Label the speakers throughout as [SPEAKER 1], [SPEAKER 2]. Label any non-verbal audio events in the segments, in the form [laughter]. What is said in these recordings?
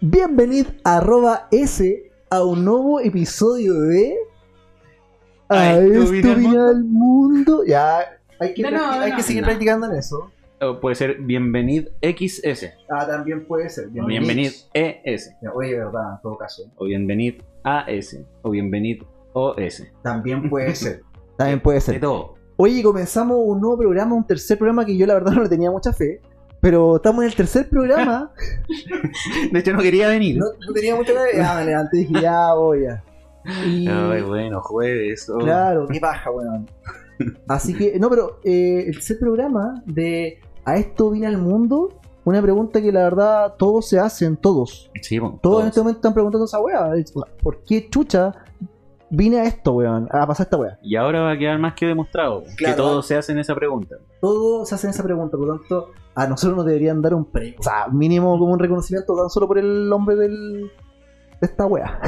[SPEAKER 1] Bienvenido a arroba S a un nuevo episodio de
[SPEAKER 2] A
[SPEAKER 1] A
[SPEAKER 2] esto
[SPEAKER 1] esto
[SPEAKER 2] vine al
[SPEAKER 1] vine al mundo. Ya, hay que,
[SPEAKER 3] No, no,
[SPEAKER 1] practi- hay
[SPEAKER 3] no,
[SPEAKER 1] que seguir
[SPEAKER 2] no.
[SPEAKER 1] practicando en eso.
[SPEAKER 2] O puede ser Bienvenid XS.
[SPEAKER 1] Ah, también puede ser.
[SPEAKER 2] Bienvenid ES.
[SPEAKER 1] Ya, Oye, verdad, en todo caso.
[SPEAKER 2] O Bienvenid AS. O Bienvenid OS.
[SPEAKER 1] También puede ser. También puede
[SPEAKER 2] De
[SPEAKER 1] ser.
[SPEAKER 2] todo.
[SPEAKER 1] Oye, comenzamos un nuevo programa, un tercer programa que yo la verdad no le tenía mucha fe. Pero estamos en el tercer programa.
[SPEAKER 2] De hecho, no quería venir.
[SPEAKER 1] no, no tenía mucha fe. Ya me levanté y dije, ya voy ya. Y-
[SPEAKER 2] Ay, bueno, jueves. oh.
[SPEAKER 1] [laughs] Claro, qué paja, weón. Así que, no, pero eh, el tercer programa de A esto vine al mundo, una pregunta que la verdad todos se hacen, todos.
[SPEAKER 2] Sí, bueno,
[SPEAKER 1] Todos en
[SPEAKER 2] todos.
[SPEAKER 1] este momento están preguntando esa weá. es, ¿Por qué chucha vine a esto, weón? A pasar esta weá.
[SPEAKER 2] Y ahora va a quedar más que demostrado
[SPEAKER 1] Claro.
[SPEAKER 2] que todos se hacen esa pregunta.
[SPEAKER 1] Todos se hacen esa pregunta, por lo tanto, a nosotros nos deberían dar un premio. O sea, mínimo como un reconocimiento tan solo por el nombre del, de esta weá.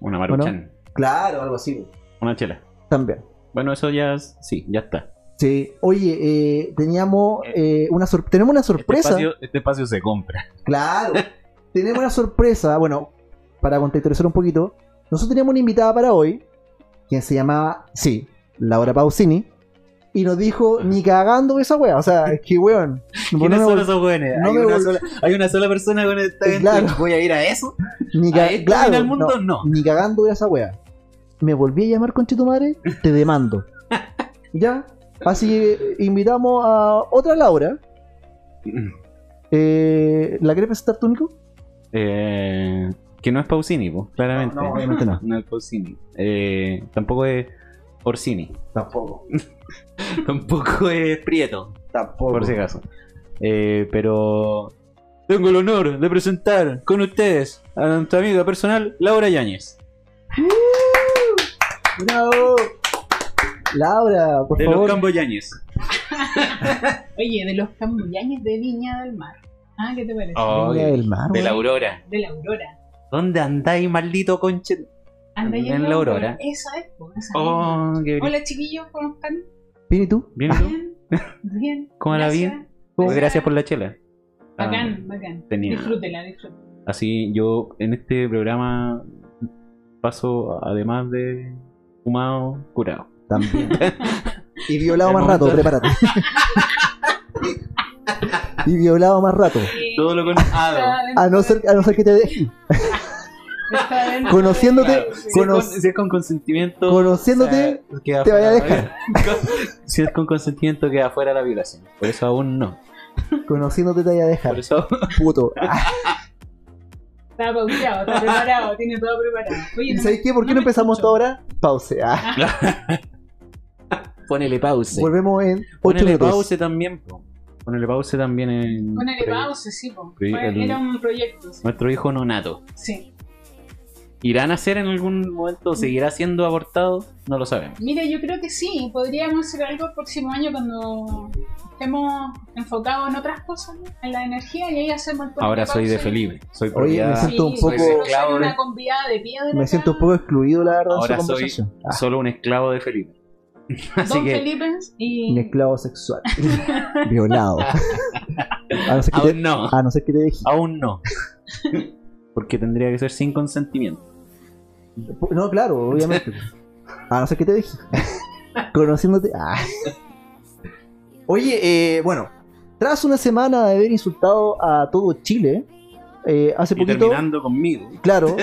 [SPEAKER 2] Una maruchan,
[SPEAKER 1] Claro, algo así, weón.
[SPEAKER 2] una chela.
[SPEAKER 1] También.
[SPEAKER 2] Bueno, eso ya es- sí, ya está.
[SPEAKER 1] Sí, oye, eh, teníamos eh, una sor- tenemos una
[SPEAKER 2] Este
[SPEAKER 1] sorpresa.
[SPEAKER 2] espacio, este espacio se compra.
[SPEAKER 1] Claro. tenemos una sorpresa. Bueno, para contextualizar un poquito, nosotros teníamos una invitada para hoy, quien se llamaba, sí, Laura Pausini, y nos dijo, ni cagando esa wea. O sea, es que weón. no
[SPEAKER 2] ¿Quiénes
[SPEAKER 1] me
[SPEAKER 2] son
[SPEAKER 1] vol-
[SPEAKER 2] esos buenos?
[SPEAKER 1] no
[SPEAKER 2] ¿Hay,
[SPEAKER 1] me
[SPEAKER 2] una
[SPEAKER 1] vol-
[SPEAKER 2] sola, hay una sola persona con esta gente.
[SPEAKER 1] Claro.
[SPEAKER 2] ¿Voy a ir a eso?
[SPEAKER 1] ni
[SPEAKER 2] ¿A
[SPEAKER 1] ca-
[SPEAKER 2] esto
[SPEAKER 1] claro,
[SPEAKER 2] en el mundo?
[SPEAKER 1] no,
[SPEAKER 2] No.
[SPEAKER 1] ni cagando era esa wea. Me volví a llamar con tu madre, te demando. ¿Ya? Así que invitamos a otra Laura. Eh, ¿La querés presentar tú, Nico?
[SPEAKER 2] Eh, que no es Pausini, pues, claramente.
[SPEAKER 1] No, no, obviamente
[SPEAKER 2] [laughs]
[SPEAKER 1] no.
[SPEAKER 2] No es Pausini. Eh, tampoco es Orsini. [laughs]
[SPEAKER 1] Tampoco.
[SPEAKER 2] Tampoco es Prieto,
[SPEAKER 1] Tampoco.
[SPEAKER 2] por si acaso. Eh, pero tengo el honor de presentar con ustedes a nuestra amiga personal, Laura Yáñez.
[SPEAKER 1] ¡Bravo! Laura, por
[SPEAKER 2] De
[SPEAKER 1] favor.
[SPEAKER 2] los Campos Yáñez.
[SPEAKER 3] Oye, de los camuyanes de Viña del Mar. Ah, ¿qué te parece?
[SPEAKER 2] Oh.
[SPEAKER 1] Viña
[SPEAKER 2] Ay,
[SPEAKER 1] del Mar,
[SPEAKER 2] de la
[SPEAKER 1] weón.
[SPEAKER 2] Aurora.
[SPEAKER 3] De la Aurora.
[SPEAKER 2] ¿Dónde andáis, maldito conche?
[SPEAKER 3] Anda
[SPEAKER 2] En
[SPEAKER 3] ya
[SPEAKER 2] la Aurora.
[SPEAKER 3] Eso es, po, esa
[SPEAKER 2] Oh, qué
[SPEAKER 3] es.
[SPEAKER 2] brillo.
[SPEAKER 3] Hola chiquillos, ¿cómo están?
[SPEAKER 1] Pini, tú?
[SPEAKER 2] ¿Bien tú?
[SPEAKER 3] Bien,
[SPEAKER 2] [laughs]
[SPEAKER 3] bien.
[SPEAKER 2] ¿Cómo la
[SPEAKER 3] gracias.
[SPEAKER 2] Pues Gracias por la chela. Ah,
[SPEAKER 3] Bacán, bacán.
[SPEAKER 2] tenía-
[SPEAKER 3] Disfrútela, disfrútela.
[SPEAKER 2] Así yo en este programa paso, además de fumado, curado. [laughs]
[SPEAKER 1] También. y violado
[SPEAKER 2] El
[SPEAKER 1] más rato,
[SPEAKER 2] momento-
[SPEAKER 1] prepárate. y violado más rato.
[SPEAKER 2] Todo lo con ah,
[SPEAKER 1] [laughs]
[SPEAKER 3] Está
[SPEAKER 2] Ado.
[SPEAKER 3] dentro
[SPEAKER 1] A no ser, a no ser que te dejen.
[SPEAKER 3] de- está
[SPEAKER 1] [laughs]
[SPEAKER 3] dentro
[SPEAKER 1] Conociéndote,
[SPEAKER 3] de-
[SPEAKER 1] si
[SPEAKER 2] Si es, con,
[SPEAKER 1] Cono-
[SPEAKER 2] si es con consentimiento.
[SPEAKER 1] Conociéndote,
[SPEAKER 2] o sea, queda
[SPEAKER 1] te vaya a
[SPEAKER 2] fuera la viola- [laughs] si es con consentimiento, queda fuera la violación. Por eso aún no.
[SPEAKER 1] conociéndote te voy a
[SPEAKER 2] Por
[SPEAKER 1] dejar,
[SPEAKER 2] eso [laughs] aún-
[SPEAKER 1] puto. Ah,
[SPEAKER 3] Está pausado, está preparado, tiene todo preparado.
[SPEAKER 1] [laughs]
[SPEAKER 3] Oye,
[SPEAKER 1] ¿Y
[SPEAKER 3] no-
[SPEAKER 1] sabéis qué? ¿Por qué no
[SPEAKER 3] me
[SPEAKER 1] empezamos
[SPEAKER 3] escucho.
[SPEAKER 1] todo ahora? Pause. Ah,
[SPEAKER 2] ponele pause.
[SPEAKER 1] Volvemos en 8
[SPEAKER 2] Ponele
[SPEAKER 1] minutos.
[SPEAKER 2] pause también. po. Ponele pause también en.
[SPEAKER 3] Ponele pausa, sí, po.
[SPEAKER 2] Sí,
[SPEAKER 3] Fue-
[SPEAKER 2] el-
[SPEAKER 3] Era un proyecto, sí.
[SPEAKER 2] Nuestro hijo nonato.
[SPEAKER 3] sí.
[SPEAKER 2] ¿Irá a nacer en algún momento? ¿Seguirá siendo abortado? No lo sabemos.
[SPEAKER 3] Mira, yo creo que sí, podríamos hacer algo el próximo año cuando estemos enfocados en otras cosas, ¿no? en la energía, y ahí hacemos el podcast.
[SPEAKER 2] Ahora soy de
[SPEAKER 3] Sí,
[SPEAKER 2] Felipe. Soy
[SPEAKER 1] Oye, me
[SPEAKER 2] propiedad.
[SPEAKER 1] siento un poco-
[SPEAKER 3] soy
[SPEAKER 2] esclavo de-
[SPEAKER 3] una convidada de piedra.
[SPEAKER 1] Me
[SPEAKER 3] acá.
[SPEAKER 1] siento un poco excluido, la verdad,
[SPEAKER 2] Ahora
[SPEAKER 1] de su
[SPEAKER 2] soy-
[SPEAKER 1] conversación. Ah,
[SPEAKER 2] solo un esclavo de Felipe. [laughs] Así
[SPEAKER 3] Don
[SPEAKER 2] que
[SPEAKER 3] Felipe y.
[SPEAKER 1] un esclavo sexual. [laughs]
[SPEAKER 2] [laughs]
[SPEAKER 1] Violado. A no ser que te,
[SPEAKER 2] aún no,
[SPEAKER 1] a no ser que te dejen.
[SPEAKER 2] aún no. [laughs] Porque tendría que ser sin consentimiento.
[SPEAKER 1] No, claro, obviamente. A no ser que te deje. Conociéndote. Ah. Oye, eh, bueno, tras una semana de haber insultado a todo Chile, eh, hace
[SPEAKER 2] Y
[SPEAKER 1] poquito.
[SPEAKER 2] terminando conmigo. [laughs]
[SPEAKER 1] Claro,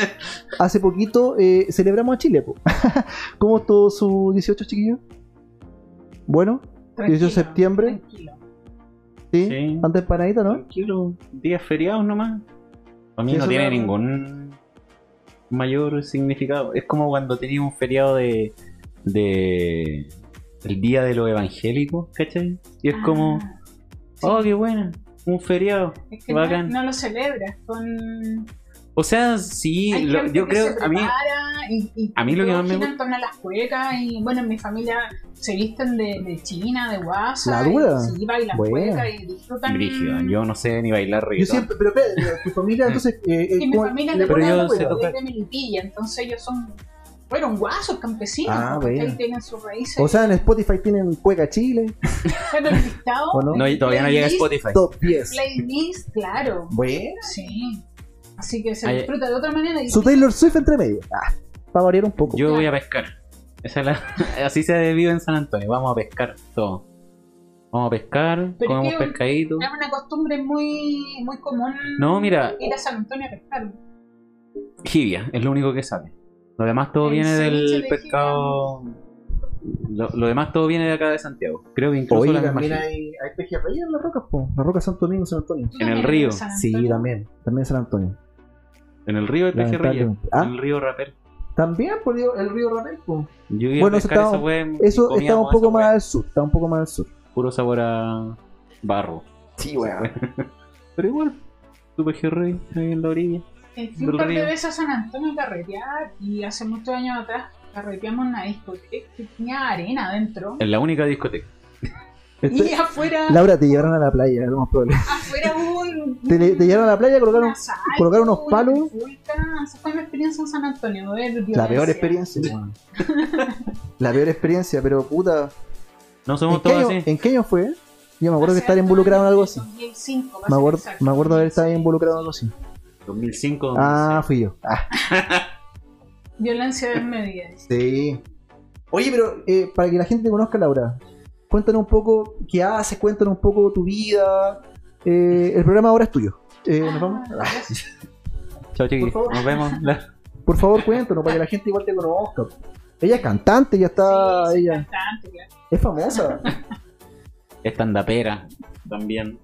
[SPEAKER 1] hace poquito eh, celebramos a Chile. po. [laughs] ¿Cómo estuvo su 18, chiquillo? Bueno,
[SPEAKER 3] Tranquilo,
[SPEAKER 1] 18 de septiembre.
[SPEAKER 3] tranquilo.
[SPEAKER 1] sí,
[SPEAKER 2] Sí.
[SPEAKER 1] antes panadita, ¿no?
[SPEAKER 2] Tranquilo, días feriados nomás. Para mí
[SPEAKER 1] Sí,
[SPEAKER 2] no
[SPEAKER 1] eso
[SPEAKER 2] tiene
[SPEAKER 1] me-
[SPEAKER 2] ningún mayor significado. Es como cuando tenía un feriado de. de. el día de los evangélicos, ¿cachai? Y es como,
[SPEAKER 3] Ah, sí.
[SPEAKER 2] oh, qué buena, un feriado.
[SPEAKER 3] Es que
[SPEAKER 2] bacán.
[SPEAKER 3] No, no lo celebras con.
[SPEAKER 2] O sea, sí,
[SPEAKER 3] Hay
[SPEAKER 2] lo-
[SPEAKER 3] gente
[SPEAKER 2] yo
[SPEAKER 3] que
[SPEAKER 2] creo,
[SPEAKER 3] se
[SPEAKER 2] a mí,
[SPEAKER 3] prepara y- y
[SPEAKER 2] a mí lo que
[SPEAKER 3] todos
[SPEAKER 2] más me
[SPEAKER 3] giran
[SPEAKER 2] gu-
[SPEAKER 3] en torno a las cuecas y bueno, en mi familia se visten de, de china, de guasa.
[SPEAKER 1] ¿La dura?
[SPEAKER 3] Y, sí, bailan
[SPEAKER 1] Buena.
[SPEAKER 3] cuecas y disfrutan.
[SPEAKER 2] brígido, yo no sé ni bailar
[SPEAKER 1] Yo
[SPEAKER 2] reggaetón.
[SPEAKER 1] siempre, pero espérate, pero tu
[SPEAKER 2] [laughs]
[SPEAKER 1] familia entonces. eh, eh,
[SPEAKER 3] Y mi
[SPEAKER 1] ¿cómo-
[SPEAKER 3] familia
[SPEAKER 1] le-
[SPEAKER 3] de
[SPEAKER 2] Pero
[SPEAKER 3] Puebla,
[SPEAKER 2] yo
[SPEAKER 3] pues,
[SPEAKER 2] sé
[SPEAKER 3] yo
[SPEAKER 2] tocar.
[SPEAKER 3] soy de Melipilla, entonces ellos son, fueron guasos campesinos,
[SPEAKER 1] Ah,
[SPEAKER 3] porque
[SPEAKER 1] bueno.
[SPEAKER 3] ahí tienen sus raíces.
[SPEAKER 1] o sea, en Spotify tienen Cueca Chile,
[SPEAKER 3] Pero el listado,
[SPEAKER 1] ¿o no?
[SPEAKER 2] No, y todavía no llega a
[SPEAKER 3] playlist-
[SPEAKER 2] Spotify.
[SPEAKER 1] top 10.
[SPEAKER 3] Playlist, claro.
[SPEAKER 1] Bueno.
[SPEAKER 3] Sí. Así que se
[SPEAKER 2] Ay,
[SPEAKER 3] disfruta de otra manera y
[SPEAKER 1] Su Taylor Swift entre medio. Ah, para variar un poco.
[SPEAKER 2] Yo voy a pescar. Esa es la- [laughs] así se vive en San Antonio. Vamos a pescar todo. Vamos a pescar,
[SPEAKER 3] Pero
[SPEAKER 2] comemos
[SPEAKER 3] qué-
[SPEAKER 2] pescadito.
[SPEAKER 3] es una costumbre muy, muy común
[SPEAKER 2] No, mira,
[SPEAKER 3] ir a San Antonio a pescar.
[SPEAKER 2] jibia es lo único que sale. Lo demás todo
[SPEAKER 3] El
[SPEAKER 2] viene
[SPEAKER 3] ceviche
[SPEAKER 2] del
[SPEAKER 3] de
[SPEAKER 2] pescado. Lo, lo demás todo viene de acá de Santiago. Creo que incluso
[SPEAKER 1] Oye,
[SPEAKER 2] la misma
[SPEAKER 1] también
[SPEAKER 2] gente.
[SPEAKER 1] hay, hay pejerreyes en las rocas, po. Las rocas Santo Domingo, San Antonio.
[SPEAKER 3] ¿Tú
[SPEAKER 2] En el
[SPEAKER 3] también
[SPEAKER 2] río.
[SPEAKER 3] eres de San
[SPEAKER 1] Ah, Sí,
[SPEAKER 3] Antonio?
[SPEAKER 1] también. También San Antonio.
[SPEAKER 2] en el río de Pejerreyes.
[SPEAKER 1] Lamentablemente.
[SPEAKER 2] En
[SPEAKER 1] Ah,
[SPEAKER 2] el río Rapel.
[SPEAKER 1] también, por Dios, el río Ramel, po.
[SPEAKER 2] Yo iba
[SPEAKER 1] Bueno,
[SPEAKER 2] a
[SPEAKER 1] eso
[SPEAKER 2] pescar
[SPEAKER 1] estaba-
[SPEAKER 2] esa wea y
[SPEAKER 1] Eso
[SPEAKER 2] comíamos pues.
[SPEAKER 1] está un
[SPEAKER 2] esa
[SPEAKER 1] poco
[SPEAKER 2] wea.
[SPEAKER 1] más al sur. Está un poco más al sur.
[SPEAKER 2] Puro sabor a barro.
[SPEAKER 1] Sí, weón.
[SPEAKER 2] [laughs] Pero igual, tu pejerrey ahí en la orilla.
[SPEAKER 3] Eh, Fui
[SPEAKER 2] Del
[SPEAKER 3] un par de
[SPEAKER 2] río.
[SPEAKER 3] veces a San Antonio a carretear y hace muchos años atrás carreteamos en una discoteca que tenía arena adentro.
[SPEAKER 2] En la única discoteca.
[SPEAKER 3] Y afuera,
[SPEAKER 1] Laura, te llevaron a la playa, lo más [laughs] probable.
[SPEAKER 3] afuera hubo un...
[SPEAKER 1] Te, le- te llevaron a la playa, colocaron
[SPEAKER 3] un asalto,
[SPEAKER 1] colocar unos
[SPEAKER 3] una
[SPEAKER 1] palos.
[SPEAKER 3] trifulca. Esa fue mi experiencia en San Antonio. ver
[SPEAKER 1] la
[SPEAKER 3] violencia.
[SPEAKER 1] peor experiencia, weón. La peor experiencia, pero puta.
[SPEAKER 2] No
[SPEAKER 1] ¿En
[SPEAKER 2] somos
[SPEAKER 1] qué,
[SPEAKER 2] todos
[SPEAKER 1] año,
[SPEAKER 2] así.
[SPEAKER 1] en qué año fue? Yo me acuerdo que
[SPEAKER 3] Hace
[SPEAKER 1] estar
[SPEAKER 3] harto
[SPEAKER 1] involucrado en algo así.
[SPEAKER 3] año, 2005, para
[SPEAKER 1] Me
[SPEAKER 3] ser
[SPEAKER 1] acuerdo,
[SPEAKER 3] exacto.
[SPEAKER 1] me acuerdo de haber estado involucrado en algo así.
[SPEAKER 2] 2005.
[SPEAKER 1] Ah, fui yo. Ah,
[SPEAKER 3] Violencia desmedida.
[SPEAKER 1] sí. Oye, pero eh, para que la gente te conozca, Laura, cuéntanos un poco qué haces, cuéntanos un poco tu vida. Eh, el programa ahora es tuyo. Eh, ¿nos vamos?
[SPEAKER 3] Ah, gracias.
[SPEAKER 2] Chao, chiquillos.
[SPEAKER 1] Por favor.
[SPEAKER 2] Nos vemos. La-
[SPEAKER 1] [laughs] Por favor, cuéntanos para que la gente igual te conozca. Ella es cantante, ya está.
[SPEAKER 3] Sí, soy
[SPEAKER 1] ella
[SPEAKER 3] cantante, claro.
[SPEAKER 1] es
[SPEAKER 3] [laughs]
[SPEAKER 1] famosa.
[SPEAKER 2] Estandapera. También.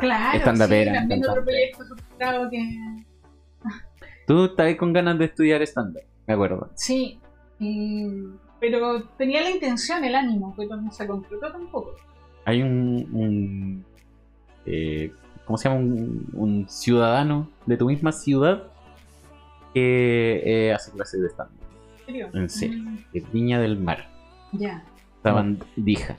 [SPEAKER 3] Claro,
[SPEAKER 2] Estandapera,
[SPEAKER 3] sí, también otro
[SPEAKER 2] cantante.
[SPEAKER 3] proyecto frustrado que...
[SPEAKER 2] Tú estabas con ganas de estudiar stand-up. Me acuerdo.
[SPEAKER 3] Sí, y- pero tenía la intención, el ánimo, pero no se concretó tampoco.
[SPEAKER 2] Hay un. un, eh, ¿Cómo se llama? Un, un ciudadano de tu misma ciudad que eh, hace clases de stand-up.
[SPEAKER 3] ¿En serio?
[SPEAKER 2] En serio.
[SPEAKER 3] Mm,
[SPEAKER 2] De Viña del Mar.
[SPEAKER 3] Ya.
[SPEAKER 2] Sabandija.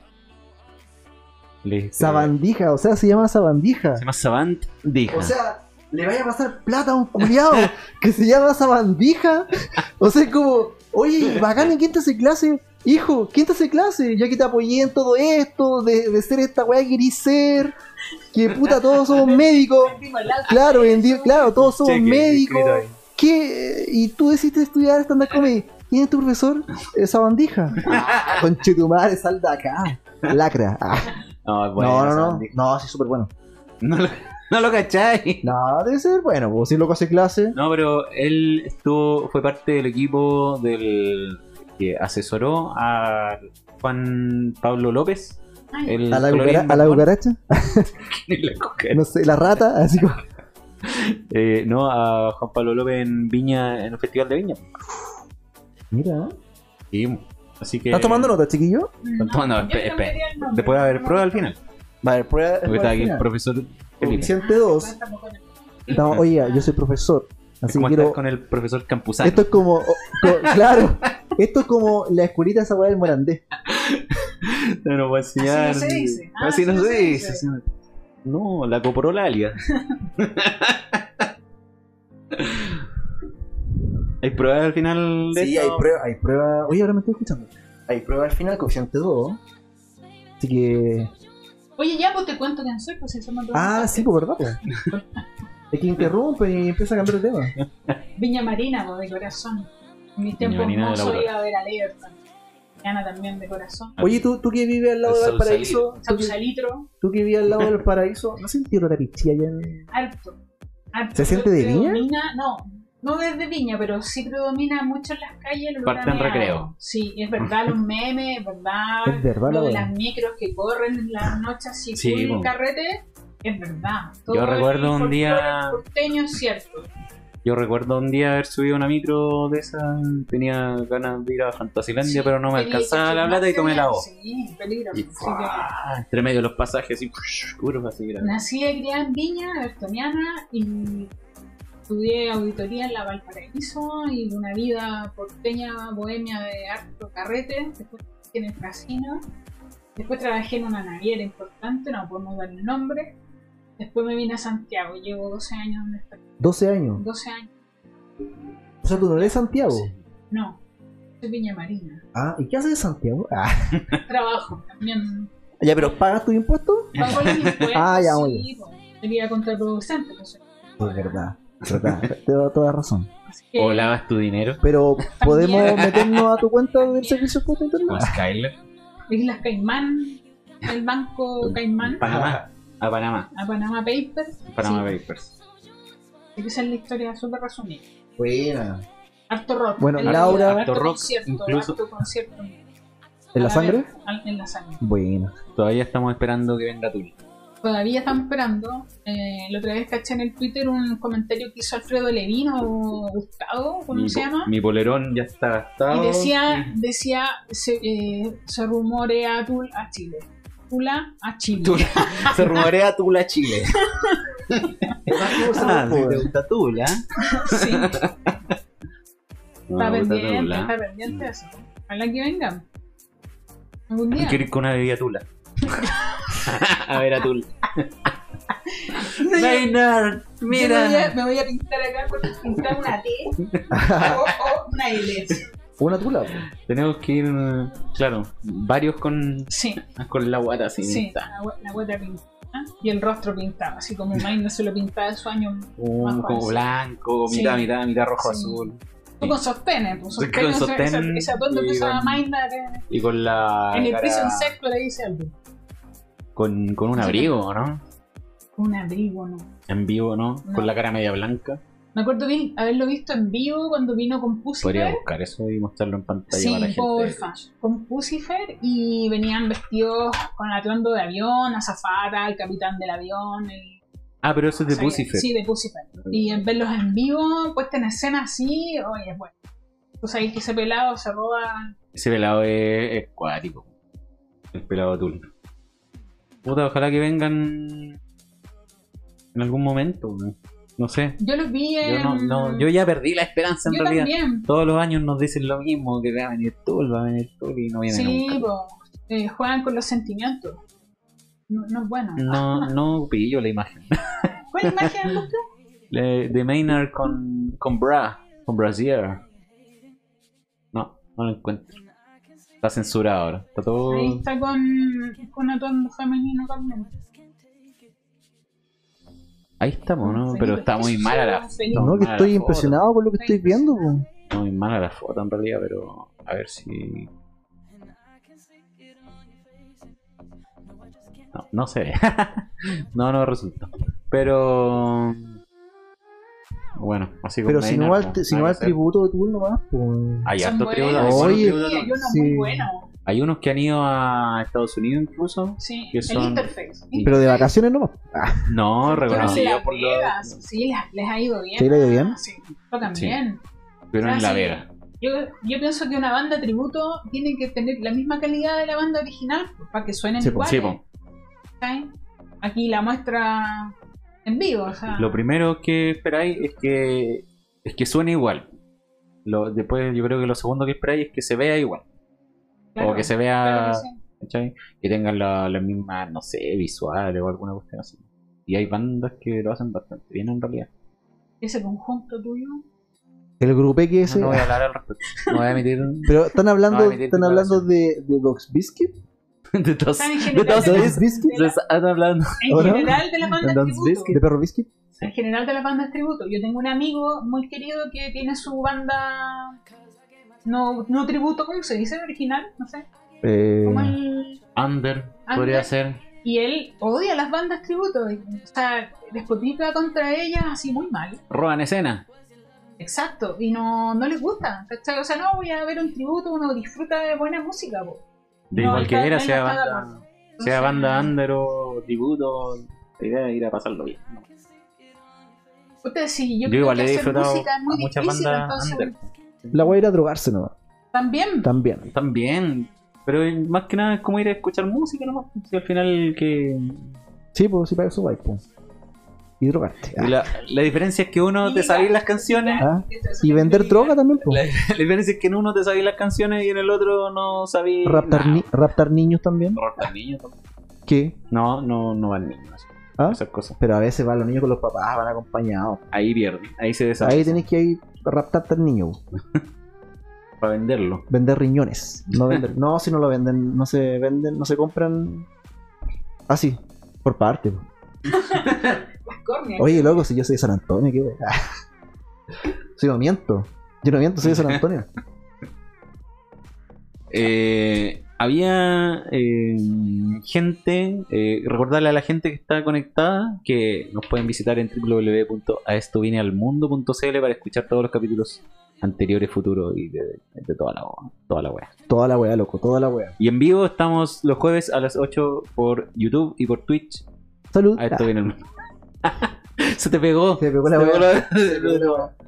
[SPEAKER 2] Le-
[SPEAKER 1] Sabandija, o sea, se llama Sabandija.
[SPEAKER 2] Se llama Sabandija.
[SPEAKER 1] O sea, le vaya a pasar plata a un
[SPEAKER 2] [laughs]
[SPEAKER 1] culiado que se llama sabandija. O sea, es como, oye, bacán, ¿en quién te hace clase? Hijo, ¿quién te hace clase? Ya que te apoyé en todo esto, de, de ser esta weá que querís ser, que puta, todos
[SPEAKER 2] [laughs]
[SPEAKER 1] somos médicos.
[SPEAKER 3] Vendimos el auto.
[SPEAKER 1] Claro, vendí, claro, todos somos
[SPEAKER 2] Cheque,
[SPEAKER 1] médicos.
[SPEAKER 2] escrito ahí.
[SPEAKER 1] ¿Qué? Y tú decidiste estudiar stand-up comedy. ¿Quién es tu profesor? Eh,
[SPEAKER 2] [laughs]
[SPEAKER 1] Sabandija. Ah, Conchetumare, sal de acá. Lacra. Ah,
[SPEAKER 2] No, bueno,
[SPEAKER 1] no, no, no.
[SPEAKER 2] Sabandija.
[SPEAKER 1] No, sí, súper bueno.
[SPEAKER 2] No lo, no lo cacháis.
[SPEAKER 1] No, debe ser bueno, pues si loco hace clase.
[SPEAKER 2] No, pero él estuvo, fue parte del equipo del que asesoró a Juan Pablo López.
[SPEAKER 3] Ay,
[SPEAKER 2] El
[SPEAKER 1] ¿A la,
[SPEAKER 2] colorín
[SPEAKER 1] cucara- a la
[SPEAKER 2] barbón.
[SPEAKER 1] cucaracha?
[SPEAKER 2] La cucara-
[SPEAKER 1] No sé, la rata, [laughs] así como.
[SPEAKER 2] Eh, no, a Juan Pablo López en Viña, en el Festival de Viña.
[SPEAKER 1] Mira.
[SPEAKER 2] Sí, así que.
[SPEAKER 1] ¿Estás tomando nota, chiquillo?
[SPEAKER 3] no,
[SPEAKER 2] no, no, espera,
[SPEAKER 3] yo
[SPEAKER 2] espera.
[SPEAKER 3] cambiaría el nombre.
[SPEAKER 2] Después va a haber
[SPEAKER 3] No,
[SPEAKER 2] prueba al
[SPEAKER 3] no,
[SPEAKER 2] final.
[SPEAKER 1] Vale, prueba.
[SPEAKER 2] Porque está aquí el profesor Felipe.
[SPEAKER 1] Coeficiente
[SPEAKER 3] no,
[SPEAKER 1] 2.
[SPEAKER 3] tampoco no.
[SPEAKER 1] Estamos, oiga, yo soy profesor.
[SPEAKER 2] Es
[SPEAKER 1] Así que
[SPEAKER 2] como
[SPEAKER 1] quiero.
[SPEAKER 2] estar con el profesor Campuzano.
[SPEAKER 1] Esto es como. o- co- claro. Esto es como la escuelita esa weá del morandés.
[SPEAKER 2] No nos va a enseñar.
[SPEAKER 3] Así no se dice. Ah,
[SPEAKER 2] Así no se dice. así no- No, la
[SPEAKER 3] [laughs]
[SPEAKER 2] coprolalia. ¿Hay pruebas al final de esto?
[SPEAKER 1] prueba, hay prueba. Oye, ahora me estoy escuchando. Hay prueba al final, coeficiente 2. Así que.
[SPEAKER 3] Oye, ya, pues te cuento quién soy, pues si somos dos.
[SPEAKER 1] Ah, sí, pues verdad, pues. Es que interrumpe y empieza a cambiar el tema.
[SPEAKER 3] Viña Marina, pues de corazón. En mis tiempos
[SPEAKER 2] Marina de la
[SPEAKER 3] no
[SPEAKER 2] Aurora.
[SPEAKER 3] iba a ver alerta. Ana también de corazón.
[SPEAKER 1] Oye, tú, tú que vives al lado
[SPEAKER 2] Al
[SPEAKER 1] del
[SPEAKER 2] Sausalito.
[SPEAKER 1] paraíso. tú que-
[SPEAKER 3] Sausalitro,
[SPEAKER 1] Tú que vivías al lado del paraíso, ¿no sentí olor a pichí allá en...?
[SPEAKER 3] harto. harto.
[SPEAKER 1] ¿Se siente de viña?
[SPEAKER 3] Predomina- No, no desde viña, pero sí predomina mucho en las calles. el olor
[SPEAKER 2] Parte
[SPEAKER 3] a
[SPEAKER 2] en
[SPEAKER 3] meado.
[SPEAKER 2] recreo.
[SPEAKER 3] Sí, es verdad,
[SPEAKER 2] [laughs]
[SPEAKER 3] los memes, es verdad.
[SPEAKER 1] Es verdad,
[SPEAKER 3] lo de
[SPEAKER 1] la
[SPEAKER 3] las micros que corren en las noches así
[SPEAKER 2] Sí,
[SPEAKER 3] full
[SPEAKER 2] po.
[SPEAKER 3] carrete, es verdad.
[SPEAKER 2] Yo recuerdo
[SPEAKER 3] el
[SPEAKER 2] un día-
[SPEAKER 3] folclore porteño es cierto.
[SPEAKER 2] Yo recuerdo un día haber subido una micro de esa. Tenía ganas de ir a Fantasilandia,
[SPEAKER 3] Sí,
[SPEAKER 2] pero no me
[SPEAKER 3] tenía
[SPEAKER 2] alcanzaba la plata y tomé la voz.
[SPEAKER 3] Sí, peligro.
[SPEAKER 2] Y,
[SPEAKER 3] así
[SPEAKER 2] ¡fua! entre medio de los pasajes, y curvas, así
[SPEAKER 3] que
[SPEAKER 2] era.
[SPEAKER 3] nací y criada en Viña, Bertoniana, y estudié auditoría en la Valparaíso y una vida porteña, bohemia de harto carrete. Después trabajé en el casino. Después trabajé en una naviera importante, no podemos dar el nombre. Después me vine a Santiago, llevo 12 años en esta
[SPEAKER 1] 12 años.
[SPEAKER 3] 12 años.
[SPEAKER 1] O sea, tú no eres de Santiago.
[SPEAKER 3] No, soy Viña
[SPEAKER 2] [laughs]
[SPEAKER 3] Marina.
[SPEAKER 1] Ah, ¿y qué haces de Santiago? Ah. [laughs]
[SPEAKER 3] Trabajo
[SPEAKER 2] [laughs]
[SPEAKER 3] también.
[SPEAKER 1] Ya, pero ¿pagas tus impuestos?
[SPEAKER 3] Pago los impuestos.
[SPEAKER 1] Ah, ya, muy
[SPEAKER 3] sí, po. Sería contraproducente. pues, No sé.
[SPEAKER 1] Es verdad, es
[SPEAKER 2] [laughs]
[SPEAKER 1] verdad. Te doy toda razón.
[SPEAKER 3] Así que,
[SPEAKER 2] ¿O lavas tu dinero?
[SPEAKER 1] Pero, ¿podemos meternos a tu cuenta del servicio público
[SPEAKER 2] ¿O [laughs]
[SPEAKER 1] internet?
[SPEAKER 2] Skyler?
[SPEAKER 3] Islas Caimán, el Banco Caimán,
[SPEAKER 2] Panamá. A Panamá.
[SPEAKER 3] a Panama Papers.
[SPEAKER 2] Panamá
[SPEAKER 3] Sí,
[SPEAKER 2] Papers.
[SPEAKER 3] así que Esa es la historia súper resumida.
[SPEAKER 1] Buena.
[SPEAKER 3] Harto rock.
[SPEAKER 1] Bueno,
[SPEAKER 3] en la
[SPEAKER 1] Laura-
[SPEAKER 3] vida,
[SPEAKER 2] Harto
[SPEAKER 3] harto
[SPEAKER 2] rock,
[SPEAKER 3] concierto,
[SPEAKER 2] incluso.
[SPEAKER 3] harto concierto.
[SPEAKER 1] ¿En la
[SPEAKER 3] A
[SPEAKER 1] sangre?
[SPEAKER 3] vez, al- En la sangre.
[SPEAKER 1] Buena.
[SPEAKER 2] Todavía estamos esperando que venga Tuli.
[SPEAKER 3] Todavía estamos esperando. Eh, la otra vez caché en el Twitter un comentario que hizo Alfredo Levino o Gustavo, ¿cómo
[SPEAKER 2] Mi,
[SPEAKER 3] se
[SPEAKER 2] po-
[SPEAKER 3] llama?
[SPEAKER 2] mi polerón ya está gastado.
[SPEAKER 3] Y decía, decía se, eh, se rumorea Tul a Chile. Tula a Chile.
[SPEAKER 2] Tula. [laughs] Se rumorea
[SPEAKER 1] [laughs]
[SPEAKER 2] Tula Chile. Ah, sí, te gusta Tula.
[SPEAKER 3] Sí, está
[SPEAKER 2] No, me gusta
[SPEAKER 3] pendiente,
[SPEAKER 2] Tula.
[SPEAKER 3] está pendiente de eso. Ojalá que vengan. Algún día.
[SPEAKER 2] Quiero ir con una bebida
[SPEAKER 3] [laughs]
[SPEAKER 2] Tula. a ver a Tula.
[SPEAKER 3] Yo-
[SPEAKER 2] Maynard,
[SPEAKER 3] yo Me, voy a, me voy a pintar acá con pintar una T o, o una L.
[SPEAKER 1] Una tula. po.
[SPEAKER 2] Tenemos que ir, claro, varios con,
[SPEAKER 3] Sí,
[SPEAKER 2] con la guata así.
[SPEAKER 3] sí, la, gua- la guata pintada y el rostro pintado, así como May no se lo pintaba en su año.
[SPEAKER 2] Un,
[SPEAKER 3] Más
[SPEAKER 2] como
[SPEAKER 3] fácil.
[SPEAKER 2] blanco,
[SPEAKER 3] Sí.
[SPEAKER 2] mitad, mitad, mitad rojo
[SPEAKER 3] Sí.
[SPEAKER 2] azul.
[SPEAKER 3] Tú con sostenes, pues
[SPEAKER 2] Sí, con
[SPEAKER 3] sostenes,
[SPEAKER 2] sostén
[SPEAKER 3] esa, esa tonta
[SPEAKER 2] y
[SPEAKER 3] que usaba
[SPEAKER 2] con-
[SPEAKER 3] Maynard en,
[SPEAKER 2] Y con la.
[SPEAKER 3] en el
[SPEAKER 2] cara-
[SPEAKER 3] prison sector le dice algo.
[SPEAKER 2] con, con un
[SPEAKER 3] Sí.
[SPEAKER 2] abrigo, ¿no?
[SPEAKER 3] Un abrigo, no.
[SPEAKER 2] En vivo, ¿no?
[SPEAKER 3] No.
[SPEAKER 2] Con la cara media blanca.
[SPEAKER 3] Me acuerdo bien haberlo visto en vivo cuando vino con
[SPEAKER 2] Podría
[SPEAKER 3] Pusifer.
[SPEAKER 2] buscar eso y mostrarlo en pantalla
[SPEAKER 3] Sí,
[SPEAKER 2] para la gente.
[SPEAKER 3] porfa. Con Pusifer y venían vestidos con atuendo de avión, azafata, el capitán del avión, el
[SPEAKER 2] Ah, pero eso es de
[SPEAKER 3] O sea,
[SPEAKER 2] Pucifer.
[SPEAKER 3] Sí, de Pucifer. Y en verlos en vivo, puesta en escena así, oye, es bueno. Tú sabes que ese pelado se roba.
[SPEAKER 2] Ese pelado es, es cuático. El pelado azul. Puta, ojalá que vengan en algún momento. ¿no? No sé.
[SPEAKER 3] Yo los vi en.
[SPEAKER 2] Yo, no, no, yo ya perdí la esperanza en
[SPEAKER 3] Em, Yo
[SPEAKER 2] realidad.
[SPEAKER 3] también.
[SPEAKER 2] Todos los años nos dicen lo mismo, que va a venir Tul, va a venir Tul y no viene
[SPEAKER 3] Sí,
[SPEAKER 2] nunca.
[SPEAKER 3] po, eh, juegan con los sentimientos. No, no es bueno.
[SPEAKER 2] No, no pillo la imagen.
[SPEAKER 3] ¿Cuál imagen busca?
[SPEAKER 2] [laughs] Le- de Maynard con, con Bra, con Brasier. No, no lo encuentro. Está censurado ahora. Está todo.
[SPEAKER 3] Ahí está con, con atuendo femenino también.
[SPEAKER 2] Ahí estamos, ¿no?
[SPEAKER 3] Felipe,
[SPEAKER 2] Pero está muy
[SPEAKER 3] eso
[SPEAKER 2] mala
[SPEAKER 3] es
[SPEAKER 2] Ah, la
[SPEAKER 3] Felipe.
[SPEAKER 2] No,
[SPEAKER 1] No, que
[SPEAKER 2] mala
[SPEAKER 1] estoy
[SPEAKER 2] foto.
[SPEAKER 1] impresionado con lo que estoy viendo. po.
[SPEAKER 2] está muy mala la foto en realidad, pero a ver si. No, no se ve. [laughs] no, no resulta. Pero. Bueno, así como
[SPEAKER 1] Pero si no va
[SPEAKER 2] Maynard, Ah,
[SPEAKER 1] al, si no
[SPEAKER 2] nada
[SPEAKER 1] va al
[SPEAKER 2] que hacer.
[SPEAKER 1] tributo de Tool nomás, po.
[SPEAKER 2] Hay
[SPEAKER 3] Son
[SPEAKER 2] hartos tributos, hay
[SPEAKER 3] buenos,
[SPEAKER 2] buenos
[SPEAKER 1] Oye,
[SPEAKER 3] sí,
[SPEAKER 2] tributos.
[SPEAKER 3] hay unos
[SPEAKER 1] sí.
[SPEAKER 3] muy buenos.
[SPEAKER 2] Hay unos que han ido a Estados Unidos incluso.
[SPEAKER 3] Sí,
[SPEAKER 2] Que
[SPEAKER 3] el
[SPEAKER 2] son-
[SPEAKER 3] interface. [laughs]
[SPEAKER 1] Pero de vacaciones nomás. Ah,
[SPEAKER 2] No,
[SPEAKER 3] Pero si
[SPEAKER 2] reconocido
[SPEAKER 3] las
[SPEAKER 2] por
[SPEAKER 3] Vegas,
[SPEAKER 2] los.
[SPEAKER 3] Sí, las- les ha ido bien.
[SPEAKER 1] ¿Te ha ido bien?
[SPEAKER 3] Sí, tocan
[SPEAKER 2] Sí.
[SPEAKER 3] bien.
[SPEAKER 2] Pero en
[SPEAKER 3] Ah,
[SPEAKER 2] la
[SPEAKER 3] sí.
[SPEAKER 2] Vega.
[SPEAKER 3] Yo, yo pienso que una banda tributo tiene que tener la misma calidad de la banda original pues, para que suenen
[SPEAKER 1] Sí,
[SPEAKER 3] iguales.
[SPEAKER 2] Sí, pues. po.
[SPEAKER 3] ¿cachai? Aquí la muestra en vivo, o sea,
[SPEAKER 2] Lo primero que esperáis es que es que suene igual. Lo, después yo creo que lo segundo que esperáis es que se vea igual.
[SPEAKER 3] claro,
[SPEAKER 2] o que se
[SPEAKER 3] claro
[SPEAKER 2] vea,
[SPEAKER 3] que sí.
[SPEAKER 2] ¿cachai? Que tengan la, la misma, no sé, visual o alguna cuestión así. Y hay bandas que lo hacen bastante bien en realidad.
[SPEAKER 3] Ese conjunto tuyo.
[SPEAKER 1] El grupe que ese.
[SPEAKER 2] No, no voy a hablar al respecto. No voy a emitir
[SPEAKER 3] [laughs]
[SPEAKER 1] Pero están hablando,
[SPEAKER 2] No,
[SPEAKER 1] están hablando de, de Dogs Biscuit.
[SPEAKER 2] de todos.
[SPEAKER 3] Está en
[SPEAKER 2] De
[SPEAKER 3] general,
[SPEAKER 2] todos
[SPEAKER 3] de,
[SPEAKER 1] Dogs
[SPEAKER 2] ustedes.
[SPEAKER 1] Biscuit.
[SPEAKER 3] la-
[SPEAKER 2] Les están hablando.
[SPEAKER 3] en
[SPEAKER 1] ¿o no?
[SPEAKER 3] general de la banda
[SPEAKER 2] Entonces,
[SPEAKER 3] tributo.
[SPEAKER 2] es
[SPEAKER 1] De Perro Biscuit.
[SPEAKER 3] En general de la banda tributo. Yo tengo un amigo muy querido que tiene su banda no, no tributo, ¿cómo se dice? Original, no sé.
[SPEAKER 1] Eh,
[SPEAKER 3] Como el-
[SPEAKER 2] Under, podría
[SPEAKER 3] Under.
[SPEAKER 2] ser.
[SPEAKER 3] Y él odia las bandas tributo. y- O sea, despotica contra ellas así muy mal.
[SPEAKER 2] Roban escena.
[SPEAKER 3] Exacto, y no, no les gusta, ¿cachai? O sea, no, voy a ver un tributo, uno disfruta de buena música, po.
[SPEAKER 2] De
[SPEAKER 3] No,
[SPEAKER 2] igual que
[SPEAKER 3] está-
[SPEAKER 2] era,
[SPEAKER 3] él no
[SPEAKER 2] sea
[SPEAKER 3] está de
[SPEAKER 2] banda,
[SPEAKER 3] acuerdo.
[SPEAKER 2] sea
[SPEAKER 3] Entonces,
[SPEAKER 2] banda under o tributo. La idea es ir a pasarlo bien. ¿no?
[SPEAKER 3] Ustedes sí, yo,
[SPEAKER 2] Yo
[SPEAKER 3] creo
[SPEAKER 2] igual
[SPEAKER 3] que
[SPEAKER 2] he
[SPEAKER 3] hacer
[SPEAKER 2] disfrutado
[SPEAKER 3] música es muy
[SPEAKER 2] a muchas
[SPEAKER 3] difícil,
[SPEAKER 2] bandas
[SPEAKER 3] entonces,
[SPEAKER 2] under.
[SPEAKER 1] La voy a ir a drogarse nomás.
[SPEAKER 3] también,
[SPEAKER 1] También.
[SPEAKER 2] También. Pero más que nada es como ir a escuchar música, ¿no? Si al final que...
[SPEAKER 1] Sí, pues sí, para eso va. po. Y drogarte. Ah,
[SPEAKER 2] y La, la diferencia es que uno te sabía las canciones.
[SPEAKER 1] ah.
[SPEAKER 3] Entonces,
[SPEAKER 1] Y vender
[SPEAKER 3] yo-
[SPEAKER 1] droga también. pues. po.
[SPEAKER 2] La, la [laughs] diferencia es que en uno te sabía las canciones y en el otro no sabía...
[SPEAKER 1] Raptar,
[SPEAKER 2] nada.
[SPEAKER 1] ni- raptar niños también.
[SPEAKER 2] Raptar niños. tampoco.
[SPEAKER 1] ¿Qué?
[SPEAKER 2] No, no, no van niños.
[SPEAKER 1] ¿Ah?
[SPEAKER 2] Esas cosas.
[SPEAKER 1] Pero a veces van los niños con los papás, van acompañados.
[SPEAKER 2] Ahí pierden. Ahí se deshace
[SPEAKER 1] Ahí tenés que ir a raptarte al niño. po.
[SPEAKER 2] para venderlo.
[SPEAKER 1] Vender riñones. No, vender-
[SPEAKER 2] [laughs]
[SPEAKER 1] no, si no lo venden, no se pues. venden, no se compran así. Por parte. po.
[SPEAKER 3] Capricornio.
[SPEAKER 1] Oye, loco, si yo soy de San Antonio, qué weá.
[SPEAKER 2] [laughs]
[SPEAKER 1] Si no miento. Yo no miento, soy de San Antonio.
[SPEAKER 2] Eh, había eh, gente, eh, recordarle a la gente que está conectada que nos pueden visitar en www.aestovinealmundo.cl para escuchar todos los capítulos anteriores, futuros y de, de toda la toda la wea.
[SPEAKER 1] Toda la weá, loco, toda la weá.
[SPEAKER 2] Y en vivo estamos los jueves a las 8 por YouTube y por Twitch.
[SPEAKER 1] Salud. Ah.
[SPEAKER 2] A Ah, esto viene el mundo. [laughs] Se te pegó.
[SPEAKER 1] Se pegó la
[SPEAKER 2] Se
[SPEAKER 1] wea.
[SPEAKER 2] te pegó la- [laughs]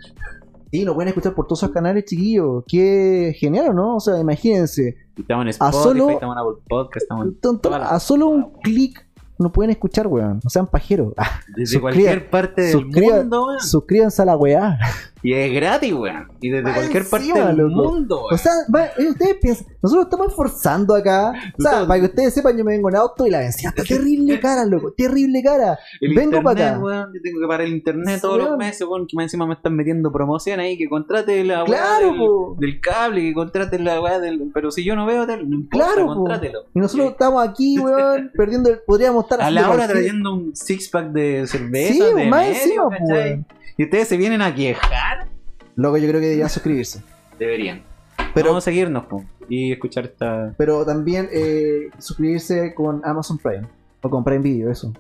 [SPEAKER 1] Sí, nos pueden escuchar por todos esos canales, chiquillos. Qué genial, ¿o ¿no? O sea, imagínense.
[SPEAKER 2] Estamos en Spotify,
[SPEAKER 1] solo-
[SPEAKER 2] estamos en Apple Podcast, estamos en-
[SPEAKER 1] Tonto, a solo un clic nos pueden escuchar, weón. No sean pajeros. Ah,
[SPEAKER 2] desde
[SPEAKER 1] Suscríbete.
[SPEAKER 2] cualquier parte del
[SPEAKER 1] Suscríbete.
[SPEAKER 2] mundo, weón.
[SPEAKER 1] suscríbanse a la weá.
[SPEAKER 2] Y es gratis, weón. Y desde
[SPEAKER 1] Más
[SPEAKER 2] cualquier
[SPEAKER 1] encima,
[SPEAKER 2] parte del
[SPEAKER 1] loco.
[SPEAKER 2] mundo,
[SPEAKER 1] O
[SPEAKER 2] weón.
[SPEAKER 1] sea, va- eh, ustedes piensan, nosotros estamos esforzando acá. O sea,
[SPEAKER 2] Nosotros-
[SPEAKER 1] para que ustedes sepan, yo me vengo en auto y la vencí.
[SPEAKER 2] [laughs]
[SPEAKER 1] Hasta terrible cara, loco. Terrible cara.
[SPEAKER 2] El
[SPEAKER 1] vengo
[SPEAKER 2] internet,
[SPEAKER 1] para acá.
[SPEAKER 2] weón, yo tengo que parar el internet todos
[SPEAKER 1] Weón.
[SPEAKER 2] los meses, weón, que más encima me están metiendo promoción ahí, que contrate la weá
[SPEAKER 1] Claro,
[SPEAKER 2] del,
[SPEAKER 1] po.
[SPEAKER 2] del cable, que contrate la weá del... Pero si yo no veo tal, no importa,
[SPEAKER 1] Claro, po.
[SPEAKER 2] contrátelo. Eh,
[SPEAKER 1] Y nosotros estamos
[SPEAKER 2] [laughs]
[SPEAKER 1] aquí, weón, perdiendo el. Podríamos estar
[SPEAKER 2] A
[SPEAKER 1] haciendo
[SPEAKER 2] la hora
[SPEAKER 1] cualquier-
[SPEAKER 2] trayendo un six-pack de cerveza,
[SPEAKER 1] Sí,
[SPEAKER 2] de
[SPEAKER 1] más
[SPEAKER 2] medio,
[SPEAKER 1] encima, po,
[SPEAKER 2] ¿cachai?
[SPEAKER 1] weón.
[SPEAKER 2] Y ustedes se vienen a quejar,
[SPEAKER 1] Loco, yo creo que deberían suscribirse.
[SPEAKER 2] deberían. Pero
[SPEAKER 1] Pero,
[SPEAKER 2] vamos a seguirnos, po, y escuchar esta...
[SPEAKER 1] pero también eh, suscribirse con Amazon Prime. O con Prime Video, eso.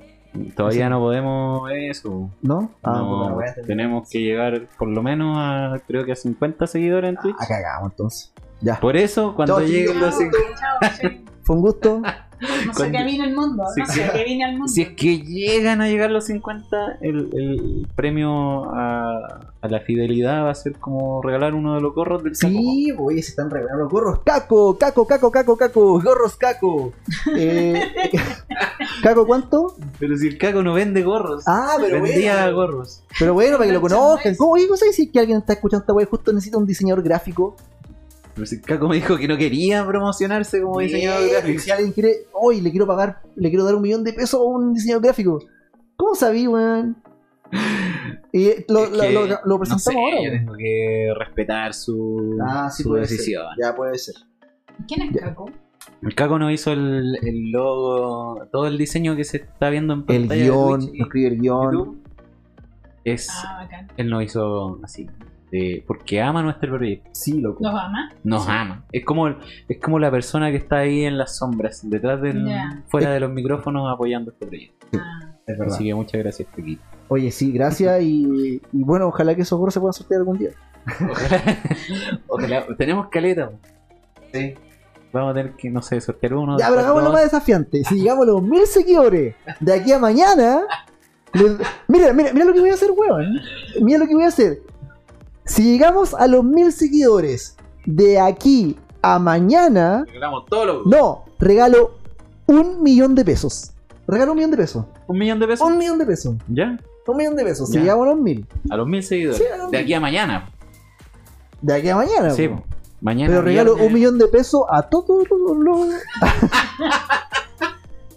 [SPEAKER 2] Todavía no podemos eso.
[SPEAKER 1] ¿No? Ah,
[SPEAKER 2] No,
[SPEAKER 1] puta, weá,
[SPEAKER 2] tenemos que llegar por lo menos a creo que a 50 seguidores en Twitch.
[SPEAKER 1] Ah, cagamos entonces. Ya.
[SPEAKER 2] Por eso, cuando
[SPEAKER 1] Chao,
[SPEAKER 2] lleguen
[SPEAKER 1] chicos.
[SPEAKER 2] los
[SPEAKER 3] Chao,
[SPEAKER 2] 50,
[SPEAKER 3] chao, sí.
[SPEAKER 1] Fue un
[SPEAKER 2] [laughs]
[SPEAKER 1] gusto.
[SPEAKER 3] No sé
[SPEAKER 2] Cuando-
[SPEAKER 3] qué vino el mundo,
[SPEAKER 2] Sí,
[SPEAKER 3] no
[SPEAKER 2] sí.
[SPEAKER 3] sé qué vino el mundo.
[SPEAKER 2] si es que llegan a llegar los 50, el, el premio a, a la fidelidad va a ser como regalar uno de los gorros del saco.
[SPEAKER 1] Sí, oye, se están regalando los gorros. Caco, caco, caco, caco, caco. Gorros,
[SPEAKER 2] [laughs]
[SPEAKER 1] caco. Eh, caco, ¿cuánto?
[SPEAKER 2] Pero si el caco no vende gorros,
[SPEAKER 1] Ah, pero
[SPEAKER 2] vendía
[SPEAKER 1] bueno.
[SPEAKER 2] gorros.
[SPEAKER 1] Pero bueno, para que lo conozcan. ¿Cómo, oye, ¿cómo sabes si es que alguien está escuchando esta wea y justo necesita un diseñador gráfico?
[SPEAKER 2] Pero si el caco me dijo que no quería promocionarse como diseñador
[SPEAKER 1] Bien,
[SPEAKER 2] gráfico.
[SPEAKER 1] Si alguien quiere, hoy le quiero pagar, le quiero dar un millón de pesos a un diseñador gráfico. ¿Cómo sabí, weón? Y eh, lo,
[SPEAKER 2] Es
[SPEAKER 1] lo-
[SPEAKER 2] que,
[SPEAKER 1] lo- lo
[SPEAKER 2] no
[SPEAKER 1] presentamos
[SPEAKER 2] sé,
[SPEAKER 1] ahora.
[SPEAKER 2] Yo
[SPEAKER 1] weón.
[SPEAKER 2] tengo que respetar su,
[SPEAKER 1] Ah, sí
[SPEAKER 2] su
[SPEAKER 1] puede
[SPEAKER 2] decisión.
[SPEAKER 1] ser. Ya puede ser.
[SPEAKER 3] ¿Quién es Caco?
[SPEAKER 2] El Caco nos hizo el, el logo, todo el diseño que se está viendo en
[SPEAKER 1] El
[SPEAKER 2] pantalla. de
[SPEAKER 1] guión,
[SPEAKER 2] Twitch y
[SPEAKER 1] escribe el guión.
[SPEAKER 2] YouTube. Es,
[SPEAKER 3] Ah, bacán.
[SPEAKER 2] él nos hizo así, de- porque ama nuestro proyecto,
[SPEAKER 1] Sí, loco.
[SPEAKER 3] ¿Los ama?
[SPEAKER 2] nos ama. Es como, es como la persona que está ahí en las sombras, detrás del,
[SPEAKER 3] Ya.
[SPEAKER 2] fuera de los micrófonos apoyando este proyecto.
[SPEAKER 3] Ah,
[SPEAKER 1] Es verdad.
[SPEAKER 2] Así que muchas gracias, Pequito.
[SPEAKER 1] Oye, sí, gracias y, y bueno, ojalá que esos gorros se puedan sortear algún día.
[SPEAKER 2] Ojalá, [laughs] ojalá- tenemos caleta. Sí. Vamos a tener que, no sé, sortear uno.
[SPEAKER 1] Ya, pero
[SPEAKER 2] después
[SPEAKER 1] hagámoslo
[SPEAKER 2] dos.
[SPEAKER 1] más desafiante. Si llegamos a los mil seguidores de aquí a mañana, les- mira, mira, mira lo que voy a hacer, weón. Mira lo que voy a hacer. Si llegamos a los mil seguidores de aquí a mañana,
[SPEAKER 2] Regalamos todos los-
[SPEAKER 1] no, regalo un millón de pesos. Regalo un millón de pesos.
[SPEAKER 2] Un millón de pesos.
[SPEAKER 1] Un millón de pesos.
[SPEAKER 2] Ya,
[SPEAKER 1] Un millón de pesos. Si
[SPEAKER 2] Ya.
[SPEAKER 1] llegamos a los mil.
[SPEAKER 2] a los mil seguidores.
[SPEAKER 1] Sí, a los
[SPEAKER 2] de
[SPEAKER 1] mil.
[SPEAKER 2] aquí a mañana. pues.
[SPEAKER 1] De aquí a mañana.
[SPEAKER 2] Sí,
[SPEAKER 1] weón.
[SPEAKER 2] po. mañana.
[SPEAKER 1] Pero regalo
[SPEAKER 2] viernes.
[SPEAKER 1] un millón de pesos a todos los- los,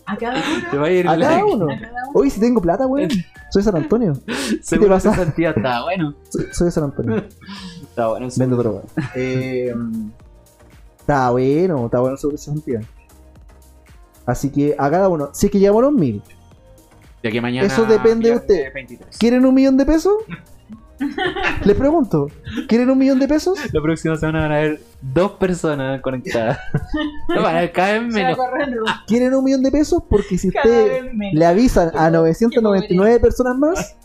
[SPEAKER 3] a cada
[SPEAKER 2] Te
[SPEAKER 3] uno.
[SPEAKER 2] va a ir
[SPEAKER 1] A
[SPEAKER 2] la- [laughs]
[SPEAKER 1] cada uno.
[SPEAKER 3] A cada uno.
[SPEAKER 1] Hoy si tengo plata, weón. Soy San Antonio.
[SPEAKER 2] Seguro
[SPEAKER 1] pasa?
[SPEAKER 2] que Santiago está bueno.
[SPEAKER 1] Soy, soy de San Antonio.
[SPEAKER 2] Está bueno. sí.
[SPEAKER 1] Vendo droga. Eh, está bueno, está bueno sobre ese sentido. Así que a cada uno, si es que llevamos los mil,
[SPEAKER 2] De aquí a mañana.
[SPEAKER 1] Eso depende de
[SPEAKER 2] viernes
[SPEAKER 1] usted.
[SPEAKER 2] 23.
[SPEAKER 1] ¿quieren un millón de
[SPEAKER 3] [laughs]
[SPEAKER 1] pesos? Les pregunto, ¿quieren un millón de pesos?
[SPEAKER 2] La próxima semana van a haber dos personas
[SPEAKER 1] [laughs]
[SPEAKER 2] conectadas. no, van a haber cada vez
[SPEAKER 3] Se va
[SPEAKER 2] menos.
[SPEAKER 3] corriendo
[SPEAKER 1] ¿Quieren un millón de pesos? Porque si
[SPEAKER 3] cada
[SPEAKER 1] ustedes
[SPEAKER 3] vez menos.
[SPEAKER 1] le avisan a 999 personas más,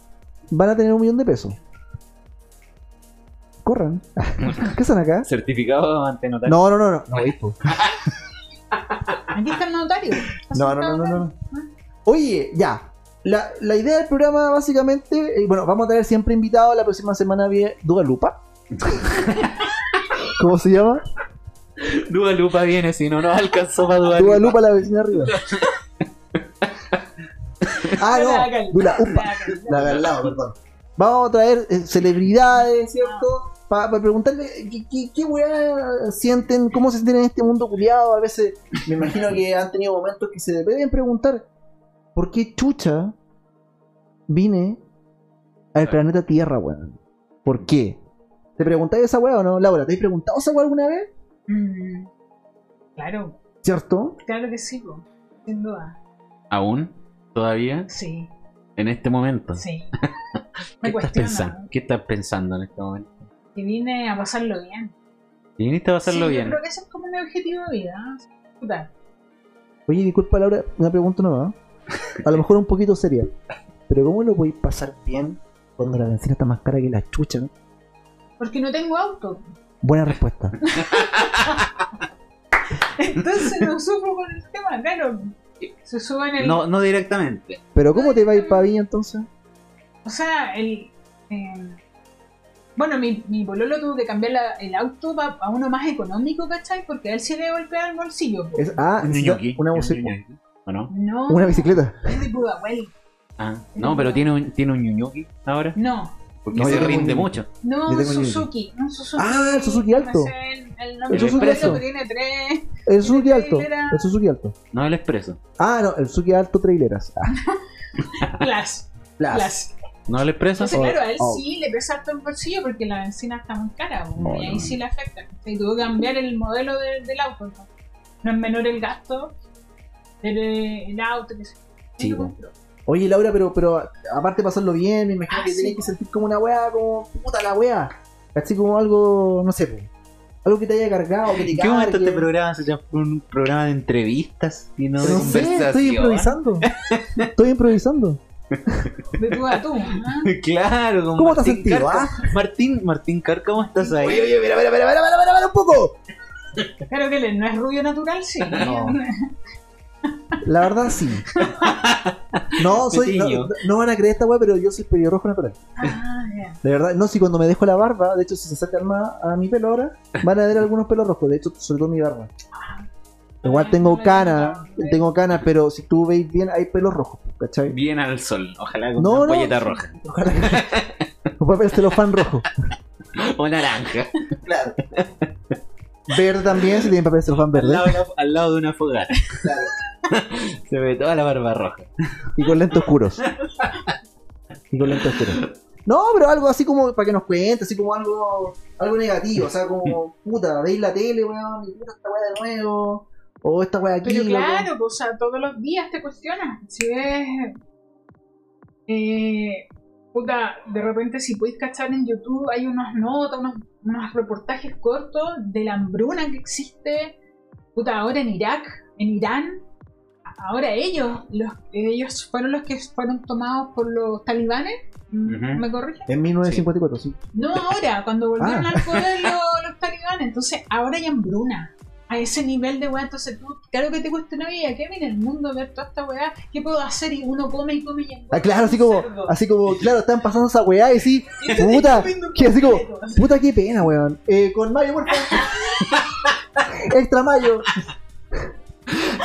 [SPEAKER 1] van a tener un millón de pesos. Corran. ¿Qué están acá?
[SPEAKER 2] Certificado ante notario.
[SPEAKER 1] No, no, no, no. No, hijo.
[SPEAKER 3] Aquí está el notario.
[SPEAKER 1] No, no, no, no, no. Oye, ya. La, la idea del programa básicamente, eh, bueno, vamos a tener siempre invitado la próxima semana viene Duda Lupa. ¿Cómo se llama?
[SPEAKER 2] Dua Lupa viene, si no nos alcanzó para Dua
[SPEAKER 1] Duda
[SPEAKER 2] Lupa.
[SPEAKER 1] Lupa la vecina arriba. Ah, no, Dula Upa. La de al lado, perdón. Vamos a traer eh, celebridades, ¿cierto? Para preguntarle qué, qué, qué weá sienten, cómo se sienten en este mundo culiado. A veces me imagino que han tenido momentos que se deben preguntar ¿por qué chucha vine al planeta Tierra, weón? ¿Por qué? ¿Te preguntáis esa weá o no, Laura? ¿Te has preguntado esa weá alguna vez?
[SPEAKER 3] Mm, Claro,
[SPEAKER 1] ¿Cierto?
[SPEAKER 3] claro que sí, po. sin duda.
[SPEAKER 2] ¿Aún? ¿Todavía?
[SPEAKER 3] Sí.
[SPEAKER 2] en este
[SPEAKER 1] [laughs]
[SPEAKER 2] momento.
[SPEAKER 3] Sí.
[SPEAKER 2] ¿Qué
[SPEAKER 3] Me
[SPEAKER 2] estás
[SPEAKER 3] cuestiona.
[SPEAKER 2] pensando? ¿Qué estás pensando en este momento?
[SPEAKER 3] Que vine a pasarlo bien.
[SPEAKER 2] Y viniste a pasarlo
[SPEAKER 3] Sí,
[SPEAKER 2] bien.
[SPEAKER 3] Yo creo que ese es como mi objetivo de vida. ¿no? Puta,
[SPEAKER 1] Oye, disculpa Laura, una pregunta nueva. A lo mejor un poquito seria. Pero ¿cómo lo podéis pasar bien cuando la bencina está más cara que la chucha? no?
[SPEAKER 3] Porque no tengo auto. [laughs]
[SPEAKER 1] Buena respuesta.
[SPEAKER 3] Entonces no sufro con el tema. Claro, se suben el.
[SPEAKER 2] No, no directamente.
[SPEAKER 1] Pero ¿cómo te va a ir para Viña entonces?
[SPEAKER 3] O sea, el. eh, bueno, mi, mi pololo tuvo que cambiar la- el auto pa- a, uno más económico, ¿cachai? Porque a él se le golpea el bolsillo. po.
[SPEAKER 1] Es- ah,
[SPEAKER 2] Un
[SPEAKER 1] necesita
[SPEAKER 2] ñoqui,
[SPEAKER 1] una,
[SPEAKER 2] un
[SPEAKER 1] buce-
[SPEAKER 2] ñoqui, ¿o no?
[SPEAKER 3] No,
[SPEAKER 1] una bicicleta.
[SPEAKER 3] es de Pudahuel.
[SPEAKER 2] Ah, no, pero tiene un, tiene un ñuñuki ahora.
[SPEAKER 3] No,
[SPEAKER 2] Porque
[SPEAKER 1] No, yo
[SPEAKER 2] se
[SPEAKER 1] tengo
[SPEAKER 2] rinde
[SPEAKER 1] un-
[SPEAKER 2] mucho.
[SPEAKER 3] no,
[SPEAKER 1] Yo
[SPEAKER 3] un
[SPEAKER 1] tengo un
[SPEAKER 3] Suzuki, un Suzuki.
[SPEAKER 1] Ah, el Suzuki
[SPEAKER 3] no
[SPEAKER 1] alto.
[SPEAKER 3] sé el, el nombre
[SPEAKER 1] El Suzuki
[SPEAKER 3] del auto
[SPEAKER 1] alto.
[SPEAKER 3] que tiene tres.
[SPEAKER 1] El Suzuki Alto.
[SPEAKER 3] trailera.
[SPEAKER 1] El Suzuki Alto.
[SPEAKER 2] No el expreso.
[SPEAKER 1] Ah, no, el Suzuki Alto Traileras. Ah,
[SPEAKER 3] Plus,
[SPEAKER 1] las.
[SPEAKER 3] plus.
[SPEAKER 2] No el expreso.
[SPEAKER 3] Entonces, claro, a él
[SPEAKER 1] oh.
[SPEAKER 3] sí le pesa harto el bolsillo porque la benzina está muy cara. po,
[SPEAKER 2] No,
[SPEAKER 3] y ahí
[SPEAKER 2] no,
[SPEAKER 3] sí le afecta. Y tuvo que cambiar el modelo de- del auto. ¿no? No es menor el gasto del el auto. Que se...
[SPEAKER 2] Sí, po.
[SPEAKER 1] Oye, Laura, pero, pero aparte de pasarlo bien, me imagino
[SPEAKER 3] Ah,
[SPEAKER 1] que
[SPEAKER 3] sí,
[SPEAKER 1] tenés que
[SPEAKER 3] po.
[SPEAKER 1] sentir como una weá, como puta la weá. Así como algo, no sé, po, algo que te haya cargado, que te
[SPEAKER 2] ¿En qué momento
[SPEAKER 1] cargue.
[SPEAKER 2] este programa se llama un programa de entrevistas y no de
[SPEAKER 1] No sé,
[SPEAKER 2] conversación?
[SPEAKER 1] estoy improvisando. estoy improvisando.
[SPEAKER 3] De tú a tú. ¿no?
[SPEAKER 2] [laughs] Claro, con
[SPEAKER 1] ¿Cómo te has
[SPEAKER 2] Martín
[SPEAKER 1] sentido,
[SPEAKER 2] Carca. Martín, Martín Cárcamo, estás
[SPEAKER 1] [laughs]
[SPEAKER 2] ahí.
[SPEAKER 1] Oye, oye, mira, mira, mira, mira, mira, mira, un poco.
[SPEAKER 3] Claro que él no es rubio natural, sí.
[SPEAKER 1] No. La verdad, [laughs] sí. No, soy, no,
[SPEAKER 2] Petiño.
[SPEAKER 1] no van a creer esta weá, pero yo soy pelirrojo natural.
[SPEAKER 3] Ah, ya.
[SPEAKER 1] De verdad, no, si cuando me dejo la barba, de hecho, si se sacan más a mi pelo ahora, van a ver algunos pelos rojos, de hecho, sobre todo mi barba. Ah, Igual tengo canas, tengo canas, pero si tú veis bien, hay pelos rojos, ¿cachai?
[SPEAKER 2] Bien al sol, ojalá con
[SPEAKER 1] No,
[SPEAKER 2] una
[SPEAKER 1] no.
[SPEAKER 2] ampolleta roja
[SPEAKER 1] Ojalá que... [laughs] Un papel celofán rojo.
[SPEAKER 2] o naranja.
[SPEAKER 1] Claro. Verde también, si tienen papel celofán
[SPEAKER 2] Al
[SPEAKER 1] verde.
[SPEAKER 2] lado, de la- al lado de una fogata. [laughs] se ve toda la barba roja.
[SPEAKER 1] Y con lentes oscuros. Y con lentes oscuros. No, pero algo así como para que nos cuente, así como algo, algo negativo. O sea, como, puta, veis la tele, weón, y puta esta weá de nuevo. O esta weá aquí.
[SPEAKER 3] Pero
[SPEAKER 1] loco.
[SPEAKER 3] claro, pues, o sea, todos los días te cuestionas. Si es. Eh, puta, de repente, si podéis cachar en YouTube, hay unas notas, unos, unos reportajes cortos de la hambruna que existe. Puta, ahora en Irak, en Irán. Ahora ellos, los, ellos fueron los que fueron tomados por los talibanes.
[SPEAKER 2] Ujú.
[SPEAKER 3] ¿Me corrigen?
[SPEAKER 1] En 1954, sí.
[SPEAKER 3] No ahora, cuando volvieron
[SPEAKER 1] Ah.
[SPEAKER 3] al poder los, los talibanes. Entonces, ahora hay hambruna. A ese nivel de weá. Entonces, tú, claro que te cuestionas, oye, ¿a ¿qué viene el mundo ver toda esta weá? ¿Qué puedo hacer? Y uno come y come y engorda
[SPEAKER 1] Ah, claro, así
[SPEAKER 3] un
[SPEAKER 1] como,
[SPEAKER 3] cerdo.
[SPEAKER 1] así ah, como, claro, están pasando esa weá y sí,
[SPEAKER 3] Y tú te
[SPEAKER 1] puta,
[SPEAKER 3] estás viendo un
[SPEAKER 1] que así como-
[SPEAKER 3] completo.
[SPEAKER 1] Puta qué pena, weón. Eh, con Mayo, por favor. Extra Mayo.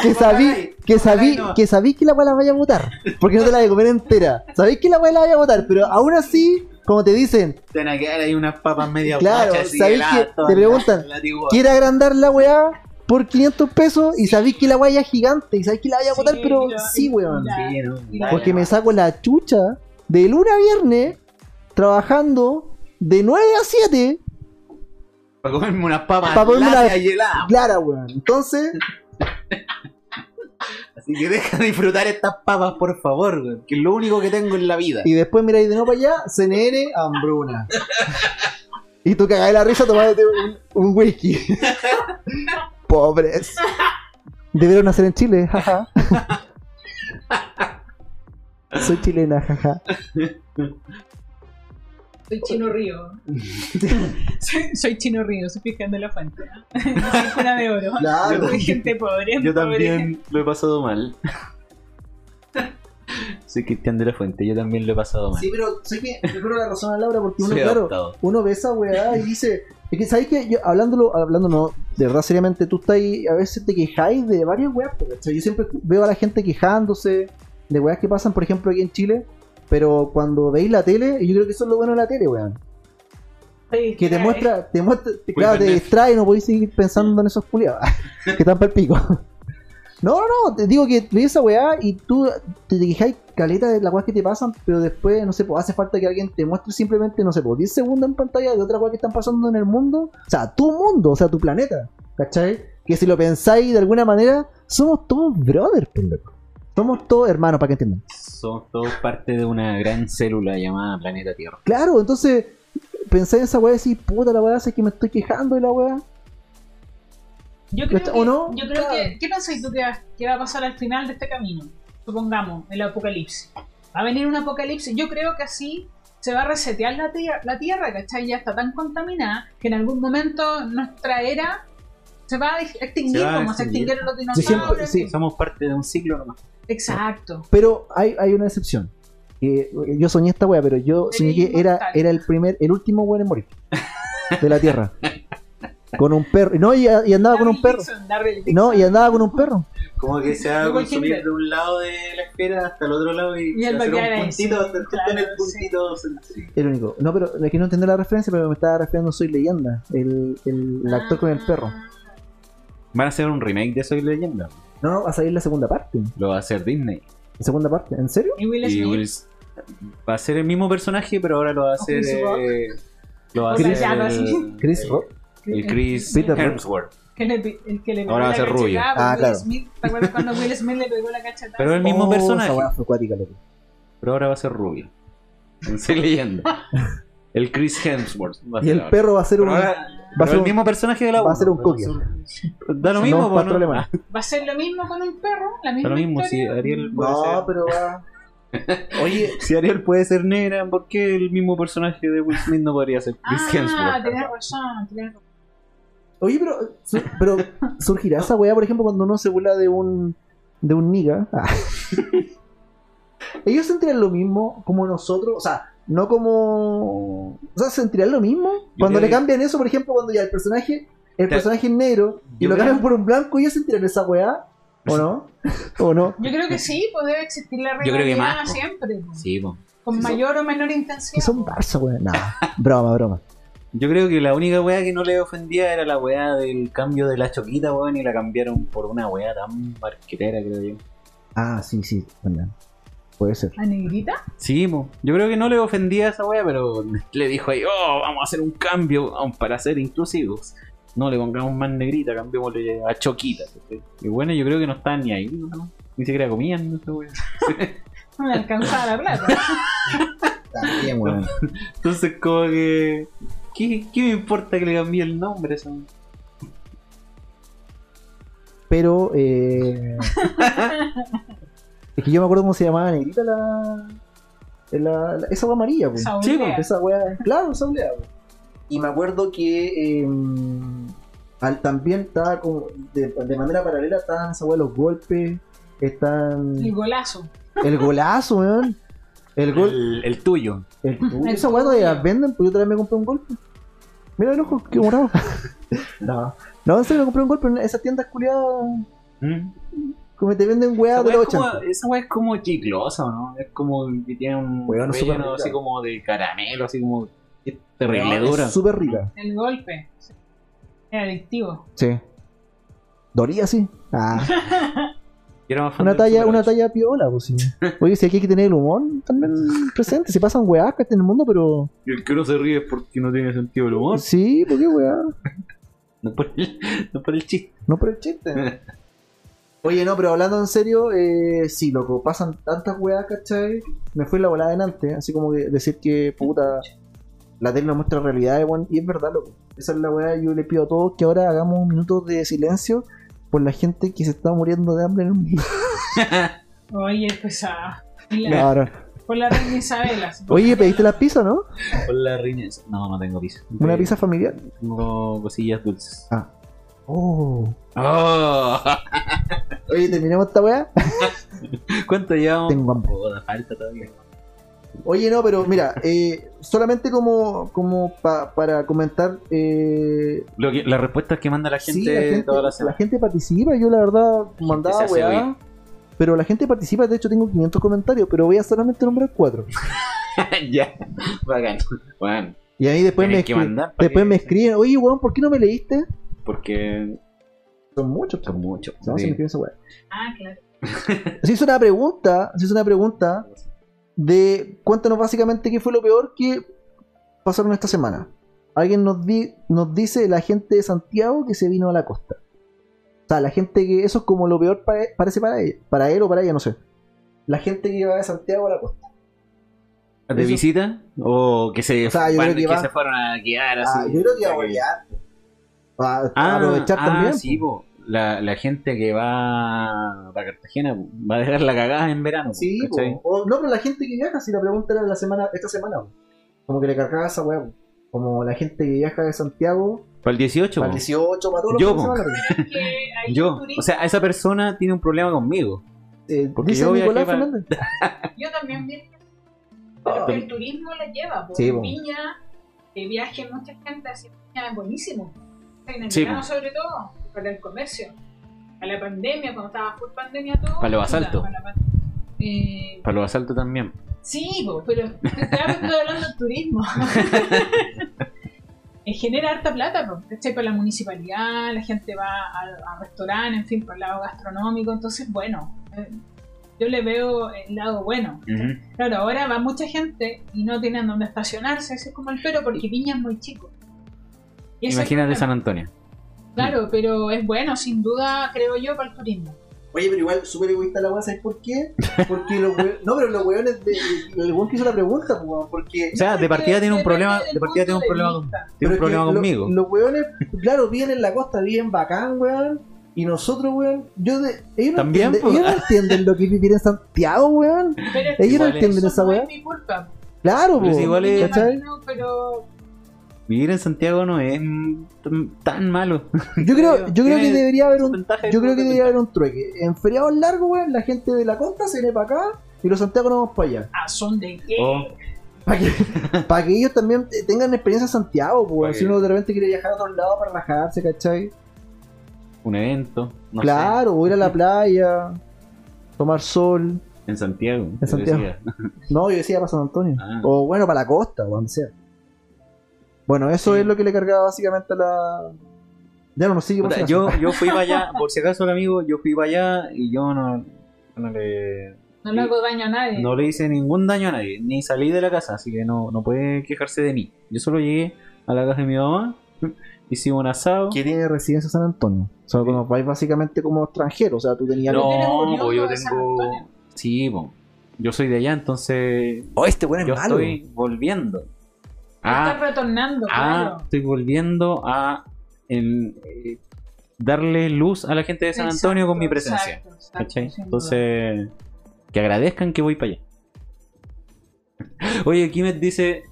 [SPEAKER 1] Que sabí, que sabí, que sabí que la weá la vaya a votar. Porque no te la voy a comer entera. Sabéis que la weá la vaya a votar, pero aún así, como te dicen,
[SPEAKER 2] Te van a quedar ahí unas papas media
[SPEAKER 1] Claro,
[SPEAKER 2] guachas así
[SPEAKER 1] ¿sabéis
[SPEAKER 2] heladas,
[SPEAKER 1] que
[SPEAKER 2] todas
[SPEAKER 1] te preguntan?
[SPEAKER 2] la- la tigua.
[SPEAKER 1] quiere agrandar la weá por 500 pesos y sabéis que la weá ya es gigante y sabéis que la vaya a
[SPEAKER 3] Sí,
[SPEAKER 1] votar, pero
[SPEAKER 3] ya,
[SPEAKER 1] sí, weón.
[SPEAKER 3] ya.
[SPEAKER 2] Sí, no,
[SPEAKER 3] Porque
[SPEAKER 2] vaya,
[SPEAKER 1] Porque me
[SPEAKER 2] vaya.
[SPEAKER 1] saco la chucha de luna a viernes trabajando de 9 a 7
[SPEAKER 2] Para comerme unas papas
[SPEAKER 1] Para comerme
[SPEAKER 2] lácteas
[SPEAKER 1] la-
[SPEAKER 2] y heladas.
[SPEAKER 1] Clara, weón. Entonces,
[SPEAKER 2] Así que deja de disfrutar estas papas, por favor, weón, que es lo único que tengo en la vida.
[SPEAKER 1] Y después miráis de nuevo para allá, CNN, hambruna. Y tú cagás de la risa tomándote un, un whisky. Pobres. Debieron nacer en Chile, jaja. Soy chilena, jaja.
[SPEAKER 3] Soy chino río.
[SPEAKER 1] [laughs]
[SPEAKER 3] soy, soy chino río, soy fijando la fuente. ¿no? No [laughs] soy cuna de oro.
[SPEAKER 1] Claro.
[SPEAKER 3] Soy gente pobre.
[SPEAKER 2] Yo
[SPEAKER 3] pobre.
[SPEAKER 2] también lo he pasado
[SPEAKER 3] [laughs]
[SPEAKER 2] mal. Soy Cristian de la Fuente, yo también lo he pasado mal.
[SPEAKER 1] Sí, pero sé que yo creo la razón a Laura porque uno,
[SPEAKER 2] Soy
[SPEAKER 1] claro,
[SPEAKER 2] adoptado.
[SPEAKER 1] uno ve esa weá y dice. Es que sabéis que yo, hablándolo, hablando no, de verdad seriamente, tú estás ahí, a veces te quejáis de varias weas, po, ¿cachai? Yo siempre veo a la gente quejándose de weas que pasan, por ejemplo, aquí en Chile, pero cuando veis la tele, y yo creo que eso es lo bueno de la tele, weón.
[SPEAKER 3] Sí,
[SPEAKER 1] Que te
[SPEAKER 3] claro,
[SPEAKER 1] muestra, te muestra, te- claro, te
[SPEAKER 2] entender.
[SPEAKER 1] distrae, no podéis seguir pensando en esos culiados [laughs] que están para el pico. No, no, no, te digo que veis esa weá y tú te quejáis caleta de las weas que te pasan, pero después, no sé, pues hace falta que alguien te muestre simplemente, no sé, pues 10 segundos en pantalla de otra weá que están pasando en el mundo, o sea, tu mundo, o sea, tu planeta, ¿cachai? Que si lo pensáis de alguna manera, somos todos brothers, pues, loco. Somos todos hermanos, para que entiendan.
[SPEAKER 3] es-
[SPEAKER 2] somos todos parte de una gran célula llamada Planeta Tierra.
[SPEAKER 1] Claro, entonces pensé en esa weá y decís, puta la weá, sé que me estoy quejando de la weá.
[SPEAKER 3] Yo creo,
[SPEAKER 1] ¿Está-
[SPEAKER 3] que,
[SPEAKER 1] o no?
[SPEAKER 3] yo creo
[SPEAKER 1] Claro.
[SPEAKER 3] que. ¿Qué pensáis tú que va, que va a pasar al final de este camino? Supongamos, el apocalipsis. Va a venir un apocalipsis. Yo creo que así se va a resetear la, tierra, la Tierra, ¿cachai? Ya está tan contaminada que en algún momento nuestra era se va a extinguir
[SPEAKER 2] Se va a
[SPEAKER 3] como se
[SPEAKER 2] extinguir.
[SPEAKER 3] extinguieron los
[SPEAKER 1] Sí, siempre-
[SPEAKER 3] dinosaurios.
[SPEAKER 1] sí.
[SPEAKER 2] Somos parte de un ciclo nomás.
[SPEAKER 3] Exacto.
[SPEAKER 1] Pero hay, hay una excepción. Que yo soñé esta weá, pero yo
[SPEAKER 3] Eres
[SPEAKER 1] soñé que era,
[SPEAKER 3] inmortal.
[SPEAKER 1] era el primer, el último weón en morir. De la
[SPEAKER 3] [laughs]
[SPEAKER 1] tierra. Con un perro. No, y, y andaba con un
[SPEAKER 3] Darryl
[SPEAKER 1] perro.
[SPEAKER 3] Dixon, Darryl Dixon.
[SPEAKER 1] No, y andaba con un perro.
[SPEAKER 2] Como que se va a
[SPEAKER 3] Luego hay
[SPEAKER 2] consumir
[SPEAKER 3] gente.
[SPEAKER 2] de un lado de la esfera hasta el otro lado y,
[SPEAKER 3] Y
[SPEAKER 2] se
[SPEAKER 3] él
[SPEAKER 2] va a
[SPEAKER 3] va a
[SPEAKER 2] hacer
[SPEAKER 3] quedar
[SPEAKER 2] un
[SPEAKER 3] ahí,
[SPEAKER 2] puntito,
[SPEAKER 3] sí,
[SPEAKER 2] hasta el justo en el
[SPEAKER 3] claro,
[SPEAKER 2] puntito. sí.
[SPEAKER 1] El único. No, pero es que no entender la referencia, pero me estaba refiriendo a Soy Leyenda. El, el, el actor con
[SPEAKER 3] Ah.
[SPEAKER 1] el perro.
[SPEAKER 2] Van a hacer un remake de Soy Leyenda.
[SPEAKER 1] No, no, va a salir la segunda parte.
[SPEAKER 2] Lo va a hacer Disney.
[SPEAKER 1] La segunda parte. ¿En serio?
[SPEAKER 3] Y Will
[SPEAKER 2] Y
[SPEAKER 3] Smith.
[SPEAKER 2] Will S- va a ser el mismo personaje, pero ahora lo va a hacer.
[SPEAKER 3] Chris Rock.
[SPEAKER 2] eh, lo va a
[SPEAKER 3] Chris-
[SPEAKER 2] hacer.
[SPEAKER 3] Ya, no,
[SPEAKER 2] el-
[SPEAKER 3] sí.
[SPEAKER 1] Chris Rock.
[SPEAKER 2] El Chris
[SPEAKER 1] Peter Rock.
[SPEAKER 2] Hemsworth.
[SPEAKER 3] Que le, pe- el que le pegó
[SPEAKER 2] Ahora va
[SPEAKER 3] la
[SPEAKER 2] a ser
[SPEAKER 3] cachetada
[SPEAKER 2] rubio.
[SPEAKER 3] por
[SPEAKER 1] Ah,
[SPEAKER 3] Will
[SPEAKER 1] claro.
[SPEAKER 3] Smith. ¿Te acuerdas cuando Will Smith le pegó la cachetada?
[SPEAKER 2] Pero el mismo
[SPEAKER 1] Oh,
[SPEAKER 2] personaje.
[SPEAKER 1] Esa weá fue cuática, loco.
[SPEAKER 2] Pero ahora va a ser rubio. En Soy Leyenda. El Chris Hemsworth. va a
[SPEAKER 1] Y
[SPEAKER 2] ser
[SPEAKER 1] el
[SPEAKER 2] ahora.
[SPEAKER 1] perro va a ser
[SPEAKER 2] Pero
[SPEAKER 1] un.
[SPEAKER 2] ahora-
[SPEAKER 1] va a
[SPEAKER 2] pero
[SPEAKER 1] ser
[SPEAKER 2] el
[SPEAKER 1] un-
[SPEAKER 2] mismo personaje de la
[SPEAKER 1] va a ser un
[SPEAKER 2] uno,
[SPEAKER 1] cookie.
[SPEAKER 2] pero- Da lo
[SPEAKER 1] No,
[SPEAKER 2] mismo,
[SPEAKER 1] un
[SPEAKER 2] po,
[SPEAKER 1] pastor
[SPEAKER 2] [laughs] ¿no?
[SPEAKER 1] alemán.
[SPEAKER 3] Va a ser lo mismo con el perro, la misma
[SPEAKER 2] Da lo mismo si
[SPEAKER 3] historia.
[SPEAKER 2] Ariel puede
[SPEAKER 1] No,
[SPEAKER 2] ser.
[SPEAKER 1] pero va.
[SPEAKER 2] Oye, si Ariel puede ser negra, ¿por qué el mismo personaje de Will Smith no podría ser Chris
[SPEAKER 3] Ah,
[SPEAKER 2] Hemsworth?
[SPEAKER 3] tenés razón, tenés razón.
[SPEAKER 1] Oye, pero, su- pero surgirá esa weá, por ejemplo, cuando uno se burla de un. de un niga. Ah. Ellos sentirán lo mismo como nosotros, o sea, no como. O sea, sentirán lo mismo. Cuando
[SPEAKER 2] creo
[SPEAKER 1] le
[SPEAKER 2] que-
[SPEAKER 1] cambian eso, por ejemplo, cuando ya el personaje. El
[SPEAKER 2] Te-
[SPEAKER 1] personaje es negro y
[SPEAKER 2] Yo
[SPEAKER 1] lo
[SPEAKER 2] creo-
[SPEAKER 1] cambian por un blanco, ellos sentirán esa weá. ¿O
[SPEAKER 2] [laughs]
[SPEAKER 1] no? ¿O no?
[SPEAKER 3] Yo creo que sí, puede existir la
[SPEAKER 2] Yo creo que
[SPEAKER 3] rivalidad
[SPEAKER 2] más, po.
[SPEAKER 3] siempre, po.
[SPEAKER 2] Sí, po.
[SPEAKER 3] con
[SPEAKER 1] Sí, son-
[SPEAKER 3] mayor o menor intensidad.
[SPEAKER 1] Que son
[SPEAKER 3] po.
[SPEAKER 1] Barça, weón. No, broma, broma.
[SPEAKER 2] Yo creo que la única weá que no le ofendía era la weá del cambio de la choquita, weón, y la cambiaron por una weá tan marquetera, creo yo.
[SPEAKER 1] Ah, sí, sí, también. Puede ser.
[SPEAKER 3] ¿A negrita?
[SPEAKER 2] Sí, po. yo creo que no le ofendía a esa weá, pero le dijo ahí, oh, vamos a hacer un cambio weón, para ser inclusivos. No le pongamos más negrita, cambiémosle a choquita. ¿cachai? Y bueno, yo creo que no estaban ni ahí, ¿no? Ni siquiera comían, no sé, weón.
[SPEAKER 3] No me alcanzaba
[SPEAKER 2] [laughs]
[SPEAKER 3] la plata.
[SPEAKER 1] También, weón.
[SPEAKER 2] Entonces, como que. ¿Qué, qué me importa que le cambie el nombre? a esa-
[SPEAKER 1] Pero,
[SPEAKER 2] [laughs]
[SPEAKER 1] eh. es que yo me acuerdo cómo se llamaba Negrita la. la- la- esa weá amarilla, pues.
[SPEAKER 3] Esa
[SPEAKER 2] Sí,
[SPEAKER 3] olea.
[SPEAKER 1] Esa weá. Claro, esa weá, pues. Y me acuerdo que. eh, al- también estaba como. De, de manera paralela estaban esa weá los golpes. Están.
[SPEAKER 3] El golazo.
[SPEAKER 1] El golazo, weón. El gol.
[SPEAKER 2] El, el tuyo.
[SPEAKER 1] El tubo.
[SPEAKER 3] El
[SPEAKER 1] Esa weá
[SPEAKER 3] tubo.
[SPEAKER 1] todavía las venden, pues yo otra vez me compré un golpe. Mira el ojo, qué morado. no. No, en serio me compré un golpe en esas tiendas culiadas
[SPEAKER 2] ¿Mm?
[SPEAKER 1] como que te venden weá
[SPEAKER 2] Esa
[SPEAKER 1] de
[SPEAKER 2] weá
[SPEAKER 1] los
[SPEAKER 2] es como-
[SPEAKER 1] 80.
[SPEAKER 2] Esa weá es como chiclosa, ¿no? Es como que tiene un
[SPEAKER 1] Weón,
[SPEAKER 2] relleno
[SPEAKER 1] súper rica.
[SPEAKER 2] así como de caramelo, así como que es terrible
[SPEAKER 1] Es
[SPEAKER 2] dura.
[SPEAKER 1] Súper rica.
[SPEAKER 3] El golpe. Era adictivo.
[SPEAKER 1] Sí. Doría sí. Ah,
[SPEAKER 2] Yo era más
[SPEAKER 1] [laughs]
[SPEAKER 2] fan
[SPEAKER 1] una
[SPEAKER 2] del
[SPEAKER 1] talla,
[SPEAKER 2] Super
[SPEAKER 1] una
[SPEAKER 2] 8.
[SPEAKER 1] talla piola, pues sí. Oye, si aquí hay que tener el humor [laughs] también presente, se pasan weá que en el mundo, pero.
[SPEAKER 2] Y el que no se ríe es porque no tiene sentido el humor.
[SPEAKER 1] Sí, ¿por qué weá?
[SPEAKER 2] [laughs] No por el, no por el chiste.
[SPEAKER 1] No por el chiste. [laughs] Oye, no, pero hablando en serio, eh, sí, loco, pasan tantas weas, ¿cachai? Me fue la volada adelante, así como que decir que, puta, la tele nos muestra realidades, weón, y es verdad, loco. Esa es la wea, yo le pido a todos que ahora hagamos un minuto de silencio por la gente que se está muriendo de hambre en el mundo.
[SPEAKER 3] Oye, pesada. Y la-
[SPEAKER 1] Claro.
[SPEAKER 3] Por la reina Isabela. así.
[SPEAKER 1] Oye, pediste las pizzas, ¿no?
[SPEAKER 2] Hola, Rines. No, no tengo pizza.
[SPEAKER 1] Una pizza familiar.
[SPEAKER 2] Tengo cosillas dulces.
[SPEAKER 1] Oh.
[SPEAKER 2] ¡Oh!
[SPEAKER 1] Oye, terminemos esta wea.
[SPEAKER 2] [laughs] ¿Cuánto llevamos?
[SPEAKER 1] Tengo hambre.
[SPEAKER 2] Puta, falta todavía.
[SPEAKER 1] Oye, no, pero mira, eh, solamente como, como pa- para comentar eh,
[SPEAKER 2] Lo que, las respuestas que manda la gente,
[SPEAKER 1] Sí, la gente,
[SPEAKER 2] toda la
[SPEAKER 1] la
[SPEAKER 2] semana.
[SPEAKER 1] gente participa, yo la verdad mandaba
[SPEAKER 2] se hace
[SPEAKER 1] weá,
[SPEAKER 2] oír.
[SPEAKER 1] Pero la gente participa, de hecho tengo 500 comentarios, pero voy a solamente nombrar 4.
[SPEAKER 2] [laughs] ya, bacán. Bueno,
[SPEAKER 1] Y ahí después me,
[SPEAKER 2] Tenés que
[SPEAKER 1] escri-
[SPEAKER 2] mandar para
[SPEAKER 1] después
[SPEAKER 2] que-
[SPEAKER 1] me escriben, oye weón, ¿por qué no me leíste?
[SPEAKER 2] porque
[SPEAKER 1] Son muchos,
[SPEAKER 2] son muchos.
[SPEAKER 1] No, se me
[SPEAKER 2] sí.
[SPEAKER 1] escribe esa weá.
[SPEAKER 3] Ah,
[SPEAKER 2] [laughs]
[SPEAKER 3] claro.
[SPEAKER 1] Se hizo una pregunta, se hizo una pregunta de cuéntanos básicamente qué fue lo peor que pasaron esta semana. Alguien nos, di- nos dice la gente de Santiago que se vino a la costa. O sea, la gente que eso es como lo peor pa- parece para, él- para él o para ella, no sé. la gente que va de Santiago a la costa.
[SPEAKER 2] ¿De
[SPEAKER 1] Eso-
[SPEAKER 2] visita? ¿O que se,
[SPEAKER 1] O sea, yo
[SPEAKER 2] van-
[SPEAKER 1] creo que
[SPEAKER 2] que
[SPEAKER 1] va-
[SPEAKER 2] se fueron a quedar así?
[SPEAKER 1] Ah, yo creo que va a huevear, po. Va a
[SPEAKER 2] Ah,
[SPEAKER 1] aprovechar
[SPEAKER 2] ah,
[SPEAKER 1] también.
[SPEAKER 2] sí,
[SPEAKER 1] po.
[SPEAKER 2] po. La, la gente que va para Cartagena po, va a dejar la cagada en verano. po,
[SPEAKER 1] Sí, po.
[SPEAKER 2] ¿cachai?
[SPEAKER 1] O- no, pero la gente que viaja, si la pregunta era la semana, esta semana, po. como que le cargaba esa hueá, po. como la gente que viaja de Santiago
[SPEAKER 2] Para el 18.
[SPEAKER 1] para
[SPEAKER 2] po.
[SPEAKER 1] el 18, para todos los
[SPEAKER 2] Yo,
[SPEAKER 1] fines de
[SPEAKER 2] po.
[SPEAKER 1] semana, po.
[SPEAKER 3] Que ahí
[SPEAKER 2] Yo,
[SPEAKER 3] el
[SPEAKER 2] o sea, esa persona tiene un problema conmigo.
[SPEAKER 1] Eh,
[SPEAKER 2] Porque
[SPEAKER 1] dice
[SPEAKER 2] yo viajé
[SPEAKER 1] Nicolás
[SPEAKER 2] para-
[SPEAKER 1] Fernández.
[SPEAKER 3] turismo- yo también vi
[SPEAKER 1] Ah,
[SPEAKER 3] que el turismo la lleva, por
[SPEAKER 1] Sí, pues. po.
[SPEAKER 3] Viña, que viaje mucha gente hacia Viña es buenísimo. En el
[SPEAKER 2] Sí,
[SPEAKER 3] verano
[SPEAKER 1] pues.
[SPEAKER 2] po.
[SPEAKER 3] sobre todo, para el comercio. A la pandemia, cuando estaba full pandemia todo.
[SPEAKER 2] Para los
[SPEAKER 3] puta,
[SPEAKER 2] asaltos.
[SPEAKER 3] para la pan- Eh,
[SPEAKER 2] Para los asaltos también.
[SPEAKER 3] Sí, po, pero [laughs] estaba hablando del
[SPEAKER 1] [laughs]
[SPEAKER 3] turismo. Eh, Genera harta plata, po, ¿cachai? Para la municipalidad, la gente va a, a restaurantes, en fin, por el lado gastronómico. Entonces, bueno, eh, yo le veo el lado bueno.
[SPEAKER 2] Ujú.
[SPEAKER 3] Claro, ahora va mucha gente y no tienen dónde estacionarse, ese es como el pero porque Viña es muy chico. Y ese es el
[SPEAKER 2] Imagínate
[SPEAKER 3] problema.
[SPEAKER 2] San Antonio.
[SPEAKER 3] Claro, pero es bueno, sin duda, creo yo, para el turismo.
[SPEAKER 1] Oye, pero igual, súper egoísta la weá, ¿sabes por qué? Porque los hue- No, pero los weones. De... El weón que hizo la pregunta, po, weón, porque.
[SPEAKER 2] O sea, de partida tiene un
[SPEAKER 3] Depende
[SPEAKER 2] problema,
[SPEAKER 3] del
[SPEAKER 2] de partida tiene un
[SPEAKER 3] punto de
[SPEAKER 2] problema, con-
[SPEAKER 3] vista.
[SPEAKER 1] Pero
[SPEAKER 2] tiene un
[SPEAKER 1] es que
[SPEAKER 2] problema
[SPEAKER 1] lo-
[SPEAKER 2] conmigo.
[SPEAKER 1] Los weones, claro, viven en la costa, viven bacán, weón. Y nosotros, weón, yo de, ellos,
[SPEAKER 2] También, pues.
[SPEAKER 1] no entienden,
[SPEAKER 2] po.
[SPEAKER 1] ellos no entienden lo que es vivir en Santiago, weón.
[SPEAKER 3] Pero es que
[SPEAKER 1] Ellos no
[SPEAKER 2] Igual
[SPEAKER 1] entienden
[SPEAKER 3] eso
[SPEAKER 1] esa
[SPEAKER 3] no
[SPEAKER 1] weá.
[SPEAKER 3] es mi culpa.
[SPEAKER 1] Claro,
[SPEAKER 2] Pero
[SPEAKER 1] po,
[SPEAKER 2] si igual
[SPEAKER 3] Yo
[SPEAKER 2] es-
[SPEAKER 1] ¿cachai?
[SPEAKER 3] imagino, pero
[SPEAKER 2] Vivir en Santiago no es mm, tan- tan malo.
[SPEAKER 1] Yo creo, yo creo que
[SPEAKER 2] Tiene
[SPEAKER 1] debería haber un
[SPEAKER 2] Ventaja
[SPEAKER 1] yo
[SPEAKER 2] [laughs]
[SPEAKER 1] creo que debería
[SPEAKER 2] desventaja.
[SPEAKER 1] haber un trueque. En feriados largos, weón, la gente de la costa se viene para acá y los Santiago nos vamos para allá.
[SPEAKER 3] a ah, son de qué.
[SPEAKER 2] Oh,
[SPEAKER 1] Para
[SPEAKER 2] [laughs]
[SPEAKER 1] que, pa' que ellos también te- tengan experiencia en Santiago, po, weón.
[SPEAKER 2] Pa'
[SPEAKER 1] Si
[SPEAKER 2] que-
[SPEAKER 1] uno de repente quiere viajar a otro lado para relajarse, ¿cachai?
[SPEAKER 2] un evento. No
[SPEAKER 1] claro, o ir a la playa, tomar sol.
[SPEAKER 2] sé, en Santiago. te
[SPEAKER 1] Santiago.
[SPEAKER 2] decía.
[SPEAKER 1] No, yo decía para San Antonio.
[SPEAKER 2] Ah.
[SPEAKER 1] O bueno, para la costa, o donde sea. Bueno, eso
[SPEAKER 2] Sí.
[SPEAKER 1] es lo que le cargaba básicamente a la. Ya no nos sigue por
[SPEAKER 2] Puta,
[SPEAKER 1] si acaso.
[SPEAKER 2] yo, yo fui para [laughs] allá, por si acaso, amigo, yo fui para allá y yo no, no le,
[SPEAKER 3] No le hago daño a nadie.
[SPEAKER 2] no le hice ningún daño a nadie, ni salí de la casa, así que no, no puede quejarse de mí. Yo solo llegué a la casa de mi mamá, [laughs] hicimos un asado.
[SPEAKER 1] que tiene Eh, residencia en San Antonio. O sea, como vais básicamente como extranjero. O sea, tú tenías.
[SPEAKER 3] No, eres
[SPEAKER 2] No,
[SPEAKER 3] oriundo
[SPEAKER 2] pues yo
[SPEAKER 3] de San
[SPEAKER 2] tengo.
[SPEAKER 3] Antonio.
[SPEAKER 2] Sí, po. yo soy de allá, entonces
[SPEAKER 1] Oh, este weón
[SPEAKER 2] yo estoy volviendo. Ah,
[SPEAKER 3] Estás retornando,
[SPEAKER 2] Ah,
[SPEAKER 3] claro.
[SPEAKER 2] estoy volviendo a en, eh, darle luz a la gente de San
[SPEAKER 3] Exacto,
[SPEAKER 2] Antonio con mi presencia.
[SPEAKER 3] exacto, exacto,
[SPEAKER 2] ¿cachai?
[SPEAKER 3] sin duda.
[SPEAKER 2] Entonces, que agradezcan que voy para allá. Oye, Kimet dice: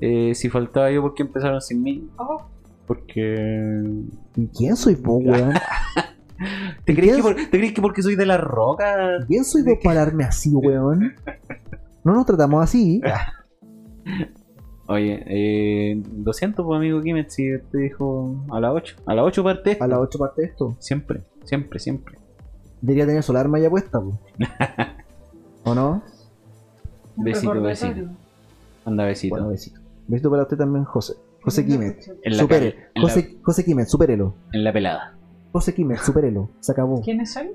[SPEAKER 2] eh, Si faltaba yo, ¿por qué empezaron sin mí?
[SPEAKER 3] Ojo,
[SPEAKER 2] Porque.
[SPEAKER 1] ¿Y ¿Quién soy vos,
[SPEAKER 2] [laughs]
[SPEAKER 1] weón?
[SPEAKER 2] ¿Te
[SPEAKER 1] crees
[SPEAKER 2] crees, que
[SPEAKER 1] que
[SPEAKER 2] por- te crees que porque soy de la roca?
[SPEAKER 1] ¿Quién soy vos para hablarme así,
[SPEAKER 2] [laughs]
[SPEAKER 1] weón? No nos tratamos así.
[SPEAKER 2] Oye, eh, lo siento, pues, amigo Kimet, si te dijo a las 8. A las 8 parte.
[SPEAKER 1] A las 8 parte de esto.
[SPEAKER 2] Siempre, siempre, siempre.
[SPEAKER 1] Debería tener su alarma ya puesta, po. ¿O no?
[SPEAKER 3] un
[SPEAKER 2] Besito,
[SPEAKER 3] recordatorio.
[SPEAKER 2] besito. Anda, besito.
[SPEAKER 1] Bueno, besito. Besito para usted también, José. José Quimet.
[SPEAKER 2] en, la calle,
[SPEAKER 1] Supere.
[SPEAKER 2] en, la,
[SPEAKER 1] José, José Quimet, supérelo.
[SPEAKER 2] en la pelada.
[SPEAKER 1] José Quimet, supérelo. Se acabó.
[SPEAKER 3] ¿Quiénes son?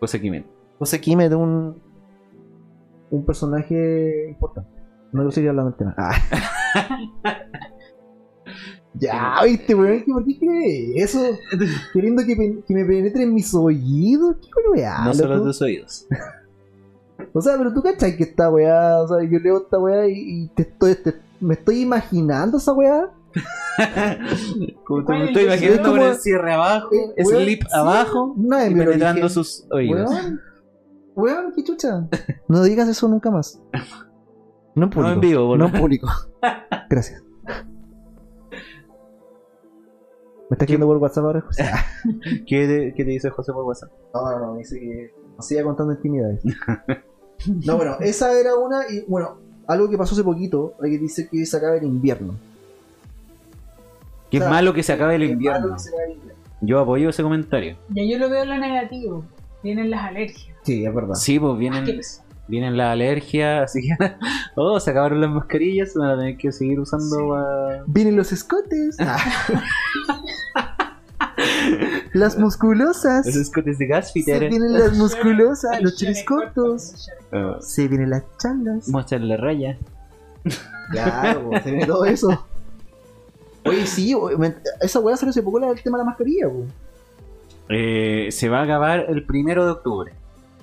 [SPEAKER 2] José Kimet.
[SPEAKER 1] José Quimet, un. Un personaje importante. No lo sería la mentira.
[SPEAKER 2] [laughs]
[SPEAKER 1] ya, viste, weón. ¿Por qué crees eso? Queriendo que, pen- que me penetre en mis oídos. Qué weá.
[SPEAKER 2] no solo
[SPEAKER 1] Ah, loco?
[SPEAKER 2] tus oídos.
[SPEAKER 1] O sea, pero tú cachai que esta weá, o sea, yo leo esta weá y, y te estoy, te- me estoy imaginando esa weá.
[SPEAKER 2] [laughs] Como te
[SPEAKER 3] ¿Cuál
[SPEAKER 2] me
[SPEAKER 3] es
[SPEAKER 2] estoy
[SPEAKER 3] el
[SPEAKER 2] imaginando
[SPEAKER 1] deseo?
[SPEAKER 2] con el cierre abajo,
[SPEAKER 1] Eh, weón,
[SPEAKER 2] slip
[SPEAKER 1] sí,
[SPEAKER 2] abajo
[SPEAKER 1] no,
[SPEAKER 2] y
[SPEAKER 1] me lo
[SPEAKER 2] penetrando
[SPEAKER 1] dije.
[SPEAKER 2] sus oídos.
[SPEAKER 1] Weón, weón, qué
[SPEAKER 2] [laughs]
[SPEAKER 1] chucha. No digas eso nunca más. No en
[SPEAKER 2] No
[SPEAKER 1] público.
[SPEAKER 2] en vivo, por
[SPEAKER 1] no
[SPEAKER 2] lo
[SPEAKER 1] en público.
[SPEAKER 2] [laughs]
[SPEAKER 1] Gracias. ¿Me estás escribiendo por WhatsApp ahora? José?
[SPEAKER 2] ¿Qué te, qué te dice José por WhatsApp?
[SPEAKER 1] No, no, no, me dice que nos siga contando intimidades. [laughs] no, bueno, esa era una y bueno, algo que pasó hace poquito, que dice que se acaba el invierno.
[SPEAKER 2] Que es
[SPEAKER 1] O sea,
[SPEAKER 2] malo que se acabe el
[SPEAKER 1] Qué malo
[SPEAKER 2] invierno.
[SPEAKER 1] que se acabe el invierno.
[SPEAKER 2] Yo apoyo ese comentario.
[SPEAKER 3] Ya yo lo veo en lo negativo. Vienen las alergias.
[SPEAKER 1] Sí, es verdad.
[SPEAKER 2] Sí, pues
[SPEAKER 3] ¿Qué
[SPEAKER 2] vienen,
[SPEAKER 3] pasa?
[SPEAKER 2] vienen las alergias, así que. [laughs] Oh, se acabaron las mascarillas, van a tener que seguir usando.
[SPEAKER 3] Sí.
[SPEAKER 2] pa-
[SPEAKER 1] Vienen los escotes. las musculosas.
[SPEAKER 2] Los escotes de
[SPEAKER 1] Se
[SPEAKER 2] gasfitter.
[SPEAKER 1] vienen las musculosas, los
[SPEAKER 3] Alergias
[SPEAKER 1] chiles cortos.
[SPEAKER 2] Ah,
[SPEAKER 1] Se vienen las changas.
[SPEAKER 2] Mostrar la raya.
[SPEAKER 1] Claro, po, se viene todo eso. Oye, sí, o- me- esa weá salió hace poco la- el tema de la mascarilla, po.
[SPEAKER 2] Eh, se va a acabar el primero de octubre.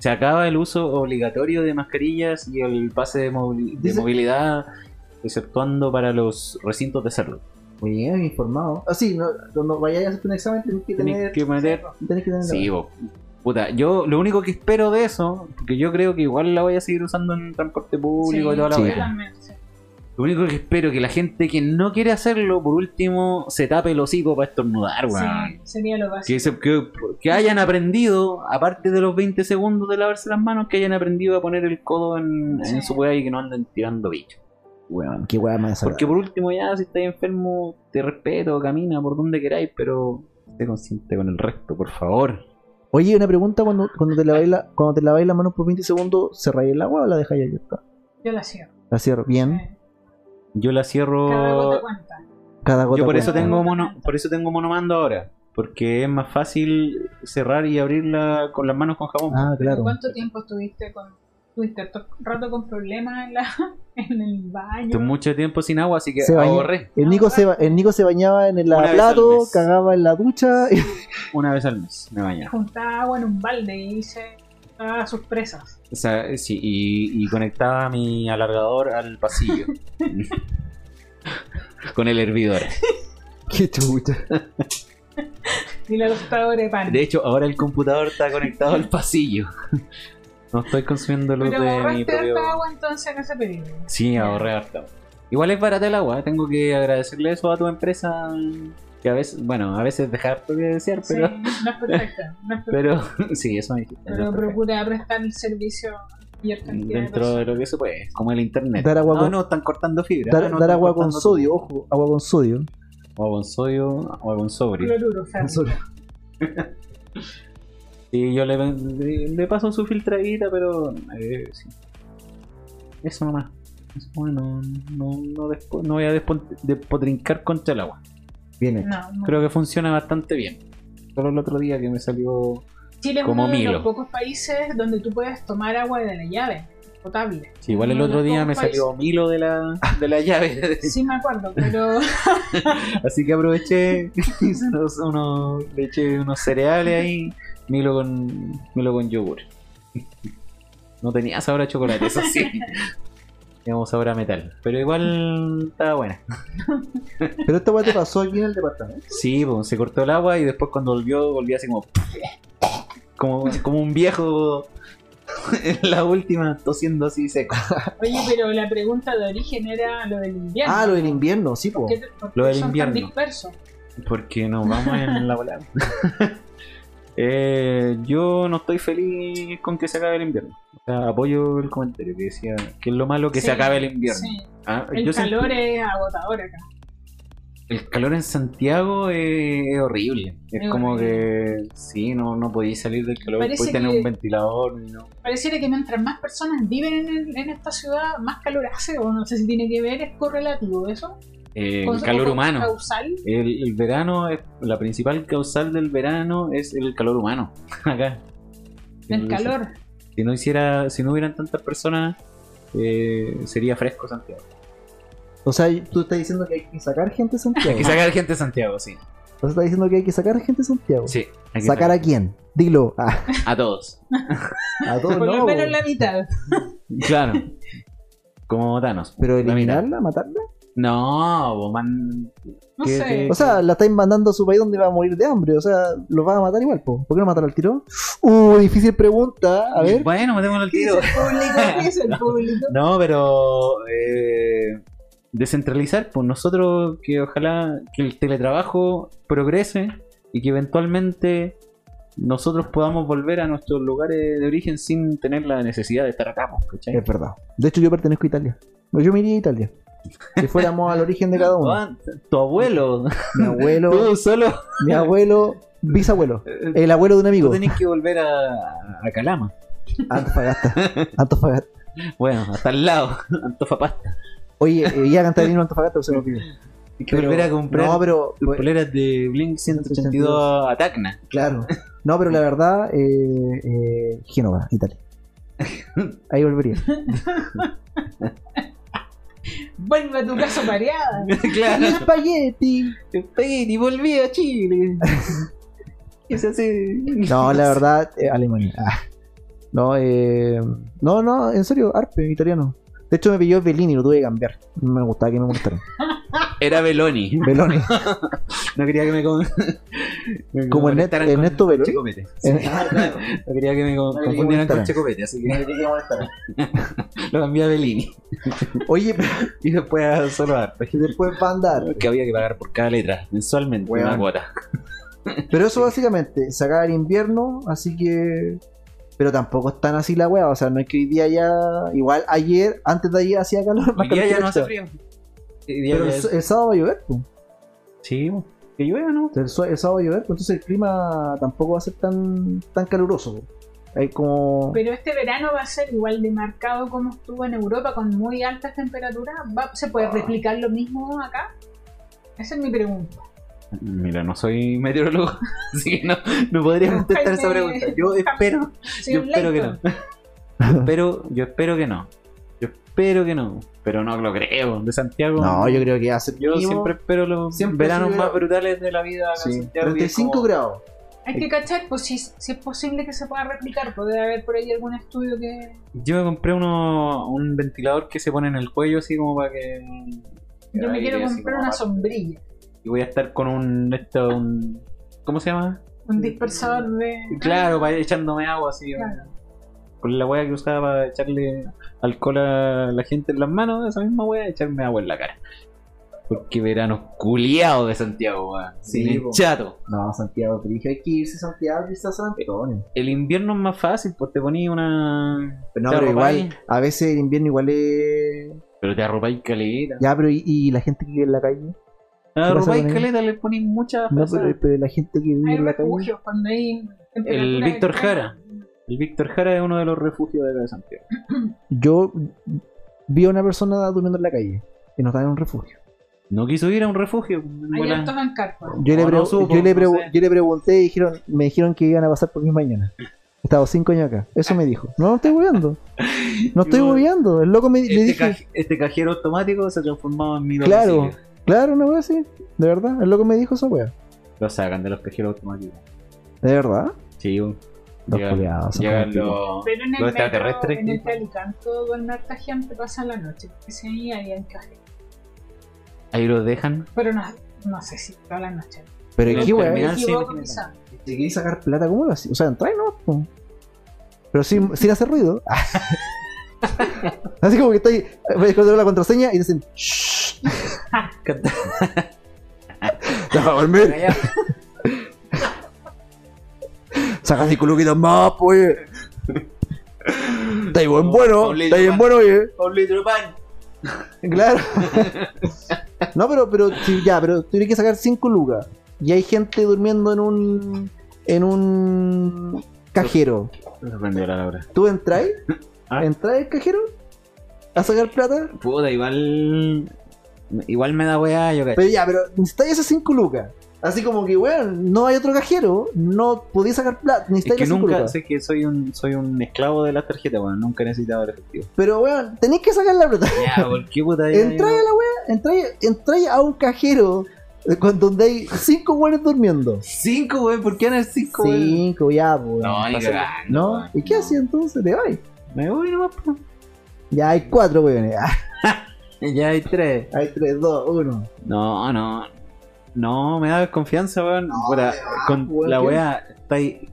[SPEAKER 2] Se acaba el uso obligatorio de mascarillas y el pase de, movi- de
[SPEAKER 1] Dice-
[SPEAKER 2] movilidad, exceptuando para los recintos de serlo.
[SPEAKER 1] Muy bien, informado. Ah, sí, no, cuando vayáis a hacer un examen tenés que
[SPEAKER 2] Tienes
[SPEAKER 1] tener.
[SPEAKER 2] que meter
[SPEAKER 1] tenés que tener-
[SPEAKER 2] Sí, bo. puta, yo lo único que espero de eso, porque yo creo que igual la voy a seguir usando en transporte público y toda la
[SPEAKER 1] Sí.
[SPEAKER 2] wea. Lo único que espero es que la gente que no quiere hacerlo, por último, se tape el hocico para estornudar, weón.
[SPEAKER 3] Sí, sería lo básico.
[SPEAKER 2] Que, se- que- que hayan aprendido, aparte de los 20 segundos de lavarse las manos, que hayan aprendido a poner el codo en, en
[SPEAKER 3] Sí.
[SPEAKER 2] su weá y que no anden tirando bicho. Weón.
[SPEAKER 1] Qué weá más
[SPEAKER 2] Porque por último ya, si estás enfermo, te respeto, camina por donde queráis, pero sé consciente con el resto, por favor.
[SPEAKER 1] Oye, una pregunta: cuando, cuando te laváis la, cuando te laváis las manos por 20 segundos, ¿cerráis el agua o la dejáis abierta?
[SPEAKER 3] Yo la cierro.
[SPEAKER 1] La cierro. Bien.
[SPEAKER 3] Eh,
[SPEAKER 2] Yo la cierro...
[SPEAKER 3] Cada gota cuenta.
[SPEAKER 1] Cada gota.
[SPEAKER 2] Yo por eso
[SPEAKER 1] cuenta.
[SPEAKER 2] tengo mono, por eso tengo monomando ahora, porque es más fácil cerrar y abrirla con las manos con jabón.
[SPEAKER 1] Ah, claro.
[SPEAKER 3] ¿Cuánto tiempo estuviste con estuviste harto rato con problemas en, la, [laughs] en el baño?
[SPEAKER 2] Estuve mucho tiempo sin agua, así que
[SPEAKER 1] Se bañó.
[SPEAKER 2] ahorré
[SPEAKER 1] El Nico, se, ba- el Nico se bañaba en el
[SPEAKER 2] Una vez al
[SPEAKER 1] lavaplato,
[SPEAKER 2] mes.
[SPEAKER 1] cagaba en la ducha. y- [laughs]
[SPEAKER 2] una vez al mes, me bañaba.
[SPEAKER 3] Juntaba agua en un balde y hice ah, sus presas.
[SPEAKER 2] O sea, eh, sí, y, y conectaba mi alargador al pasillo. con el hervidor.
[SPEAKER 1] Qué chucha.
[SPEAKER 3] Y la tostadora de pan.
[SPEAKER 2] De hecho, ahora el computador está conectado al pasillo. No estoy consumiendo luz
[SPEAKER 3] Pero
[SPEAKER 2] de mi
[SPEAKER 3] ahorraste
[SPEAKER 2] propio...
[SPEAKER 3] harta agua entonces en ese periodo.
[SPEAKER 2] Sí, ahorré harto. Igual es barata el agua, tengo que agradecerle eso a tu empresa. Que a veces, bueno, a veces dejar de desear,
[SPEAKER 3] Sí,
[SPEAKER 2] pero.
[SPEAKER 3] no es perfecta. No es perfecta,
[SPEAKER 2] [laughs] Pero sí, eso me dijiste.
[SPEAKER 3] pero
[SPEAKER 2] eso es
[SPEAKER 3] procura prestar el servicio a mayor
[SPEAKER 2] perfecto.
[SPEAKER 3] cantidad de
[SPEAKER 2] Dentro de
[SPEAKER 3] personas.
[SPEAKER 2] lo que se puede, es como el internet.
[SPEAKER 1] Dar agua
[SPEAKER 2] no,
[SPEAKER 1] con-
[SPEAKER 2] no, están cortando fibra.
[SPEAKER 1] Dar,
[SPEAKER 2] Ah, no,
[SPEAKER 1] dar
[SPEAKER 2] están
[SPEAKER 1] agua con
[SPEAKER 2] cortando
[SPEAKER 1] sodio,
[SPEAKER 2] todo.
[SPEAKER 1] ojo, agua con sodio.
[SPEAKER 2] Agua con sodio, agua con sobrio.
[SPEAKER 3] Cloruro, Fer.
[SPEAKER 2] Sí, yo le, le, le paso su filtradita, pero. eh, sí. Eso nomás. Eso nomás, no, no, no, despo- no voy a despon- despotrincar contra el agua.
[SPEAKER 1] Bien hecho.
[SPEAKER 3] No, no.
[SPEAKER 2] creo que funciona bastante bien. Solo el otro día que me salió.
[SPEAKER 3] Chile es
[SPEAKER 2] como
[SPEAKER 3] uno de
[SPEAKER 2] Milo.
[SPEAKER 3] los pocos países donde tú puedes tomar agua de la llave, potable.
[SPEAKER 2] Sí, igual el
[SPEAKER 3] No,
[SPEAKER 2] otro
[SPEAKER 3] no,
[SPEAKER 2] día
[SPEAKER 3] como
[SPEAKER 2] me
[SPEAKER 3] país.
[SPEAKER 2] salió Milo de la, de la llave. [laughs]
[SPEAKER 3] Sí me acuerdo, pero [laughs]
[SPEAKER 2] Así que aproveché, [laughs] hice unos, unos- le eché unos cereales ahí, Milo con, Milo con yogur. [laughs] No tenía sabor a chocolate, eso
[SPEAKER 3] [laughs]
[SPEAKER 2] sí. Teníamos sabor a metal. Pero igual estaba buena.
[SPEAKER 1] Pero esta weá te pasó aquí en el departamento.
[SPEAKER 2] Sí, pues, se cortó el agua y después cuando volvió, volvió así como. [laughs] Como, como un viejo [laughs] en la última tosiendo así seco.
[SPEAKER 3] Oye, pero la pregunta de origen era lo del invierno.
[SPEAKER 1] Ah, lo del invierno, sí, po.
[SPEAKER 3] ¿Por qué, por qué
[SPEAKER 2] Lo del
[SPEAKER 3] son
[SPEAKER 2] invierno.
[SPEAKER 3] tan dispersos?
[SPEAKER 2] Porque nos vamos en la
[SPEAKER 3] [laughs]
[SPEAKER 2] volada. Eh, yo no estoy feliz con que se acabe el invierno. O sea, apoyo el comentario que decía que es lo malo que se
[SPEAKER 3] Sí,
[SPEAKER 2] acabe el invierno.
[SPEAKER 3] Sí,
[SPEAKER 2] Ah,
[SPEAKER 3] el
[SPEAKER 2] yo sentí-
[SPEAKER 3] calor es agotador acá.
[SPEAKER 2] el calor en Santiago es, es horrible. Es,
[SPEAKER 3] Es
[SPEAKER 2] como que sí, no, no podéis salir del calor,
[SPEAKER 3] Parece
[SPEAKER 2] podéis tener
[SPEAKER 3] que-
[SPEAKER 2] un ventilador. No.
[SPEAKER 3] Pareciera que mientras más personas viven en, el- en esta ciudad, más calor hace, o no sé si tiene que ver, es correlativo eso.
[SPEAKER 2] Eh,
[SPEAKER 3] Con-
[SPEAKER 2] el calor
[SPEAKER 3] con-
[SPEAKER 2] humano.
[SPEAKER 3] Causal.
[SPEAKER 2] El, el verano, es- la principal causal del verano es el calor humano. [laughs] Acá.
[SPEAKER 3] Del calor.
[SPEAKER 2] si no hiciera si no hubieran tantas personas eh, sería fresco Santiago
[SPEAKER 1] O sea, tú estás diciendo que hay que sacar gente de Santiago.
[SPEAKER 2] [laughs] hay que sacar gente de Santiago sí
[SPEAKER 1] O sea, estás diciendo que hay que sacar gente de Santiago.
[SPEAKER 2] sí hay que
[SPEAKER 1] ¿Sacar a quién? Dilo. [laughs] Ah,
[SPEAKER 2] a todos
[SPEAKER 1] a todos
[SPEAKER 3] Por
[SPEAKER 1] no.
[SPEAKER 3] lo menos
[SPEAKER 1] po.
[SPEAKER 3] la mitad.
[SPEAKER 2] claro [laughs] como Thanos
[SPEAKER 1] Pero
[SPEAKER 2] La mitad.
[SPEAKER 1] eliminarla, matarla.
[SPEAKER 2] no vos man-
[SPEAKER 3] No
[SPEAKER 2] ¿Qué-
[SPEAKER 3] sé.
[SPEAKER 2] qué-
[SPEAKER 1] O sea, la estáis mandando a su país donde va a morir de hambre. O sea, los va a matar igual, po. ¿Por qué no matar al tiro? Uh, difícil pregunta. A ver.
[SPEAKER 2] bueno matémoslo al
[SPEAKER 3] ¿Qué
[SPEAKER 2] tiro
[SPEAKER 3] dice el público? ¿Qué dice el
[SPEAKER 2] [laughs]
[SPEAKER 3] público?
[SPEAKER 2] no pero eh, descentralizar pues nosotros que ojalá que el teletrabajo progrese y que eventualmente nosotros podamos volver a nuestros lugares de origen sin tener la necesidad de estar acá, pues, ¿cachai?
[SPEAKER 1] Es verdad. De hecho, yo pertenezco a Italia. No, Yo me iría a Italia. Si fuéramos al origen de cada uno.
[SPEAKER 2] Ah,
[SPEAKER 1] [laughs]
[SPEAKER 2] Tu abuelo,
[SPEAKER 1] Mi abuelo,
[SPEAKER 2] tú solo.
[SPEAKER 1] mi abuelo, bisabuelo. El abuelo de un
[SPEAKER 2] Eh, Tú
[SPEAKER 1] amigo.
[SPEAKER 2] tenés que volver a, a Calama.
[SPEAKER 1] Antofagasta. Antofagasta.
[SPEAKER 2] Bueno, hasta
[SPEAKER 1] [laughs]
[SPEAKER 2] al lado, Antofapasta.
[SPEAKER 1] Oye, eh, ya cantarino Antofagasta, se me olvidó.
[SPEAKER 2] Hay que
[SPEAKER 1] Pero-
[SPEAKER 2] volver a comprar
[SPEAKER 1] No, pues. pero.
[SPEAKER 2] tus poleras de Blink 182 a
[SPEAKER 1] [laughs]
[SPEAKER 2] Tacna.
[SPEAKER 1] Claro. No, pero la verdad, eh, eh, Génova, Italia. Ahí volvería.
[SPEAKER 3] Vuelve a tu casa pareada.
[SPEAKER 1] ¡El
[SPEAKER 2] claro.
[SPEAKER 1] espagueti!
[SPEAKER 2] Y volví
[SPEAKER 1] [laughs]
[SPEAKER 2] a Chile. ¿Qué se hace?
[SPEAKER 1] No, la verdad, eh, Alemania. Ah. No, eh, no, no, en serio, Arpe, italiano. De hecho, me pilló Bellini, lo tuve que cambiar. No me gustaba que me mostraran.
[SPEAKER 2] Era Beloni.
[SPEAKER 1] Belloni.
[SPEAKER 2] No quería que me. Con... me
[SPEAKER 1] Como Ernest-
[SPEAKER 2] conectaran con
[SPEAKER 1] Ernesto Beloni. [laughs]
[SPEAKER 2] Checopete.
[SPEAKER 1] En-
[SPEAKER 2] No quería que
[SPEAKER 1] No quería que
[SPEAKER 2] me con- confundieran con
[SPEAKER 1] molestaran.
[SPEAKER 2] Checopete, así que lo cambié a Belini.
[SPEAKER 1] Oye,
[SPEAKER 2] Y después a pues. solo Arpe.
[SPEAKER 1] y después va a andar.
[SPEAKER 2] Que había que pagar por cada letra, mensualmente,
[SPEAKER 1] Weón.
[SPEAKER 2] una cuota.
[SPEAKER 1] Pero eso básicamente, se acaba el invierno, así que. Pero tampoco es tan así la weá, o sea, no es que hoy día ya. Igual ayer, antes de ayer hacía calor. más
[SPEAKER 2] Hoy día
[SPEAKER 1] calor
[SPEAKER 2] ya
[SPEAKER 1] que
[SPEAKER 2] no hace
[SPEAKER 1] ahorita.
[SPEAKER 2] frío. Hoy día
[SPEAKER 1] Pero
[SPEAKER 2] ya
[SPEAKER 1] el,
[SPEAKER 2] es-
[SPEAKER 1] s- el sábado va a llover, po.
[SPEAKER 2] Sí, bo. que llueva, ¿no?
[SPEAKER 1] el, s- el sábado va a llover, pues, entonces el clima tampoco va a ser tan, tan caluroso. po. Hay como.
[SPEAKER 3] Pero este verano va a ser igual de marcado como estuvo en Europa, con muy altas temperaturas. ¿Va- ¿Se
[SPEAKER 2] Ah.
[SPEAKER 3] puede replicar lo mismo acá? Esa es mi pregunta.
[SPEAKER 2] Mira, no soy meteorólogo, [laughs] así que no, no podría contestar esa pregunta.
[SPEAKER 3] [laughs]
[SPEAKER 2] Yo espero, yo
[SPEAKER 3] Señor
[SPEAKER 2] espero que no.
[SPEAKER 3] Layton,
[SPEAKER 2] [laughs] Yo espero, yo espero que no. Yo espero que no. Pero no lo creo. De Santiago.
[SPEAKER 1] No, yo creo que va a ser.
[SPEAKER 2] Yo
[SPEAKER 1] mínimo
[SPEAKER 2] siempre espero los
[SPEAKER 1] siempre
[SPEAKER 2] veranos
[SPEAKER 1] sí,
[SPEAKER 2] más
[SPEAKER 1] verano.
[SPEAKER 2] brutales de la vida. acá en
[SPEAKER 1] sí,
[SPEAKER 2] Santiago, y es
[SPEAKER 1] 35
[SPEAKER 2] como-
[SPEAKER 1] grados.
[SPEAKER 3] Hay que cachar, pues si, si es posible que se pueda replicar, pues debe haber por ahí algún estudio que...
[SPEAKER 2] Yo me compré uno, un ventilador que se pone en el cuello, así como para que.
[SPEAKER 3] Yo me
[SPEAKER 2] Ahí,
[SPEAKER 3] quiero
[SPEAKER 2] así como
[SPEAKER 3] comprar una
[SPEAKER 2] para-
[SPEAKER 3] sombrilla,
[SPEAKER 2] Y voy a estar con un. Esto, un ¿Cómo se llama?
[SPEAKER 3] un dispersador de...
[SPEAKER 2] Claro, para ir echándome agua así.
[SPEAKER 3] Ah. Claro.
[SPEAKER 2] Con la wea que usaba para echarle alcohol a la gente en las manos, esa misma wea, echarme agua en la cara. Porque verano culiado de Santiago, weón.
[SPEAKER 1] Sí,
[SPEAKER 2] Bien
[SPEAKER 1] po.
[SPEAKER 2] chato.
[SPEAKER 1] No, Santiago, pero dije, hay que irse a Santiago, irse a San
[SPEAKER 2] Eh,
[SPEAKER 1] Antonio.
[SPEAKER 2] El invierno es más fácil, pues te ponía una.
[SPEAKER 1] Pero no,
[SPEAKER 2] te
[SPEAKER 1] pero
[SPEAKER 2] arropáis-
[SPEAKER 1] igual, a veces el invierno igual es.
[SPEAKER 2] Pero te arropáis caleta.
[SPEAKER 1] Ya, pero ¿y, y la gente que vive en la calle?
[SPEAKER 2] Te
[SPEAKER 1] pasa
[SPEAKER 2] arropáis
[SPEAKER 1] con él?
[SPEAKER 2] caleta, le ponéis muchas.
[SPEAKER 1] No,
[SPEAKER 2] cosas.
[SPEAKER 1] pero, pero la gente que vive
[SPEAKER 3] Hay
[SPEAKER 1] en la calle.
[SPEAKER 3] refugios cuando hay...
[SPEAKER 2] El
[SPEAKER 3] temperaturas
[SPEAKER 2] Víctor
[SPEAKER 3] extremas.
[SPEAKER 2] Jara. El Víctor Jara es uno de los refugios de acá de Santiago.
[SPEAKER 1] Yo vi a una persona durmiendo en la calle y no estaba en un refugio.
[SPEAKER 2] No quiso ir a un refugio.
[SPEAKER 3] Hay
[SPEAKER 2] Bueno,
[SPEAKER 3] hartos bancarpas.
[SPEAKER 1] Yo, le,
[SPEAKER 2] No,
[SPEAKER 1] pre-
[SPEAKER 2] no supo,
[SPEAKER 1] yo, le pre-
[SPEAKER 2] no sé.
[SPEAKER 1] yo le pregunté y dijeron, me dijeron que iban a pasar por mí mañana. He estado cinco años acá. Eso me dijo. No, no estoy bobeando. No estoy
[SPEAKER 2] Yo-
[SPEAKER 1] bobeando. El loco me
[SPEAKER 2] este,
[SPEAKER 1] le dije,
[SPEAKER 2] caj- este cajero automático se ha transformado en mi
[SPEAKER 1] Claro.
[SPEAKER 2] domicilio.
[SPEAKER 1] claro, una wea así. De verdad. El loco me dijo esa wea.
[SPEAKER 2] Lo sacan de los cajeros automáticos.
[SPEAKER 1] De verdad.
[SPEAKER 2] Sí, un-
[SPEAKER 1] Los
[SPEAKER 2] Llegan-
[SPEAKER 1] culiados, son
[SPEAKER 2] llegan
[SPEAKER 1] culiados.
[SPEAKER 2] los.
[SPEAKER 3] Pero en el
[SPEAKER 2] Los
[SPEAKER 3] metro,
[SPEAKER 2] extraterrestres,
[SPEAKER 3] en el
[SPEAKER 2] tipo.
[SPEAKER 3] Calicanto, duerme harta gente, pasa la noche, porque se ahí hay encaje.
[SPEAKER 2] Ahí los dejan.
[SPEAKER 3] Pero no, no sé si toda la noche.
[SPEAKER 1] Pero
[SPEAKER 2] Los
[SPEAKER 1] qué wea.
[SPEAKER 2] terminales.
[SPEAKER 3] Me
[SPEAKER 2] Terminal
[SPEAKER 3] equivoco
[SPEAKER 2] sí,
[SPEAKER 3] quizá.
[SPEAKER 1] Si queréis sacar plata, ¿cómo lo hacía? O sea, entrar no. po. Pero sin, sin hacer ruido. [laughs] Así como que estoy. Voy a escoger la contraseña y dicen.
[SPEAKER 2] [laughs]
[SPEAKER 1] ¡Shh! [laughs]
[SPEAKER 2] Canta-
[SPEAKER 1] ¡Deja dormir! ¡Saca cinco luquitas más, po, oye! ¡Está ahí buen bueno! ¡Está ahí bien bueno, oye!
[SPEAKER 2] Un litro de pan.
[SPEAKER 1] Claro. No, pero, pero, sí, ya, pero tuviera que sacar cinco lucas. Y hay gente durmiendo en un. en un. cajero.
[SPEAKER 2] Me sorprendió la Laura.
[SPEAKER 1] ¿Tú entras?
[SPEAKER 2] Ah.
[SPEAKER 1] ¿Entras al cajero? ¿A sacar plata?
[SPEAKER 2] Puta, igual. Igual me da weá, yo cacho.
[SPEAKER 1] Pero ya, pero necesitáis esas 5 lucas. Así como que, weón, no hay otro cajero, no podéis sacar plata,
[SPEAKER 2] Es
[SPEAKER 1] necesitáis
[SPEAKER 2] que
[SPEAKER 1] esas 5
[SPEAKER 2] nunca,
[SPEAKER 1] lucas.
[SPEAKER 2] sé que soy un, soy un esclavo de las tarjetas, weón. Nunca he necesitado el efectivo.
[SPEAKER 1] Pero, weón, tenéis que sacar la plata.
[SPEAKER 2] Ya, ¿por qué puta? ya,
[SPEAKER 1] Entráis a la weá, entráis, entráis a un cajero eh, con, donde hay 5 weones durmiendo.
[SPEAKER 2] Cinco, weón, ¿por qué eran cinco, weón?
[SPEAKER 1] 5, ya, weón.
[SPEAKER 2] No, ni
[SPEAKER 1] Pasa-
[SPEAKER 2] cagando,
[SPEAKER 1] ¿No?
[SPEAKER 2] weón,
[SPEAKER 1] ¿Y qué
[SPEAKER 2] no.
[SPEAKER 1] hacía entonces? ¿Te vais?
[SPEAKER 2] Me voy nomás, po.
[SPEAKER 1] Ya hay 4 weones. [laughs] Ah,
[SPEAKER 2] Ya hay tres.
[SPEAKER 1] hay 3, 2, 1.
[SPEAKER 2] No, no. No, me da desconfianza, weón. Puta, con
[SPEAKER 1] pues, weón,
[SPEAKER 2] la
[SPEAKER 1] ¿qué?
[SPEAKER 2] weá, está ahí.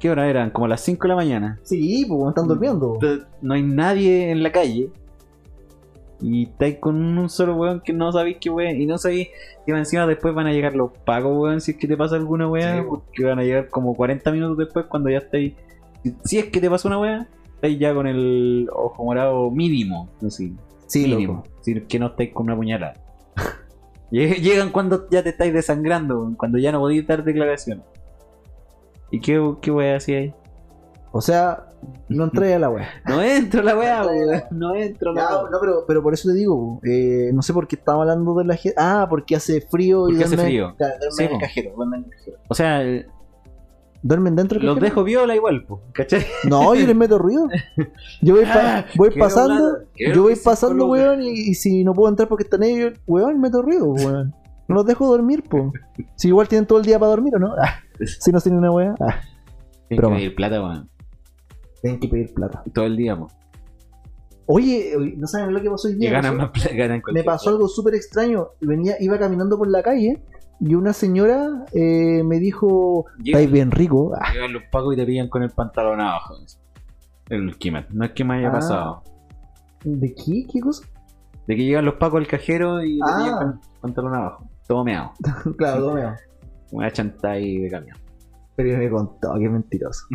[SPEAKER 2] ¿Qué hora eran? Como las 5 de la mañana.
[SPEAKER 1] Sí, pues, weón, están durmiendo.
[SPEAKER 2] T- No hay nadie en la calle. Y estáis con un solo weón que no sabéis qué weón. Y no sabéis que más encima después van a llegar los pagos, weón. Si es que te pasa alguna weá.
[SPEAKER 1] Sí,
[SPEAKER 2] porque van a llegar como 40 minutos después cuando ya estáis. si- Si es que te pasa una weá, estáis ya con el ojo morado mínimo. Así,
[SPEAKER 1] Sí,
[SPEAKER 2] mínimo.
[SPEAKER 1] loco.
[SPEAKER 2] Si es que no estáis con una puñalada. [laughs] Lle- Llegan cuando ya te estáis desangrando, weón, cuando ya no podéis dar declaración. ¿Y qué, qué weá hacía ahí?
[SPEAKER 1] O sea, no entré a la weá.
[SPEAKER 2] [laughs] No entro la weá,
[SPEAKER 1] No entra la
[SPEAKER 2] weón. No entro la
[SPEAKER 1] Ya,
[SPEAKER 2] weá.
[SPEAKER 1] no, pero, pero por eso te digo, eh, no sé por qué estamos hablando de la gente. Ah, porque hace frío y
[SPEAKER 2] Porque hace
[SPEAKER 1] duermen-
[SPEAKER 2] frío.
[SPEAKER 1] claro, duermen
[SPEAKER 2] Sí,
[SPEAKER 1] en el
[SPEAKER 2] po.
[SPEAKER 1] cajero. duermen en el cajero.
[SPEAKER 2] O sea, el-
[SPEAKER 1] ¿Duermen dentro del
[SPEAKER 2] los
[SPEAKER 1] cajero?
[SPEAKER 2] dejo viola igual, po, [laughs] ¿cachai?
[SPEAKER 1] No, yo les meto ruido. Yo [laughs] voy, pa- voy
[SPEAKER 2] quiero
[SPEAKER 1] pasando,
[SPEAKER 2] hablar, quiero
[SPEAKER 1] yo voy
[SPEAKER 2] que
[SPEAKER 1] pasando,
[SPEAKER 2] psicólogo.
[SPEAKER 1] weón, y, y si no puedo entrar porque están ellos, weón, meto ruido, weón. No los dejo dormir, po. Si igual tienen todo el día para dormir, ¿o no? Ah, si no tienen una weá. Ah.
[SPEAKER 2] Tienes que
[SPEAKER 1] Broma.
[SPEAKER 2] pedir plata, weón.
[SPEAKER 1] Tienen que pedir plata.
[SPEAKER 2] todo el día, mo.
[SPEAKER 1] Oye, oye, no saben lo que pasó hoy
[SPEAKER 2] Y
[SPEAKER 1] día.
[SPEAKER 2] ganan
[SPEAKER 1] pasó-
[SPEAKER 2] más plata, ganan
[SPEAKER 1] me
[SPEAKER 2] cualquier
[SPEAKER 1] pasó algo súper extraño. Venía, iba caminando por la calle y una señora eh, me dijo,
[SPEAKER 2] cosa. Llegan-
[SPEAKER 1] estáis bien rico. Ah,
[SPEAKER 2] Llegan los pacos y te pillan con el pantalón abajo. El Kimat. No es que me haya
[SPEAKER 1] Ah.
[SPEAKER 2] pasado.
[SPEAKER 1] ¿De qué? ¿Qué cosa?
[SPEAKER 2] De que llegan los pacos al cajero y te
[SPEAKER 1] Ah.
[SPEAKER 2] pillan con el pantalón abajo. Todo meado.
[SPEAKER 1] claro, todo meado.
[SPEAKER 2] Una chanta ahí de camión.
[SPEAKER 1] Pero me contó, qué mentiroso.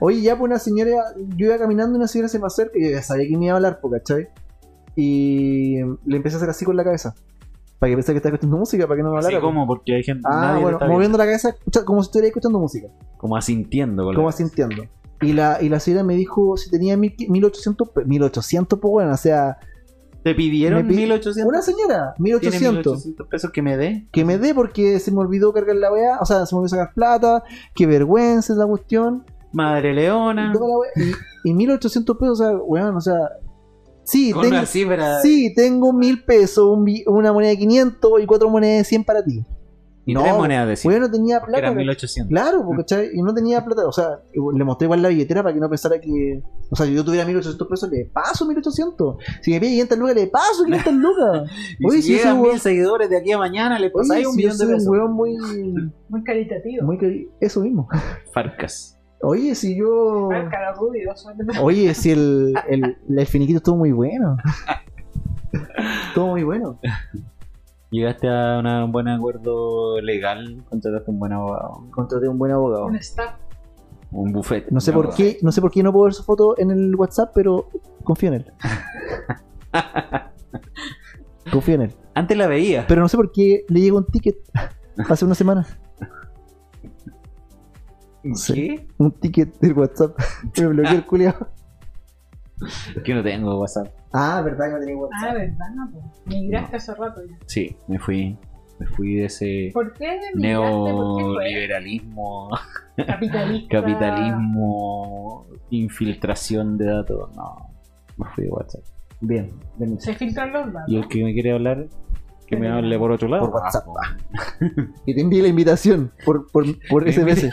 [SPEAKER 1] Oye, ya pues una señora, yo iba caminando y una señora se me acerca y yo ya sabía que me iba a hablar, po, ¿cachai? Y le empecé a hacer así con la cabeza. Para que pensara que estaba escuchando música, para que no me
[SPEAKER 2] Así
[SPEAKER 1] hablara. po.
[SPEAKER 2] como porque hay gente. nadie
[SPEAKER 1] ah,
[SPEAKER 2] te
[SPEAKER 1] bueno,
[SPEAKER 2] está viendo.
[SPEAKER 1] moviendo la cabeza escucha- como si estuviera escuchando música,
[SPEAKER 2] Como asintiendo con la-
[SPEAKER 1] como asintiendo. Y la, y la señora me dijo si tenía mil- 1800, pe- 1800, pues bueno, o sea,
[SPEAKER 2] ¿Te pidieron
[SPEAKER 1] Me pi-
[SPEAKER 2] 1800?
[SPEAKER 1] una señora,
[SPEAKER 2] ¿Tiene
[SPEAKER 1] 1800.
[SPEAKER 2] 1800 pesos que me dé?
[SPEAKER 1] que me dé porque se me olvidó cargar la weá, o sea, se me olvidó sacar plata, qué vergüenza es la cuestión.
[SPEAKER 2] Madre Leona.
[SPEAKER 1] Y toda la wea- Y, y 1800 pesos, o sea, weón, o sea. Sí,
[SPEAKER 2] Con
[SPEAKER 1] tengo,
[SPEAKER 2] una cifra.
[SPEAKER 1] sí, tengo mil pesos, un bi- una moneda de 500 y cuatro monedas de 100 para ti.
[SPEAKER 2] Y
[SPEAKER 1] No,
[SPEAKER 2] tres monedas de 100.
[SPEAKER 1] Weón, no tenía
[SPEAKER 2] porque
[SPEAKER 1] plata.
[SPEAKER 2] eran 1800.
[SPEAKER 1] Claro, porque ¿cachai? y no tenía plata. O sea, le mostré igual la billetera para que no pensara que. O sea, si yo tuviera 1800 pesos, le paso 1800. Si me pide 500 lucas, le paso
[SPEAKER 2] [laughs]
[SPEAKER 1] 500 lucas.
[SPEAKER 2] Y
[SPEAKER 1] Oye,
[SPEAKER 2] si
[SPEAKER 1] si ese
[SPEAKER 2] llegan
[SPEAKER 1] weón-
[SPEAKER 2] mil seguidores de aquí a mañana, le
[SPEAKER 1] Oye,
[SPEAKER 2] pasáis un
[SPEAKER 1] si yo
[SPEAKER 2] millón de
[SPEAKER 1] soy un
[SPEAKER 2] pesos.
[SPEAKER 1] weón muy.
[SPEAKER 3] Muy caritativo.
[SPEAKER 1] muy cari- Eso mismo.
[SPEAKER 2] Farcas.
[SPEAKER 1] Oye, si yo.
[SPEAKER 3] Ah, cara rubio, suerte.
[SPEAKER 1] Oye, si el, el, el finiquito estuvo muy bueno. Estuvo muy bueno.
[SPEAKER 2] Llegaste a una- un buen acuerdo legal, contrataste un buen abogado,
[SPEAKER 1] Contraté un buen abogado.
[SPEAKER 3] Un staff.
[SPEAKER 2] un buffet.
[SPEAKER 1] No sé
[SPEAKER 2] un
[SPEAKER 1] por
[SPEAKER 2] abogado.
[SPEAKER 1] qué, no sé por qué no puedo ver su foto en el WhatsApp, pero confío en él. Confío en él.
[SPEAKER 2] Antes la veía.
[SPEAKER 1] Pero no sé por qué le llegó un ticket hace una semana.
[SPEAKER 2] ¿Qué?
[SPEAKER 1] Un ticket del WhatsApp. [laughs] Me bloqueó el culiao.
[SPEAKER 2] Que no tengo WhatsApp.
[SPEAKER 1] Ah, verdad que no tenía
[SPEAKER 3] Ah, verdad, pues. Migraste hace rato ya.
[SPEAKER 2] Sí, me fui, me fui de ese
[SPEAKER 3] ¿Por qué migraste?
[SPEAKER 1] [laughs]
[SPEAKER 3] ¿Por qué fue?
[SPEAKER 2] neoliberalismo,
[SPEAKER 3] Capitalista.
[SPEAKER 2] capitalismo, infiltración de datos. No, me fui de WhatsApp.
[SPEAKER 1] Bien, bien.
[SPEAKER 3] Se filtran los datos.
[SPEAKER 2] Y el que me quiere hablar, que me hable por otro lado. Ah,
[SPEAKER 1] Por WhatsApp. Y te envié la invitación por, por, por SMS.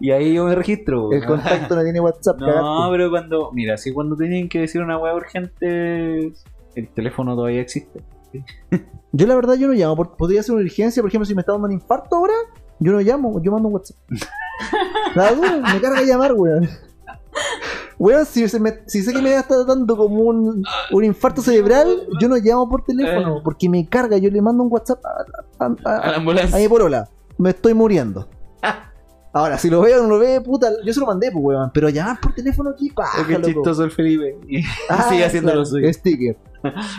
[SPEAKER 2] Y ahí yo me registro.
[SPEAKER 1] El contacto no tiene WhatsApp.
[SPEAKER 2] No,
[SPEAKER 1] cagaste.
[SPEAKER 2] pero cuando. Mira, si cuando tenían que decir una weá urgente, el teléfono todavía existe.
[SPEAKER 1] Yo la verdad yo no llamo, por- podría ser una urgencia, por ejemplo, si me está dando un infarto ahora, yo no llamo, yo mando un WhatsApp. La dura, me carga llamar, weón. Weón, si, se me- si sé que me está dando como un, un infarto cerebral, yo no llamo por teléfono,
[SPEAKER 2] Eh.
[SPEAKER 1] porque me carga, yo le mando un WhatsApp a, a- a-
[SPEAKER 2] A la ambulancia.
[SPEAKER 1] a mi porola, me estoy
[SPEAKER 2] [laughs]
[SPEAKER 1] muriendo. Ahora, si lo veo o no lo ve, puta, yo se lo mandé, pues, weón, pero llamar por teléfono aquí, paja,
[SPEAKER 2] Oh, qué
[SPEAKER 1] ah, loco.
[SPEAKER 2] chistoso el Felipe.
[SPEAKER 1] Ah,
[SPEAKER 2] [laughs] sigue haciendo lo suyo.
[SPEAKER 1] Sticker.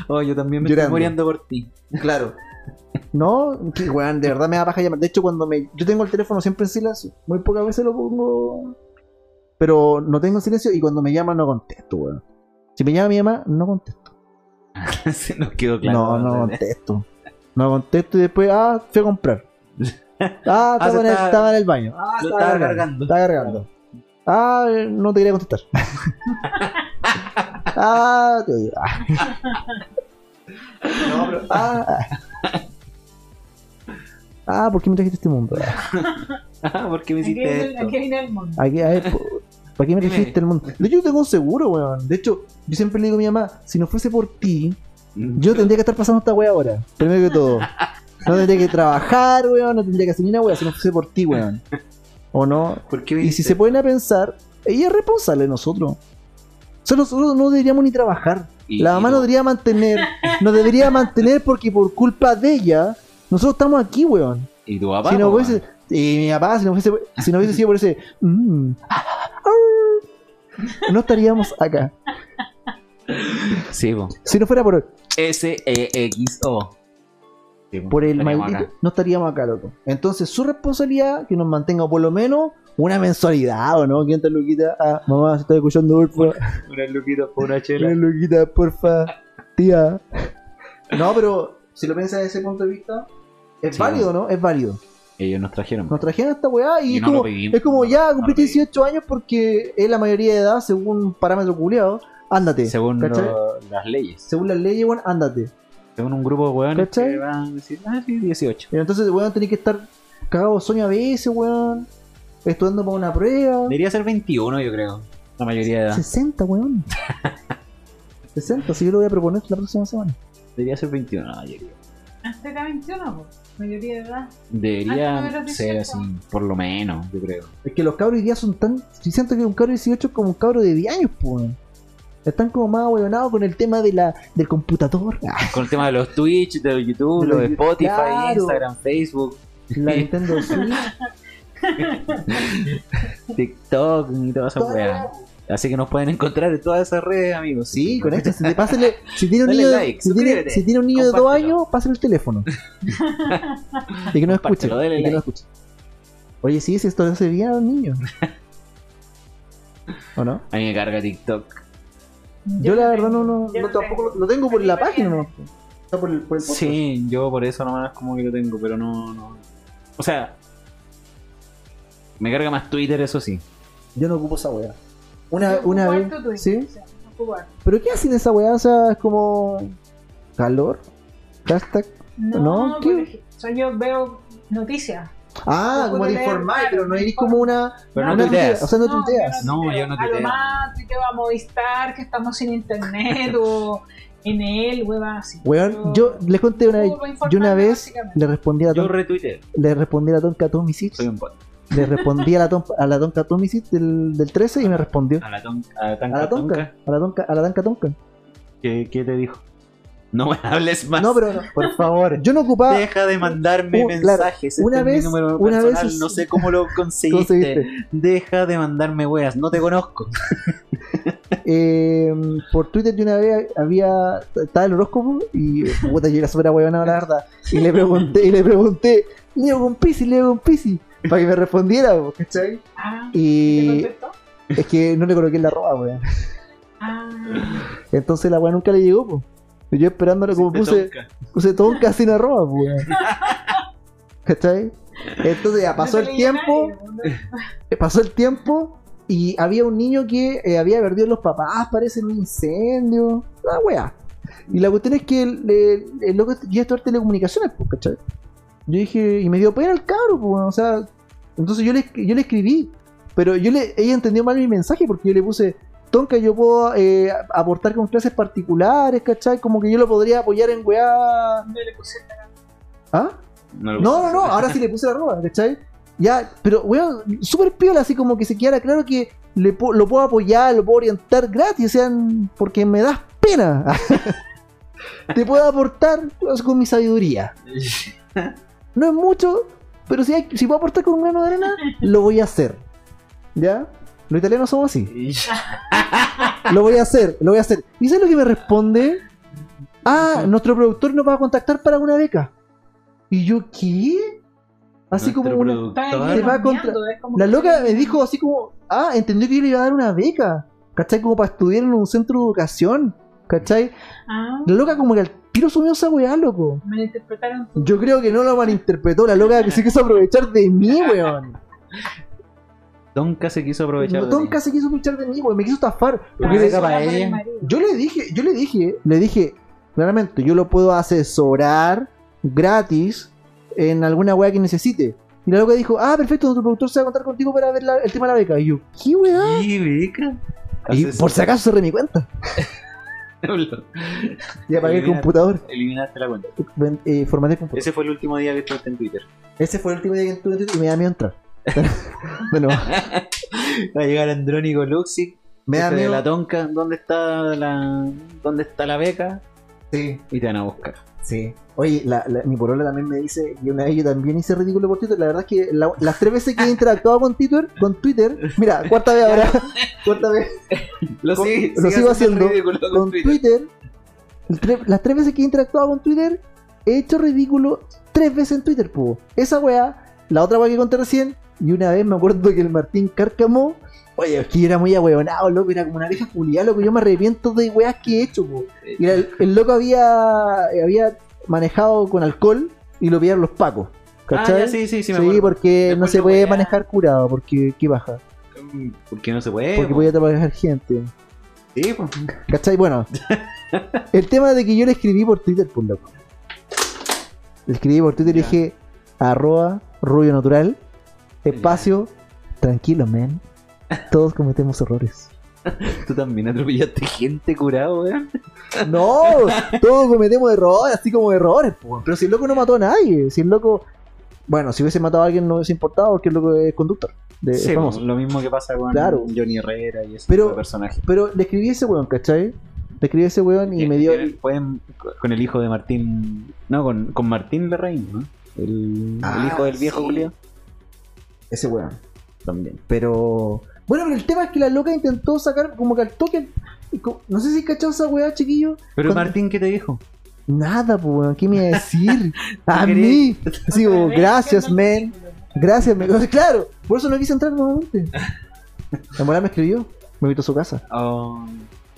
[SPEAKER 2] Oh, yo también me
[SPEAKER 1] Llorando.
[SPEAKER 2] estoy muriendo por ti. [laughs]
[SPEAKER 1] Claro. No, que, weón, de verdad me da paja llamar. De hecho, cuando me. Yo tengo el teléfono siempre en silencio. Muy pocas veces lo pongo. Pero no tengo en silencio y cuando me llaman no contesto, weón. Si me llama mi mamá, no contesto.
[SPEAKER 2] Se nos quedó claro.
[SPEAKER 1] no, no
[SPEAKER 2] [laughs]
[SPEAKER 1] contesto. No contesto y después, ah, fui a [laughs] comprar. Ah,
[SPEAKER 2] Ah,
[SPEAKER 1] estaba,
[SPEAKER 2] se
[SPEAKER 1] en el,
[SPEAKER 2] estaba-
[SPEAKER 1] estaba en el baño. Ah,
[SPEAKER 2] Lo
[SPEAKER 1] estaba,
[SPEAKER 2] estaba
[SPEAKER 1] cargando.
[SPEAKER 2] cargando.
[SPEAKER 1] Estaba cargando. Ah, no te quería [laughs] contestar. ah, te odio. Ah. No, pero- Ah, ah. Ah, ¿por qué me trajiste a este mundo?
[SPEAKER 2] [laughs] Ah, ¿Por qué me
[SPEAKER 3] Aquí viene
[SPEAKER 2] hiciste
[SPEAKER 3] el-
[SPEAKER 2] esto?
[SPEAKER 3] aquí viene el mundo.
[SPEAKER 1] Aquí, a ver, po- ¿Para qué me
[SPEAKER 2] Dime.
[SPEAKER 1] trajiste al mundo? De hecho, yo tengo un seguro, weón. De hecho, yo siempre le digo a mi mamá, si no fuese por ti, yo tendría que estar pasando esta wea ahora. Primero que todo. No tendría que trabajar, weón. No tendría que hacer ni una wea si no fuese por ti, weón. ¿O no?
[SPEAKER 2] ¿Por qué me
[SPEAKER 1] Y si
[SPEAKER 2] hiciste
[SPEAKER 1] se ponen a pensar, ella es responsable de nosotros. O sea, nosotros no deberíamos ni trabajar.
[SPEAKER 2] Y-
[SPEAKER 1] La mamá
[SPEAKER 2] y
[SPEAKER 1] nos
[SPEAKER 2] no-
[SPEAKER 1] debería mantener. Nos debería mantener porque por culpa de ella, nosotros estamos aquí, weón.
[SPEAKER 2] Y tu papá.
[SPEAKER 1] Si no pues,
[SPEAKER 2] po,
[SPEAKER 1] hubiese. Y mi papá, si no hubiese, si no hubiese sido por ese. mm, arr, no estaríamos acá.
[SPEAKER 2] man. Sí, po. E
[SPEAKER 1] Si no fuera por,
[SPEAKER 2] S-E-X-O. Sí, po.
[SPEAKER 1] por el
[SPEAKER 2] Estaríamos
[SPEAKER 1] maldito.
[SPEAKER 2] acá.
[SPEAKER 1] No estaríamos acá, loco. Entonces, su responsabilidad que nos mantenga por lo menos una mensualidad, ¿o no? ¿Quién te Luquita? Ah, mamá, se está escuchando, por favor.
[SPEAKER 2] Unas luquitas [laughs] por una
[SPEAKER 1] Mira,
[SPEAKER 2] chela.
[SPEAKER 1] Luquita, porfa, tía. No, pero si lo piensas desde ese punto de vista, es
[SPEAKER 2] Sí,
[SPEAKER 1] válido, ¿no? Es válido.
[SPEAKER 2] Ellos nos trajeron.
[SPEAKER 1] Nos trajeron esta weá y,
[SPEAKER 2] Y
[SPEAKER 1] es,
[SPEAKER 2] no lo
[SPEAKER 1] como,
[SPEAKER 2] pedimos,
[SPEAKER 1] es como
[SPEAKER 2] no,
[SPEAKER 1] ya
[SPEAKER 2] no lo
[SPEAKER 1] cumpliste
[SPEAKER 2] pedimos.
[SPEAKER 1] 18 años porque es la mayoría de edad según parámetro culiado. Ándate.
[SPEAKER 2] Según
[SPEAKER 1] ¿cachai?
[SPEAKER 2] lo- las leyes.
[SPEAKER 1] Según las leyes, weón, ándate.
[SPEAKER 2] Según un grupo de hueones
[SPEAKER 1] ¿Cachai?
[SPEAKER 2] que van a decir, ah, sí, 18.
[SPEAKER 1] Pero entonces, weón, tenés que estar cagado de sueño a veces, weón. estudiando para una prueba.
[SPEAKER 2] Debería ser 21, yo creo. La mayoría de edad.
[SPEAKER 1] 60, weón.
[SPEAKER 2] [laughs]
[SPEAKER 1] 60, si yo lo voy a proponer la próxima semana.
[SPEAKER 2] Debería ser 21, la mayoría.
[SPEAKER 3] Hasta acá 21, pues. Mayoría de edad. Ah, no,
[SPEAKER 2] Debería
[SPEAKER 3] pero
[SPEAKER 2] ser
[SPEAKER 3] 18.
[SPEAKER 2] así, por lo menos, yo creo.
[SPEAKER 1] Es que los cabros hoy día son tan. Si siento que un cabro de 18 es como un cabro de 10 años, pues. weón. Están como más ahueonados con el tema de la, del computador, Ah,
[SPEAKER 2] Con el tema de los Twitch, de los YouTube,
[SPEAKER 1] De
[SPEAKER 2] los
[SPEAKER 1] los
[SPEAKER 2] de
[SPEAKER 1] Yu-
[SPEAKER 2] Spotify,
[SPEAKER 1] Claro.
[SPEAKER 2] Instagram, Facebook,
[SPEAKER 1] la
[SPEAKER 2] [laughs]
[SPEAKER 1] Nintendo Switch.
[SPEAKER 2] TikTok y todas esas
[SPEAKER 1] toda la-
[SPEAKER 2] weas. Así que nos pueden encontrar en todas esas redes, amigos.
[SPEAKER 1] Sí, con esto, si, pásenle, si tiene un
[SPEAKER 2] Dale
[SPEAKER 1] niño,
[SPEAKER 2] like,
[SPEAKER 1] si tiene,
[SPEAKER 2] suscríbete,
[SPEAKER 1] si tiene un niño de dos
[SPEAKER 2] compártelo.
[SPEAKER 1] años, pásenle el
[SPEAKER 2] [laughs]
[SPEAKER 1] teléfono. y que no escuche.
[SPEAKER 2] Compártelo, dale
[SPEAKER 1] y que no
[SPEAKER 2] like.
[SPEAKER 1] escuche. Oye, sí, si esto no se veía a los
[SPEAKER 2] [laughs]
[SPEAKER 1] niños. ¿O no?
[SPEAKER 2] A mí me carga TikTok.
[SPEAKER 1] Yo la verdad no, no,
[SPEAKER 3] Yo
[SPEAKER 1] no tampoco lo-
[SPEAKER 3] tengo.
[SPEAKER 1] lo tengo por
[SPEAKER 3] Aquí
[SPEAKER 1] la
[SPEAKER 3] me
[SPEAKER 1] página,
[SPEAKER 3] tiene.
[SPEAKER 1] ¿no? Está por el, por el podcast.
[SPEAKER 2] Sí, yo por eso nomás como que lo tengo, pero no, no. O sea, me carga más Twitter, eso sí.
[SPEAKER 1] Yo no ocupo esa weá.
[SPEAKER 3] Yo
[SPEAKER 1] Una,
[SPEAKER 3] ocupo
[SPEAKER 1] una
[SPEAKER 3] harto Twitter,
[SPEAKER 1] vez. ¿Sí?
[SPEAKER 3] o sea, ocupo harto.
[SPEAKER 1] ¿Pero qué hacen esa weá? O sea, es como. calor. Hashtag.
[SPEAKER 3] No,
[SPEAKER 1] No,
[SPEAKER 3] no
[SPEAKER 1] ¿qué?
[SPEAKER 3] yo veo noticias.
[SPEAKER 1] Ah,
[SPEAKER 3] Ocupo
[SPEAKER 1] como te
[SPEAKER 3] leer,
[SPEAKER 1] informáis,
[SPEAKER 3] claro,
[SPEAKER 1] pero no
[SPEAKER 3] me
[SPEAKER 1] eres
[SPEAKER 3] informo.
[SPEAKER 1] como una.
[SPEAKER 2] Pero no
[SPEAKER 1] una
[SPEAKER 2] tuiteas.
[SPEAKER 1] tuitea, O sea, no,
[SPEAKER 3] tuiteas.
[SPEAKER 1] tuiteas.
[SPEAKER 2] No, yo no
[SPEAKER 3] A lo
[SPEAKER 2] tuiteo.
[SPEAKER 3] más tuiteo a Movistar que estamos sin internet
[SPEAKER 2] [laughs]
[SPEAKER 3] o en él, hueva así.
[SPEAKER 1] Weón, yo les conté una vez.
[SPEAKER 3] ocupo informarme,
[SPEAKER 1] Yo una vez
[SPEAKER 3] básicamente.
[SPEAKER 1] le respondí a la,
[SPEAKER 2] Yo
[SPEAKER 1] ton,
[SPEAKER 2] retuiteo,
[SPEAKER 1] le respondí a la tonca Tom Misich,
[SPEAKER 2] soy un bot.
[SPEAKER 1] Le respondí a la, ton, a la tonca Tom Misich del, del 13 y me respondió.
[SPEAKER 2] A la tonca, a la
[SPEAKER 1] A
[SPEAKER 2] tanca
[SPEAKER 1] la
[SPEAKER 2] tonca.
[SPEAKER 1] tonca. A la tonca. A la tonca tonca.
[SPEAKER 2] ¿Qué, qué te dijo? No me hables más.
[SPEAKER 1] No, pero
[SPEAKER 2] [laughs]
[SPEAKER 1] no, por favor. Yo no ocupaba.
[SPEAKER 2] Deja de mandarme
[SPEAKER 1] Uh, claro.
[SPEAKER 2] mensajes. Este
[SPEAKER 1] Una
[SPEAKER 2] es mi
[SPEAKER 1] vez-
[SPEAKER 2] número
[SPEAKER 1] una vez-
[SPEAKER 2] personal, no sé cómo [laughs] lo conseguiste.
[SPEAKER 1] conseguiste.
[SPEAKER 2] Deja de mandarme weas, no te conozco.
[SPEAKER 1] Eh, por Twitter de una vez había estaba el horóscopo y puta yo era súper huevona la verdad y le pregunté y le pregunté Leo con Pisi Leo con Pisi para que me respondiera po, ¿cachai?
[SPEAKER 3] Ah, ¿te
[SPEAKER 1] y
[SPEAKER 3] contestó?
[SPEAKER 1] es que no le coloqué la roba weón
[SPEAKER 3] Ah,
[SPEAKER 1] entonces la weá nunca le llegó po. Y yo esperándole como
[SPEAKER 2] Te
[SPEAKER 1] puse
[SPEAKER 2] tonca.
[SPEAKER 1] puse tonca sin arroba po,
[SPEAKER 3] [laughs]
[SPEAKER 1] weón ¿cachai? entonces ya pasó
[SPEAKER 3] no
[SPEAKER 1] el
[SPEAKER 3] te leí a
[SPEAKER 1] tiempo
[SPEAKER 3] nadie, ¿no?
[SPEAKER 1] pasó el tiempo y había un niño que eh, había perdido los papás, parece en un incendio, una weá. Y la cuestión es que el, el, el loco este- yo estudié telecomunicaciones, pues, ¿cachai? Yo dije, y me dio pena el cabro, pues, o sea, entonces yo le, yo le escribí, pero yo le, ella entendió mal mi mensaje porque yo le puse, Tonka, yo puedo eh, aportar con clases particulares, ¿cachai? Como que yo lo podría apoyar en weá.
[SPEAKER 3] No le puse nada.
[SPEAKER 1] ¿Ah?
[SPEAKER 2] No, lo
[SPEAKER 1] No, no, no, ahora sí le puse la ropa, ¿cachai? Ya, pero weón, súper piola, así como que se quedara claro que le po- lo puedo apoyar, lo puedo orientar gratis, o sea, n- porque me das pena. [laughs] Te puedo aportar con mi sabiduría.
[SPEAKER 2] [laughs]
[SPEAKER 1] No es mucho, pero si, hay- si puedo aportar con un grano de arena, lo voy a hacer. ¿Ya? Los italianos somos así. Lo voy a hacer, lo voy a hacer. ¿Y sabes lo que me responde? Ah, nuestro productor nos va a contactar para una beca. ¿Y yo qué? Así como una...
[SPEAKER 3] Estaba
[SPEAKER 1] Te va a contra-
[SPEAKER 3] bromeando, es como
[SPEAKER 1] La
[SPEAKER 3] que-
[SPEAKER 1] loca me dijo así como, ah, entendió que yo le iba a dar una beca, ¿cachai? Como para estudiar en un centro de educación, ¿cachai?
[SPEAKER 3] Ah,
[SPEAKER 1] La loca como que al tiro subió esa weá, loco.
[SPEAKER 3] me la interpretaron.
[SPEAKER 1] Yo creo que no lo malinterpretó, la loca que se quiso aprovechar de
[SPEAKER 2] [laughs]
[SPEAKER 1] mí, weón.
[SPEAKER 2] Tonka se quiso aprovechar. de
[SPEAKER 1] Tonka
[SPEAKER 2] mí.
[SPEAKER 1] se quiso aprovechar de mí, weón, me quiso estafar.
[SPEAKER 2] ¿Por
[SPEAKER 1] Porque
[SPEAKER 2] qué
[SPEAKER 1] le-
[SPEAKER 2] se para
[SPEAKER 3] Ah, Era por el
[SPEAKER 2] ella?
[SPEAKER 3] marido.
[SPEAKER 1] yo le dije, yo le dije, le dije, claramente, yo lo puedo asesorar gratis en alguna weá que necesite. Y la loca dijo, ah, perfecto, nuestro productor se va a contar contigo para ver la- el tema de la beca. Y yo, ¿qué weá?
[SPEAKER 2] Y beca.
[SPEAKER 1] Y
[SPEAKER 2] Haces-
[SPEAKER 1] por si acaso cerré mi cuenta.
[SPEAKER 2] [laughs]
[SPEAKER 1] Y apagué el
[SPEAKER 2] Mira.
[SPEAKER 1] computador.
[SPEAKER 2] Eliminaste la cuenta.
[SPEAKER 1] Ven- Eh, formateé el computador.
[SPEAKER 2] Ese fue el último día que estuviste
[SPEAKER 1] [laughs]
[SPEAKER 2] en Twitter.
[SPEAKER 1] Ese fue el último día que estuve en Twitter y me da miedo entrar. [laughs] bueno,
[SPEAKER 2] Va a llegar Andrónico Luxi.
[SPEAKER 1] me da
[SPEAKER 2] jefe de la
[SPEAKER 1] miedo.
[SPEAKER 2] tonca. ¿Dónde está la, dónde está la beca?
[SPEAKER 1] Sí,
[SPEAKER 2] Y te van a buscar.
[SPEAKER 1] sí. Oye, la- la- mi porola también me dice, y una vez yo también hice ridículo por Twitter. La verdad es que la- las tres veces que he interactuado con Twitter, con Twitter, mira, cuarta vez ahora, cuarta vez,
[SPEAKER 2] Lo,
[SPEAKER 1] Con-
[SPEAKER 2] sigue-
[SPEAKER 1] lo
[SPEAKER 2] sigue
[SPEAKER 1] sigo haciendo
[SPEAKER 2] ridículo con
[SPEAKER 1] con
[SPEAKER 2] Twitter.
[SPEAKER 1] Twitter, el tre- las tres veces que he interactuado con Twitter, he hecho ridículo tres veces en Twitter, po. Esa weá, la otra weá que conté recién, y una vez me acuerdo que el Martín Cárcamo, oye, es que yo era muy ahueonado, loco, era como una vieja culiada, loco, yo me arrepiento de weas que he hecho, po. Y el, el loco había, eh, había manejado con alcohol y lo pillaron los pacos, ¿cachai?
[SPEAKER 2] Ah, ya, sí, sí, sí, me
[SPEAKER 1] Sí,
[SPEAKER 2] acuerdo.
[SPEAKER 1] porque no
[SPEAKER 2] Después
[SPEAKER 1] se
[SPEAKER 2] lo
[SPEAKER 1] puede
[SPEAKER 2] weá.
[SPEAKER 1] manejar curado, porque qué baja,
[SPEAKER 2] Mm, Porque no se puede.
[SPEAKER 1] porque
[SPEAKER 2] po.
[SPEAKER 1] voy a trabajar gente.
[SPEAKER 2] Sí, po. [laughs]
[SPEAKER 1] ¿Cachai? Bueno. El tema de que yo le escribí por Twitter, por loco. Le escribí por Twitter y
[SPEAKER 2] Ya.
[SPEAKER 1] dije, arroba rubio natural, espacio, Tranquilo, man. Todos cometemos
[SPEAKER 2] [laughs]
[SPEAKER 1] errores.
[SPEAKER 2] Tú también atropellaste gente curado, weón.
[SPEAKER 1] No, todos cometemos errores, así como errores, po. Pero si el loco no mató a nadie, si el loco. Bueno, si hubiese matado a alguien no hubiese importado porque el loco es conductor. de- es
[SPEAKER 2] Sí,
[SPEAKER 1] famoso.
[SPEAKER 2] lo mismo que pasa con
[SPEAKER 1] Claro.
[SPEAKER 2] Johnny Herrera y ese
[SPEAKER 1] Pero-
[SPEAKER 2] tipo de personaje.
[SPEAKER 1] Pero le escribí a ese weón, ¿cachai? Le escribí a ese weón y me dio.
[SPEAKER 2] Tienen- pueden- con el hijo de Martín. No, con, con Martín Larraín, ¿no? El,
[SPEAKER 1] Ah,
[SPEAKER 2] el hijo del viejo
[SPEAKER 1] sí.
[SPEAKER 2] Julio.
[SPEAKER 1] Ese weón.
[SPEAKER 2] También.
[SPEAKER 1] Pero. Bueno, pero el tema es que la loca intentó sacar como que al toque. y co- No sé si cachó esa weá, chiquillo.
[SPEAKER 2] Pero
[SPEAKER 1] Cuando-
[SPEAKER 2] Martín, ¿qué te dijo?
[SPEAKER 1] Nada, pues weón, ¿qué me iba a
[SPEAKER 2] [laughs]
[SPEAKER 1] decir? a
[SPEAKER 2] querías-
[SPEAKER 1] mí. Así
[SPEAKER 2] [laughs]
[SPEAKER 1] como,
[SPEAKER 3] Otra vez,
[SPEAKER 1] gracias,
[SPEAKER 3] viendo el
[SPEAKER 1] man.
[SPEAKER 3] capítulo.
[SPEAKER 1] Gracias, man. Entonces, [laughs] Claro, por eso no quise entrar
[SPEAKER 2] [laughs]
[SPEAKER 1] nuevamente. La mola me escribió, me invitó a su casa.
[SPEAKER 2] Oh,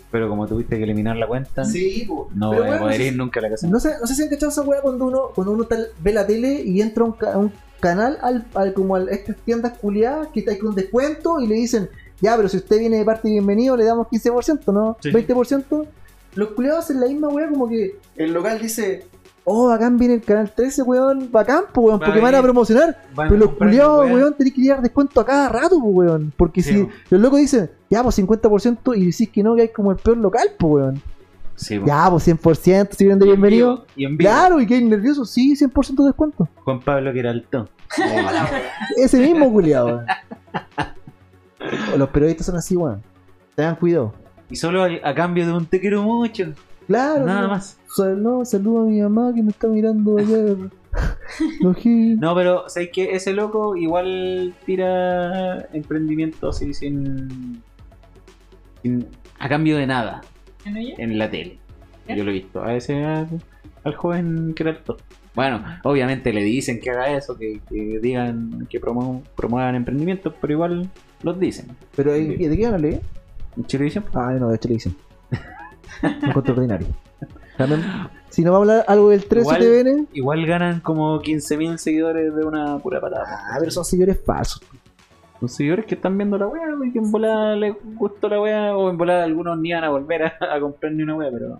[SPEAKER 2] pero como tuviste que eliminar la cuenta,
[SPEAKER 1] Sí, pues.
[SPEAKER 2] no voy a poder ir nunca a la casa.
[SPEAKER 1] No sé, no sé si han cachado esa weá cuando uno, cuando uno tal- ve la tele y entra a un, ca- a un canal al, al- como a estas tiendas culiadas que está con descuento y le dicen, ya, pero si usted viene de parte de bienvenido le damos 15%, ¿no?
[SPEAKER 2] Sí.
[SPEAKER 1] 20%. Los culiados hacen la misma weá como que el local dice, oh, bacán viene el canal 13, weón, bacán, po, weón,
[SPEAKER 2] Va
[SPEAKER 1] porque
[SPEAKER 2] a
[SPEAKER 1] van a
[SPEAKER 2] venir.
[SPEAKER 1] promocionar.
[SPEAKER 2] Van a
[SPEAKER 1] Pero los
[SPEAKER 2] comprar
[SPEAKER 1] culiados,
[SPEAKER 2] la weá.
[SPEAKER 1] weón, tenés que dar descuento a cada rato, po, weón. Porque
[SPEAKER 2] Sí,
[SPEAKER 1] si
[SPEAKER 2] po.
[SPEAKER 1] los locos dicen, ya, pues 50% y decís que no, que hay como el peor local, pues, weón.
[SPEAKER 2] Sí, bueno.
[SPEAKER 1] Ya, pues 100%, si vienen de
[SPEAKER 2] Y en
[SPEAKER 1] bienvenido.
[SPEAKER 2] vivo, Y en vivo.
[SPEAKER 1] Claro, y que hay nervioso, sí, 100% de descuento.
[SPEAKER 2] Juan Pablo Queraltó.
[SPEAKER 1] Ese mismo culiado.
[SPEAKER 2] [laughs]
[SPEAKER 1] Los periodistas son así, weón. Tengan cuidado.
[SPEAKER 2] Y solo a, a cambio de un te quiero mucho.
[SPEAKER 1] Claro.
[SPEAKER 2] Nada
[SPEAKER 1] no.
[SPEAKER 2] más.
[SPEAKER 1] Sal- no, saludo a mi mamá que me está mirando
[SPEAKER 2] [laughs]
[SPEAKER 1] allá. Los gil.
[SPEAKER 2] No, pero ¿sabes que Ese loco igual tira emprendimiento así sin, sin- a cambio de nada
[SPEAKER 3] ¿En ella?
[SPEAKER 2] en la tele. Yo lo he visto. A ese al, al joven Queraltó. Bueno, obviamente le dicen que haga eso, que, que digan que promo- promuevan emprendimientos, pero igual los dicen.
[SPEAKER 1] Pero ¿y- y ¿de qué ganas leí?
[SPEAKER 2] En televisión, pues,
[SPEAKER 1] Ah, no, de televisión. Un encuentro ordinario. También, si no va a hablar algo del 13
[SPEAKER 2] Igual-
[SPEAKER 1] TVN.
[SPEAKER 2] igual ganan como 15.000 seguidores de una pura patada.
[SPEAKER 1] Ah, pero son seguidores falsos.
[SPEAKER 2] Los seguidores que están viendo la wea y que en volada les gustó la wea o en volada algunos ni van a volver a, a comprar ni una wea, pero.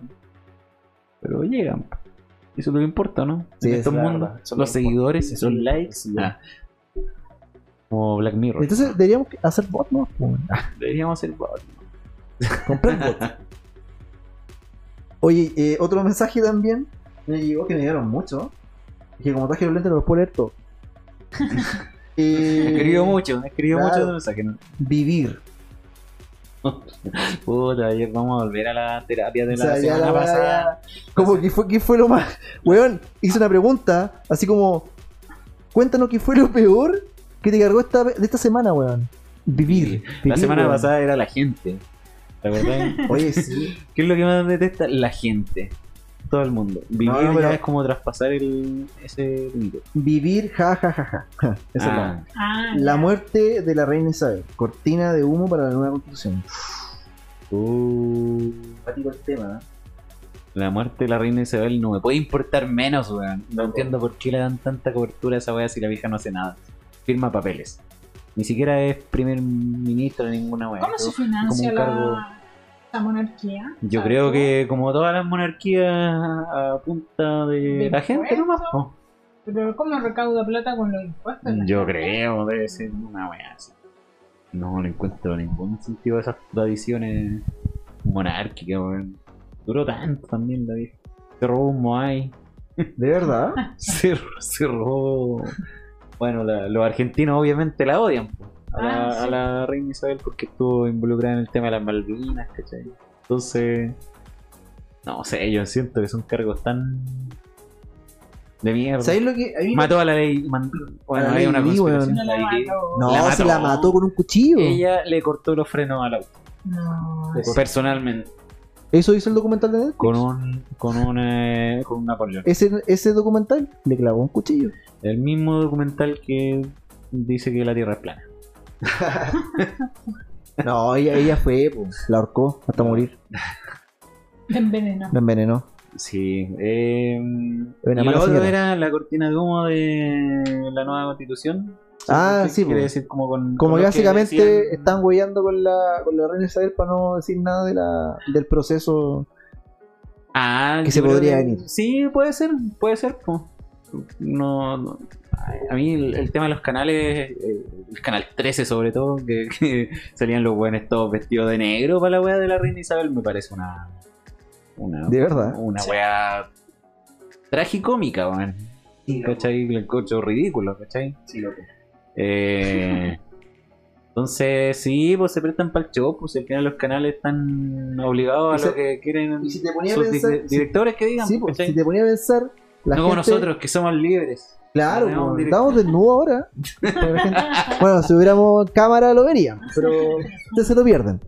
[SPEAKER 2] Pero llegan. po. Eso es lo que importa, ¿no?
[SPEAKER 1] Sí,
[SPEAKER 2] en
[SPEAKER 1] es
[SPEAKER 2] estos
[SPEAKER 1] la
[SPEAKER 2] mundos,
[SPEAKER 1] verdad. Eso es
[SPEAKER 2] los
[SPEAKER 1] lo
[SPEAKER 2] seguidores,
[SPEAKER 1] importante.
[SPEAKER 2] esos likes.
[SPEAKER 1] Sí.
[SPEAKER 2] ah. Como Black Mirror.
[SPEAKER 1] Entonces deberíamos hacer bot, ¿no?
[SPEAKER 2] Deberíamos hacer. bot.
[SPEAKER 1] Comprar bot. Oye, eh, otro mensaje también me llegó que me dieron mucho. Que como traje los lentes no los puedo leer
[SPEAKER 2] [laughs]
[SPEAKER 1] todos. Eh,
[SPEAKER 2] Escribió mucho, escribió
[SPEAKER 1] Claro.
[SPEAKER 2] mucho de mensaje. ¿no?
[SPEAKER 1] Vivir.
[SPEAKER 2] Puta, ayer vamos a volver a la terapia de
[SPEAKER 1] O
[SPEAKER 2] la
[SPEAKER 1] sea, ya
[SPEAKER 2] semana
[SPEAKER 1] la
[SPEAKER 2] pasada.
[SPEAKER 1] pasada. Como que fue, ¿qué fue lo más. Weón, hice una pregunta, así como. Cuéntanos qué fue lo peor que te cargó esta, de esta semana, weón. Vivir.
[SPEAKER 2] La
[SPEAKER 1] vivir,
[SPEAKER 2] semana
[SPEAKER 1] weón.
[SPEAKER 2] pasada era la gente.
[SPEAKER 1] [laughs]
[SPEAKER 2] ¿Te acordás?
[SPEAKER 1] Oye, sí.
[SPEAKER 2] ¿Qué es lo que más detesta? La gente. Todo el mundo. Vivir
[SPEAKER 1] No, no, pero-
[SPEAKER 2] ya es como traspasar el, ese límite.
[SPEAKER 1] Vivir, ja, ja, ja, [laughs] ja. Ja, esa es la-
[SPEAKER 2] Ah,
[SPEAKER 3] Ah,
[SPEAKER 1] La
[SPEAKER 3] ya.
[SPEAKER 1] muerte de la reina Isabel. Cortina de humo para la nueva constitución.
[SPEAKER 2] uh,
[SPEAKER 1] Simpático el tema. ¿eh?
[SPEAKER 2] la muerte de la reina Isabel no me puede importar menos, weón. No entiendo por qué le dan tanta cobertura a esa weá si la vieja no hace nada. Firma papeles. Ni siquiera es primer ministro de ninguna weá.
[SPEAKER 3] ¿Cómo se Ah,
[SPEAKER 2] como
[SPEAKER 3] financia
[SPEAKER 2] un cargo-
[SPEAKER 3] la, la monarquía?
[SPEAKER 2] Yo
[SPEAKER 3] ¿Sabes
[SPEAKER 2] creo
[SPEAKER 3] tú?
[SPEAKER 2] que como todas las monarquías a punta de,
[SPEAKER 3] ¿De
[SPEAKER 2] la gente
[SPEAKER 3] impuestos?
[SPEAKER 2] nomás. po.
[SPEAKER 3] Pero ¿cómo recauda plata con los impuestos? la
[SPEAKER 2] Yo
[SPEAKER 3] gente?
[SPEAKER 2] creo, debe ser una wea así. No le encuentro ningún sentido a esas tradiciones monárquicas, weón. Duró tanto también la vieja. Se robó un Moai. [laughs]
[SPEAKER 1] ¿De verdad?
[SPEAKER 2] Se, se robó. Bueno, la- los argentinos obviamente la odian po, a, la,
[SPEAKER 3] Ah, sí.
[SPEAKER 2] a la reina Isabel porque estuvo involucrada en el tema de las Malvinas, ¿cachai? Entonces. No sé, yo siento que son cargos tan. de mierda.
[SPEAKER 1] ¿Sabéis lo que.? hay una-
[SPEAKER 2] Mató a la ley. man- Bueno,
[SPEAKER 1] A la
[SPEAKER 2] hay una
[SPEAKER 1] Lady Di,
[SPEAKER 2] conspiración.
[SPEAKER 3] No la
[SPEAKER 2] La Lady Di.
[SPEAKER 3] mató.
[SPEAKER 1] No,
[SPEAKER 2] la
[SPEAKER 1] se
[SPEAKER 2] mató.
[SPEAKER 1] la mató con un cuchillo.
[SPEAKER 2] Ella le cortó los frenos al auto.
[SPEAKER 3] No.
[SPEAKER 2] Personalmente.
[SPEAKER 1] Eso hizo el documental de Netflix.
[SPEAKER 2] Ah, Con un. Con un. eh, con un Napoleón.
[SPEAKER 1] Ese, ese documental le clavó un cuchillo.
[SPEAKER 2] El mismo documental que dice que la Tierra es plana.
[SPEAKER 1] No, ella, ella fue, pues, la ahorcó hasta morir.
[SPEAKER 3] [laughs] La envenenó.
[SPEAKER 1] La envenenó.
[SPEAKER 2] Sí. eh, y
[SPEAKER 1] Una
[SPEAKER 2] lo
[SPEAKER 1] mala
[SPEAKER 2] otro
[SPEAKER 1] señora.
[SPEAKER 2] era la cortina de humo de la nueva constitución.
[SPEAKER 1] Ah,
[SPEAKER 2] ¿Qué
[SPEAKER 1] sí,
[SPEAKER 2] Quiere
[SPEAKER 1] po.
[SPEAKER 2] decir como con.
[SPEAKER 1] Como
[SPEAKER 2] con
[SPEAKER 1] que
[SPEAKER 2] los
[SPEAKER 1] básicamente
[SPEAKER 2] decían-
[SPEAKER 1] están hueando con la, con la reina Isabel para no decir nada de la, del proceso.
[SPEAKER 2] Ah,
[SPEAKER 1] que
[SPEAKER 2] yo
[SPEAKER 1] se
[SPEAKER 2] creo
[SPEAKER 1] podría venir.
[SPEAKER 2] Sí, puede ser, puede ser. po. No, no. A mí el, el tema de los canales, eh, el canal 13 sobre todo, que, [laughs] que salían los buenos todos vestidos de negro para la wea de la reina Isabel, me parece una. una
[SPEAKER 1] De verdad.
[SPEAKER 2] Una
[SPEAKER 4] Sí.
[SPEAKER 2] wea tragicómica, weón.
[SPEAKER 4] Sí, loco.
[SPEAKER 2] ¿Cachai? El cocho ridículo, ¿cachai?
[SPEAKER 4] Sí, loco.
[SPEAKER 2] Eh, entonces, sí, pues se prestan para el show, pues al final los canales están obligados a
[SPEAKER 1] Y se-
[SPEAKER 2] lo que quieren
[SPEAKER 1] y si te ponía a
[SPEAKER 2] sus
[SPEAKER 1] pensar-
[SPEAKER 2] di- directores que digan.
[SPEAKER 1] Sí, pues,
[SPEAKER 2] ¿cachai?
[SPEAKER 1] si te ponía a pensar, la
[SPEAKER 2] no como
[SPEAKER 1] gente-
[SPEAKER 2] nosotros, que somos libres.
[SPEAKER 1] Claro,
[SPEAKER 2] Nos vemos
[SPEAKER 1] pues,
[SPEAKER 2] directo.
[SPEAKER 1] estamos desnudos
[SPEAKER 2] [laughs]
[SPEAKER 1] ahora. Pero la gente- bueno, si hubiéramos cámara lo verían,
[SPEAKER 2] [laughs]
[SPEAKER 1] pero ustedes se lo pierden.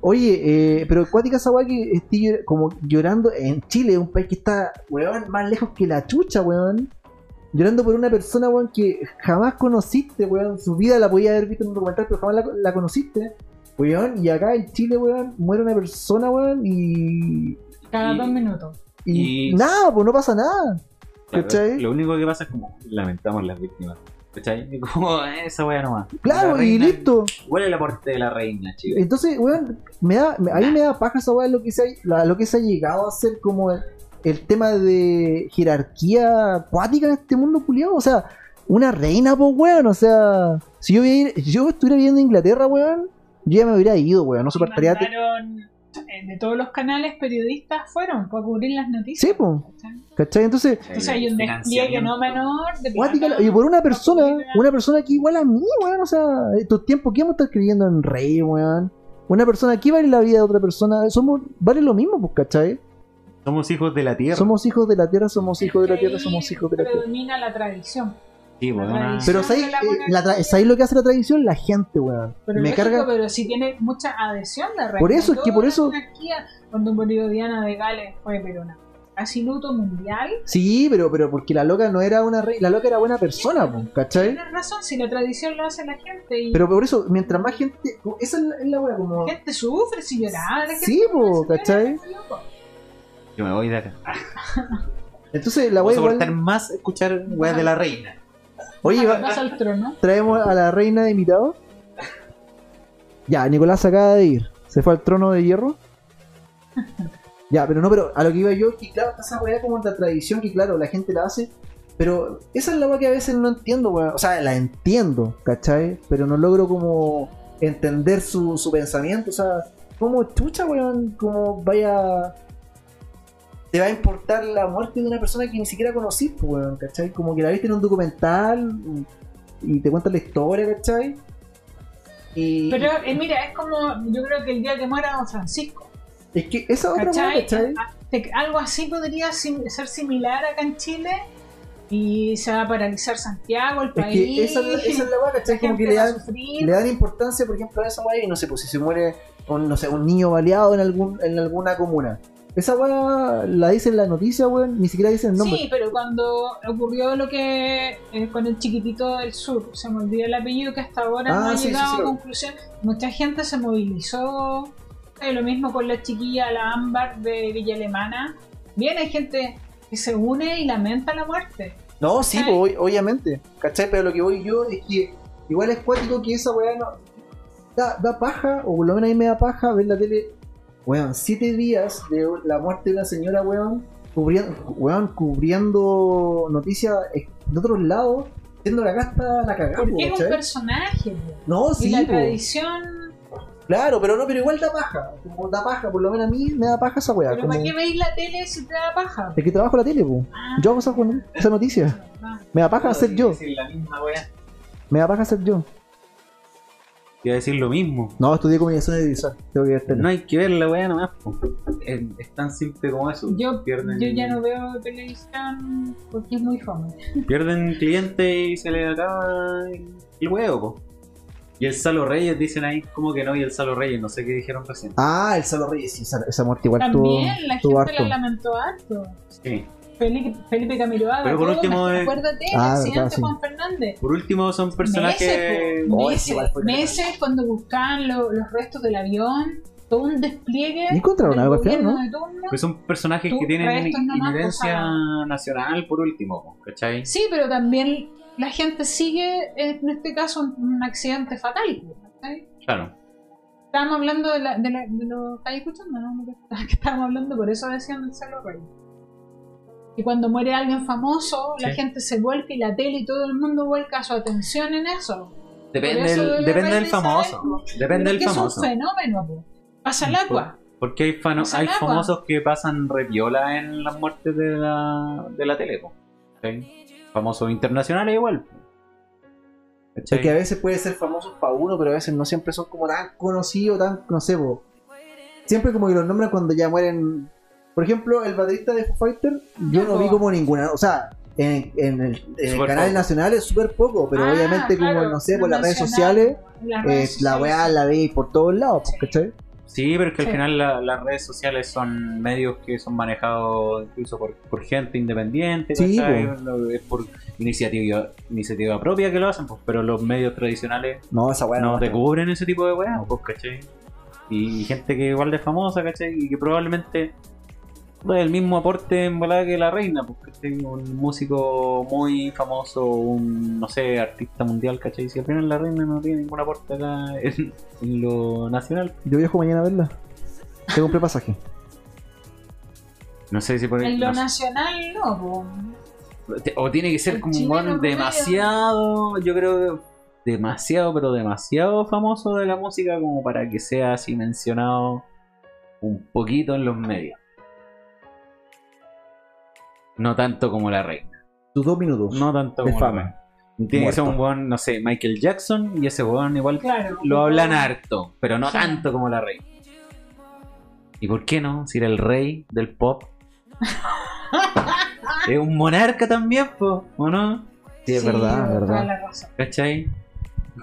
[SPEAKER 1] Oye, eh, pero Cuática Sawaki estoy llor- como llorando en Chile, un país que está, weón, más lejos que la chucha, weón. Llorando por una persona, weón, que jamás conociste, weón. Su vida la podía haber visto en un documental, pero jamás la, la conociste. Weón, y acá en Chile, weón, muere una persona, weón, y...
[SPEAKER 3] Cada
[SPEAKER 2] Y-
[SPEAKER 3] dos minutos.
[SPEAKER 1] Y,
[SPEAKER 2] Y-
[SPEAKER 1] nada, pues no pasa nada.
[SPEAKER 2] Claro,
[SPEAKER 1] ¿Cachai?
[SPEAKER 2] Lo único que pasa es como lamentamos las víctimas. ¿Cachai? Y Como "Eh, esa wea nomás.
[SPEAKER 1] Claro,
[SPEAKER 2] La
[SPEAKER 1] y
[SPEAKER 2] reina-
[SPEAKER 1] listo.
[SPEAKER 2] Huele el aporte de la reina, chicos.
[SPEAKER 1] Entonces, weón, me da, me- a mí me da paja esa weá lo que se ha, la- lo que se ha llegado a ser como el, el tema de jerarquía acuática en este mundo culiado. O sea, una reina, pues weón. O sea, si yo, hubiera- yo estuviera viviendo en Inglaterra, weón, yo ya me hubiera ido, weón. No soportaría. te-
[SPEAKER 3] Mandaron, eh, de todos los canales periodistas fueron para cubrir las noticias.
[SPEAKER 1] Sí, po.
[SPEAKER 3] ¿cachai?
[SPEAKER 1] ¿Cachai? Entonces,
[SPEAKER 3] Entonces hay un despliegue
[SPEAKER 2] Financiamiento.
[SPEAKER 3] no menor de
[SPEAKER 1] acuática,
[SPEAKER 3] plata.
[SPEAKER 1] y por una persona,
[SPEAKER 3] Para cubrir
[SPEAKER 1] una persona que igual a mí, weón. O sea, estos tiempos, ¿qué vamos a estar creyendo en rey, weón? Una persona, ¿qué vale la vida de otra persona? Somos, vale lo mismo, pues, ¿cachai?
[SPEAKER 2] Somos hijos de la tierra.
[SPEAKER 1] Somos hijos de la tierra, somos hijos de la tierra,
[SPEAKER 3] Ahí
[SPEAKER 1] somos hijos de la tierra.
[SPEAKER 3] Predomina la tradición.
[SPEAKER 2] Sí, pues,
[SPEAKER 3] la
[SPEAKER 2] una-
[SPEAKER 3] tradición.
[SPEAKER 1] Pero ¿sabes,
[SPEAKER 3] La
[SPEAKER 1] eh,
[SPEAKER 3] monarquía.
[SPEAKER 1] la tra- ¿sabes lo que hace la tradición? La gente, weón.
[SPEAKER 3] Pero
[SPEAKER 1] Me
[SPEAKER 3] lógico,
[SPEAKER 1] carga.
[SPEAKER 3] Pero si tiene mucha adhesión la reina.
[SPEAKER 1] Por eso, es que
[SPEAKER 3] Toda
[SPEAKER 1] por
[SPEAKER 3] la
[SPEAKER 1] eso-
[SPEAKER 3] monarquía, cuando murió Diana de Gales fue Perona. Casi luto mundial.
[SPEAKER 1] Sí, pero, pero porque la loca no era una rey, la loca era buena persona, po, ¿cachai?
[SPEAKER 3] Tienes razón, si la tradición lo hace la gente y
[SPEAKER 1] Pero por eso, mientras más gente. Esa es la, es la weá, como.
[SPEAKER 3] la gente sufre, si llorar. la
[SPEAKER 1] Sí,
[SPEAKER 3] gente
[SPEAKER 1] po,
[SPEAKER 3] sufre,
[SPEAKER 1] ¿cachai?
[SPEAKER 3] se llora, loco.
[SPEAKER 2] Yo me voy de acá.
[SPEAKER 1] Entonces la
[SPEAKER 2] Voy a
[SPEAKER 1] weá
[SPEAKER 2] soportar
[SPEAKER 1] igual.
[SPEAKER 2] más escuchar weas de la reina.
[SPEAKER 1] Oye, va-
[SPEAKER 3] Vas al trono.
[SPEAKER 1] traemos a la reina de invitado. Ya, Nicolás acaba de ir. Se fue al trono de hierro. Ya, pero no, pero a lo que iba yo, que claro, está esa weá como la tradición que claro, la gente la hace. Pero esa es la weá que a veces no entiendo, weón. O sea, la entiendo, ¿cachai? Pero no logro como entender su, su pensamiento. O sea, ¿cómo chucha, weón? ¿Cómo vaya... Te va a importar la muerte de una persona que ni siquiera conociste, weón, ¿cachai? Como que la viste en un documental y te cuentan la historia, ¿cachai? Y
[SPEAKER 3] Pero eh, mira, es como yo creo que el día que muera Don Francisco.
[SPEAKER 1] es que esa otra weá,
[SPEAKER 3] ¿Cachai?
[SPEAKER 1] ¿cachai?
[SPEAKER 3] Ah, te- Algo así podría sim- ser similar acá en Chile y se va a paralizar Santiago, el
[SPEAKER 1] Es
[SPEAKER 3] país.
[SPEAKER 1] que esa, esa es la weá, ¿cachai?
[SPEAKER 3] [laughs] la
[SPEAKER 1] Como
[SPEAKER 3] gente
[SPEAKER 1] que le
[SPEAKER 3] va a
[SPEAKER 1] dan
[SPEAKER 3] sufrir.
[SPEAKER 1] le dan importancia, por ejemplo, a esa weá y no sé, pues si se muere un, no sé, un niño baleado en algún en alguna comuna. Esa weá la dicen en la noticia, weón, ni siquiera dicen el nombre.
[SPEAKER 3] Sí, pero cuando ocurrió lo que eh, con el chiquitito del sur, se me olvidó el apellido que hasta ahora no
[SPEAKER 1] Ah,
[SPEAKER 3] ha
[SPEAKER 1] sí, sí,
[SPEAKER 3] llegado
[SPEAKER 1] sí, lo-
[SPEAKER 3] a conclusión, mucha gente se movilizó, eh, lo mismo con la chiquilla, la ámbar de Villa Alemana, bien hay gente que se une y lamenta la muerte.
[SPEAKER 1] No, sí,
[SPEAKER 3] ¿Cachai?
[SPEAKER 1] pues, ob- obviamente. ¿Cachai? Pero lo que voy yo es que igual es cuático que esa weá no. Da, da paja, o por lo menos a mí me da paja ver la tele. Weón, siete días de la muerte de una señora, weón, cubriendo, weón, cubriendo noticias eh, de otros lados, siendo la gasta la cagada,
[SPEAKER 3] Porque es un
[SPEAKER 1] ¿cachai?
[SPEAKER 3] personaje, po.
[SPEAKER 1] No,
[SPEAKER 3] y
[SPEAKER 1] sí,
[SPEAKER 3] la
[SPEAKER 1] po.
[SPEAKER 3] tradición,
[SPEAKER 1] claro, pero no, pero igual da paja. Como da paja, por lo menos a mí me da paja esa weá.
[SPEAKER 3] pero
[SPEAKER 1] como-
[SPEAKER 3] ¿para qué veis la tele si te da paja?
[SPEAKER 1] Es que trabajo en la tele, po.
[SPEAKER 3] Ah,
[SPEAKER 1] Yo hago esa, esa noticia.
[SPEAKER 3] ah.
[SPEAKER 1] Me da paja hacer yo.
[SPEAKER 2] Decir la misma wea.
[SPEAKER 1] Me da paja hacer yo.
[SPEAKER 2] Iba a decir lo mismo.
[SPEAKER 1] No, estudié comunicación audiovisual. Tengo que ver tele.
[SPEAKER 2] No hay que ver la wea nomás. po. Es, es tan simple como eso.
[SPEAKER 3] Yo,
[SPEAKER 2] pierden,
[SPEAKER 3] yo ya no veo televisión porque es muy fome.
[SPEAKER 2] pierden cliente y se le acaba el el huevo. po. Y el Salo Reyes dicen ahí como que no, y el Salo Reyes, no sé qué dijeron recién.
[SPEAKER 1] Ah, el Salo Reyes, sí, esa, esa muerte igual tuvo.
[SPEAKER 3] También la
[SPEAKER 1] estuvo
[SPEAKER 3] gente
[SPEAKER 1] harto.
[SPEAKER 3] la lamentó harto.
[SPEAKER 2] Sí.
[SPEAKER 3] Felipe, Felipe Camiroaga.
[SPEAKER 2] Pero por
[SPEAKER 3] todo,
[SPEAKER 2] último,
[SPEAKER 3] me-
[SPEAKER 2] eh,
[SPEAKER 3] Acuérdate, el
[SPEAKER 1] Ah,
[SPEAKER 3] accidente
[SPEAKER 1] verdad, sí.
[SPEAKER 3] Juan Fernández.
[SPEAKER 2] Por último son personajes...
[SPEAKER 3] Meses,
[SPEAKER 1] Oh,
[SPEAKER 3] po,
[SPEAKER 1] ese igual fue
[SPEAKER 3] meses, meses cuando buscaban lo- los restos del avión, todo un despliegue.
[SPEAKER 1] ¿Y encontraron
[SPEAKER 3] del
[SPEAKER 1] algo al final,
[SPEAKER 3] gobierno
[SPEAKER 1] no?
[SPEAKER 3] de turno.
[SPEAKER 2] Pues son personajes
[SPEAKER 3] Tú,
[SPEAKER 2] que tienen
[SPEAKER 3] restos nomás,
[SPEAKER 2] inherencia
[SPEAKER 3] cosa.
[SPEAKER 2] nacional por último, po, ¿cachai?
[SPEAKER 3] pues, Sí, pero también la gente sigue, en este caso, un- un accidente fatal. ¿cachai?
[SPEAKER 2] Claro.
[SPEAKER 3] Estábamos hablando de, la, de, la- de lo. ¿Estáis escuchando? No, no, que estábamos hablando, por eso decían el Cerro Rey. Y cuando muere alguien famoso, la
[SPEAKER 2] Sí.
[SPEAKER 3] gente se vuelca y la tele y todo el mundo vuelca su atención en eso.
[SPEAKER 2] Depende
[SPEAKER 3] Por eso
[SPEAKER 2] del,
[SPEAKER 3] de la
[SPEAKER 2] depende del
[SPEAKER 3] reina
[SPEAKER 2] famoso.
[SPEAKER 3] Isabel,
[SPEAKER 2] Depende
[SPEAKER 3] Pero
[SPEAKER 2] del
[SPEAKER 3] es que es un
[SPEAKER 2] famoso.
[SPEAKER 3] fenómeno, po. pasa el agua.
[SPEAKER 2] Porque hay, fano-
[SPEAKER 3] Esa
[SPEAKER 2] hay
[SPEAKER 3] es la
[SPEAKER 2] famosos que pasan reviola en las muertes de la, de la tele. po. ¿Cachai? Famosos internacionales igual. po. ¿Cachai?
[SPEAKER 1] Porque a veces puede ser famosos para uno, pero a veces no siempre son como tan conocidos, tan, no sé, po. Siempre como que los nombran cuando ya mueren. Por ejemplo, el baterista de Foo Fighter, yo
[SPEAKER 3] Ya,
[SPEAKER 1] no vi
[SPEAKER 3] po.
[SPEAKER 1] como ninguna. O sea, en, en el, en el
[SPEAKER 2] Súper
[SPEAKER 1] canal
[SPEAKER 2] poco.
[SPEAKER 1] nacional es súper poco, pero
[SPEAKER 3] Ah,
[SPEAKER 1] obviamente, como
[SPEAKER 3] claro,
[SPEAKER 1] no sé, por
[SPEAKER 3] lo
[SPEAKER 1] las redes
[SPEAKER 3] nacional,
[SPEAKER 1] sociales,
[SPEAKER 3] Las
[SPEAKER 1] eh,
[SPEAKER 3] redes
[SPEAKER 1] la
[SPEAKER 3] sociales.
[SPEAKER 1] weá la veis por todos lados, po,
[SPEAKER 3] Sí.
[SPEAKER 1] ¿cachai?
[SPEAKER 2] Sí, pero es que al
[SPEAKER 3] Sí.
[SPEAKER 2] final la- las redes sociales son medios que son manejados incluso por, por gente independiente,
[SPEAKER 1] Sí,
[SPEAKER 2] ¿cachai? Lo- es por iniciativa, iniciativa propia que lo hacen, pues, pero los medios tradicionales
[SPEAKER 1] No, esa weá
[SPEAKER 2] no te
[SPEAKER 1] muestra.
[SPEAKER 2] cubren ese tipo de weá, pues, ¿cachai? Y, gente que igual de famosa, ¿cachai? Y que probablemente no es el mismo aporte en volada que la reina, pues, ¿cachai? Un músico muy famoso, un, no sé, artista mundial, ¿cachai? Si al final la reina no tiene ningún aporte acá en- en lo nacional.
[SPEAKER 1] Yo viajo mañana a verla. Te compré pasaje.
[SPEAKER 2] No sé si por
[SPEAKER 3] En lo
[SPEAKER 2] no sé.
[SPEAKER 3] nacional no, po.
[SPEAKER 2] Te- O tiene que ser
[SPEAKER 3] El
[SPEAKER 2] como un
[SPEAKER 3] chileno
[SPEAKER 2] weón
[SPEAKER 3] promedio.
[SPEAKER 2] demasiado, yo creo que demasiado, pero demasiado famoso de la música como para que sea así mencionado un poquito en los medios. No tanto como la reina.
[SPEAKER 1] Tus dos minutos.
[SPEAKER 2] No tanto
[SPEAKER 1] De
[SPEAKER 2] como la
[SPEAKER 1] fama.
[SPEAKER 2] reina. Tiene que ser un
[SPEAKER 1] Muerto.
[SPEAKER 2] weón, no sé, Michael Jackson y ese weón igual
[SPEAKER 3] claro.
[SPEAKER 2] lo hablan harto, pero no
[SPEAKER 3] Sí.
[SPEAKER 2] tanto como la reina. ¿Y por qué no? Si era el rey del pop. es un monarca también, po, ¿o no?
[SPEAKER 1] Sí, es
[SPEAKER 3] Sí,
[SPEAKER 1] verdad, es
[SPEAKER 3] toda
[SPEAKER 1] verdad.
[SPEAKER 3] la razón.
[SPEAKER 2] ¿Cachai?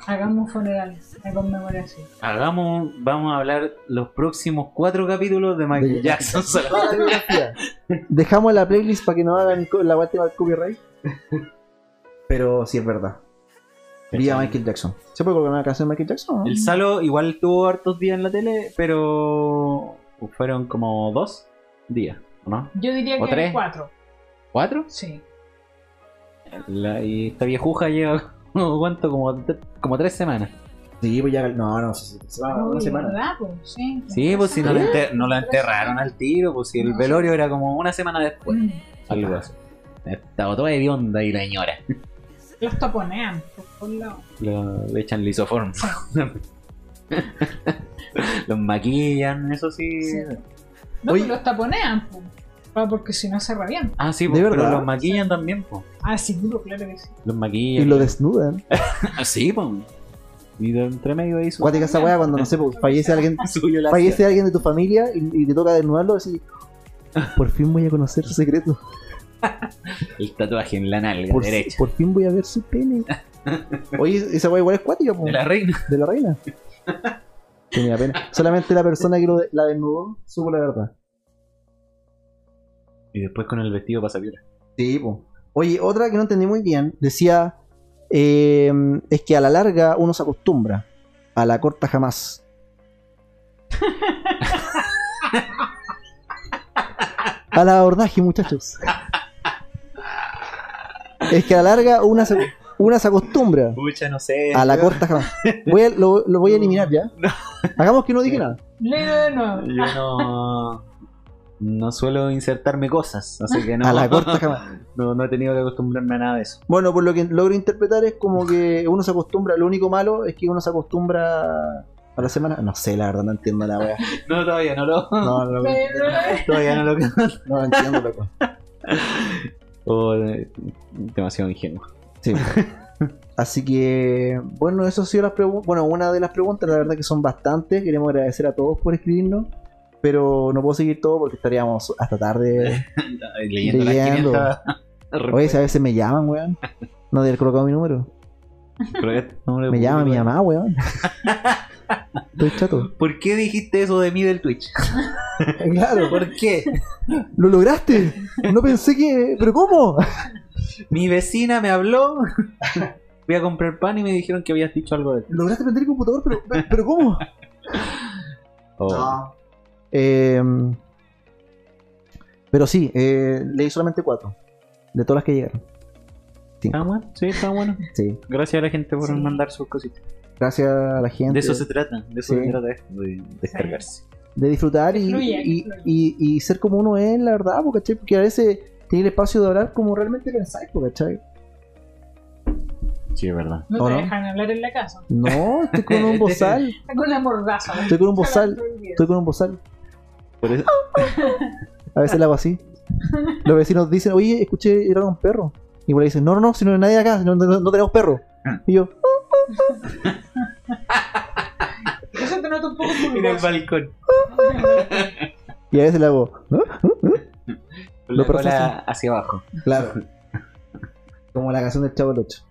[SPEAKER 3] Hagamos un funeral de conmemoración.
[SPEAKER 2] Hagamos, vamos a hablar los próximos cuatro capítulos de Michael
[SPEAKER 1] De-
[SPEAKER 2] Jackson. solo.
[SPEAKER 1] Toda la biografía. Dejamos la playlist para que no hagan co- la última del copyright. Pero sí es verdad. Vía Michael Jackson. ¿Se puede colocar una canción de Michael Jackson? o no?
[SPEAKER 2] El Salo igual tuvo hartos días en la tele, pero fueron como dos días, ¿o ¿no?
[SPEAKER 3] Yo diría
[SPEAKER 2] ¿O
[SPEAKER 3] que
[SPEAKER 2] tres?
[SPEAKER 3] cuatro.
[SPEAKER 2] ¿Cuatro?
[SPEAKER 3] Sí.
[SPEAKER 2] La- y esta viejuja lleva, [laughs] ¿cuánto? Como, como tres semanas.
[SPEAKER 1] Sí, pues ya. No, no, sí, sí, se va Ah, una
[SPEAKER 3] Uy,
[SPEAKER 1] semana.
[SPEAKER 3] ¿Verdad, po? Sí.
[SPEAKER 2] Sí, pues si no, la
[SPEAKER 3] ¿Eh?
[SPEAKER 2] enter- no la enterraron al tiro, pues si el
[SPEAKER 3] No.
[SPEAKER 2] velorio era como una semana después.
[SPEAKER 3] Mm,
[SPEAKER 2] Algo así. Estaba toda hedionda y la señora.
[SPEAKER 3] Los taponean por todos lados.
[SPEAKER 2] Lo- le echan lisoform. [laughs] Los maquillan, eso sí.
[SPEAKER 3] Sí. No,
[SPEAKER 1] Oye.
[SPEAKER 3] pues los taponean, po. Ah, porque si no se revientan.
[SPEAKER 2] Ah, sí,
[SPEAKER 1] ¿De
[SPEAKER 2] pues, pero
[SPEAKER 1] verdad?
[SPEAKER 2] los maquillan también, pues.
[SPEAKER 3] Ah, sí, duro, claro que sí.
[SPEAKER 2] Los
[SPEAKER 1] Y
[SPEAKER 2] maquillan.
[SPEAKER 1] lo desnudan.
[SPEAKER 2] Ah, sí, pues. Y de entre medio ahí [laughs] su...
[SPEAKER 1] Cuática esa weá cuando, no sé, pues, fallece alguien
[SPEAKER 2] suyo la
[SPEAKER 1] fallece alguien de tu familia y, y te toca desnudarlo así. "Ah, Por fin voy a conocer su secreto.
[SPEAKER 2] El tatuaje en la nalga
[SPEAKER 1] Por,
[SPEAKER 2] derecha.
[SPEAKER 1] por fin voy a ver su [laughs] pene. Oye, esa weá igual es cuática, po.
[SPEAKER 2] De la reina.
[SPEAKER 1] de la reina. Tenía pena. Solamente la persona que lo de- la desnudó supo la verdad.
[SPEAKER 2] Y después con el vestido pasapiola.
[SPEAKER 1] Sí, po. Oye, otra que no entendí muy bien, decía, eh, es que a la larga uno se acostumbra, a la corta jamás. a la abordaje, [laughs] muchachos. Es que a la larga una se, una se acostumbra,
[SPEAKER 2] Pucha, no sé.
[SPEAKER 1] a la corta jamás. Voy a- lo, lo voy a eliminar ya. Hagamos que no dije nada.
[SPEAKER 3] Leo de nuevo.
[SPEAKER 2] Yo no... No suelo insertarme cosas, así que no,
[SPEAKER 1] A la corta jamás.
[SPEAKER 2] [laughs] no, no he tenido que acostumbrarme a nada de eso.
[SPEAKER 1] Bueno, por lo que logro interpretar es como que uno se acostumbra, lo único malo es que uno se acostumbra a la semana. No sé, la verdad, no entiendo la wea.
[SPEAKER 2] No, todavía no lo...
[SPEAKER 1] No, no, no,
[SPEAKER 3] Leo de nuevo.
[SPEAKER 2] Todavía no [laughs] lo...
[SPEAKER 1] no lo entiendo, loco.
[SPEAKER 2] O eh, demasiado ingenuo.
[SPEAKER 1] Sí. Así que, bueno, eso ha sido las preguntas. Bueno, una de las preguntas, la verdad que son bastantes. Queremos agradecer a todos por escribirnos. Pero no puedo seguir todo porque estaríamos hasta tarde.
[SPEAKER 2] Leyendo las
[SPEAKER 1] Leyendo.
[SPEAKER 2] 500.
[SPEAKER 1] Oye, si a veces me llaman, weón. No de haber colocado mi número. Me llama mi mamá, weón. [laughs] Estoy chato.
[SPEAKER 2] ¿Por qué dijiste eso de mí del Twitch?
[SPEAKER 1] Claro,
[SPEAKER 2] ¿Por qué?
[SPEAKER 1] lo lograste. No pensé que. ¿Pero cómo?
[SPEAKER 2] Mi vecina me [laughs] habló. Fui a comprar pan y me dijeron que habías dicho algo de ti.
[SPEAKER 1] lograste prender el computador, pero, pero ¿cómo?
[SPEAKER 2] Oh. Ah,
[SPEAKER 1] Eh, pero sí, eh, leí solamente cuatro. De todas las que llegaron.
[SPEAKER 2] Está bueno, sí, está bueno.
[SPEAKER 1] Sí.
[SPEAKER 2] Gracias a la gente por
[SPEAKER 3] Sí.
[SPEAKER 2] mandar sus cositas.
[SPEAKER 1] Gracias a la gente.
[SPEAKER 2] De eso se trata, de eso
[SPEAKER 1] Sí.
[SPEAKER 2] se trata esto, de descargarse.
[SPEAKER 1] de disfrutar y,
[SPEAKER 3] Que fluya, que
[SPEAKER 1] y,
[SPEAKER 3] fluya.
[SPEAKER 1] y- y ser como uno es, la verdad, po, ¿cachai? porque a veces Tenía el espacio de hablar como realmente pensáis, po, ¿cachai?
[SPEAKER 2] Sí, es verdad.
[SPEAKER 1] ¿O
[SPEAKER 3] No te
[SPEAKER 1] no?
[SPEAKER 3] dejan hablar en la casa.
[SPEAKER 1] No, estoy con
[SPEAKER 2] [laughs]
[SPEAKER 1] un bozal.
[SPEAKER 3] Está con una mordaza.
[SPEAKER 1] Estoy con un bozal. Estoy con un bozal.
[SPEAKER 2] Por eso,
[SPEAKER 1] A veces le hago así. Los vecinos dicen, oye, escuché ir a un perro. Y por ahí dicen, no, no, no, si no hay nadie acá, no, no- no tenemos perro.
[SPEAKER 2] Ah.
[SPEAKER 1] Y yo,
[SPEAKER 3] Eso te nota
[SPEAKER 2] [laughs]
[SPEAKER 3] un poco
[SPEAKER 2] en el
[SPEAKER 3] pulgoso.
[SPEAKER 2] balcón.
[SPEAKER 1] y a veces le hago, ¿ah?
[SPEAKER 2] Con
[SPEAKER 1] Lo
[SPEAKER 2] la cola
[SPEAKER 1] procesan.
[SPEAKER 2] hacia abajo. [laughs]
[SPEAKER 1] Claro. Como la canción del Chavo del 8.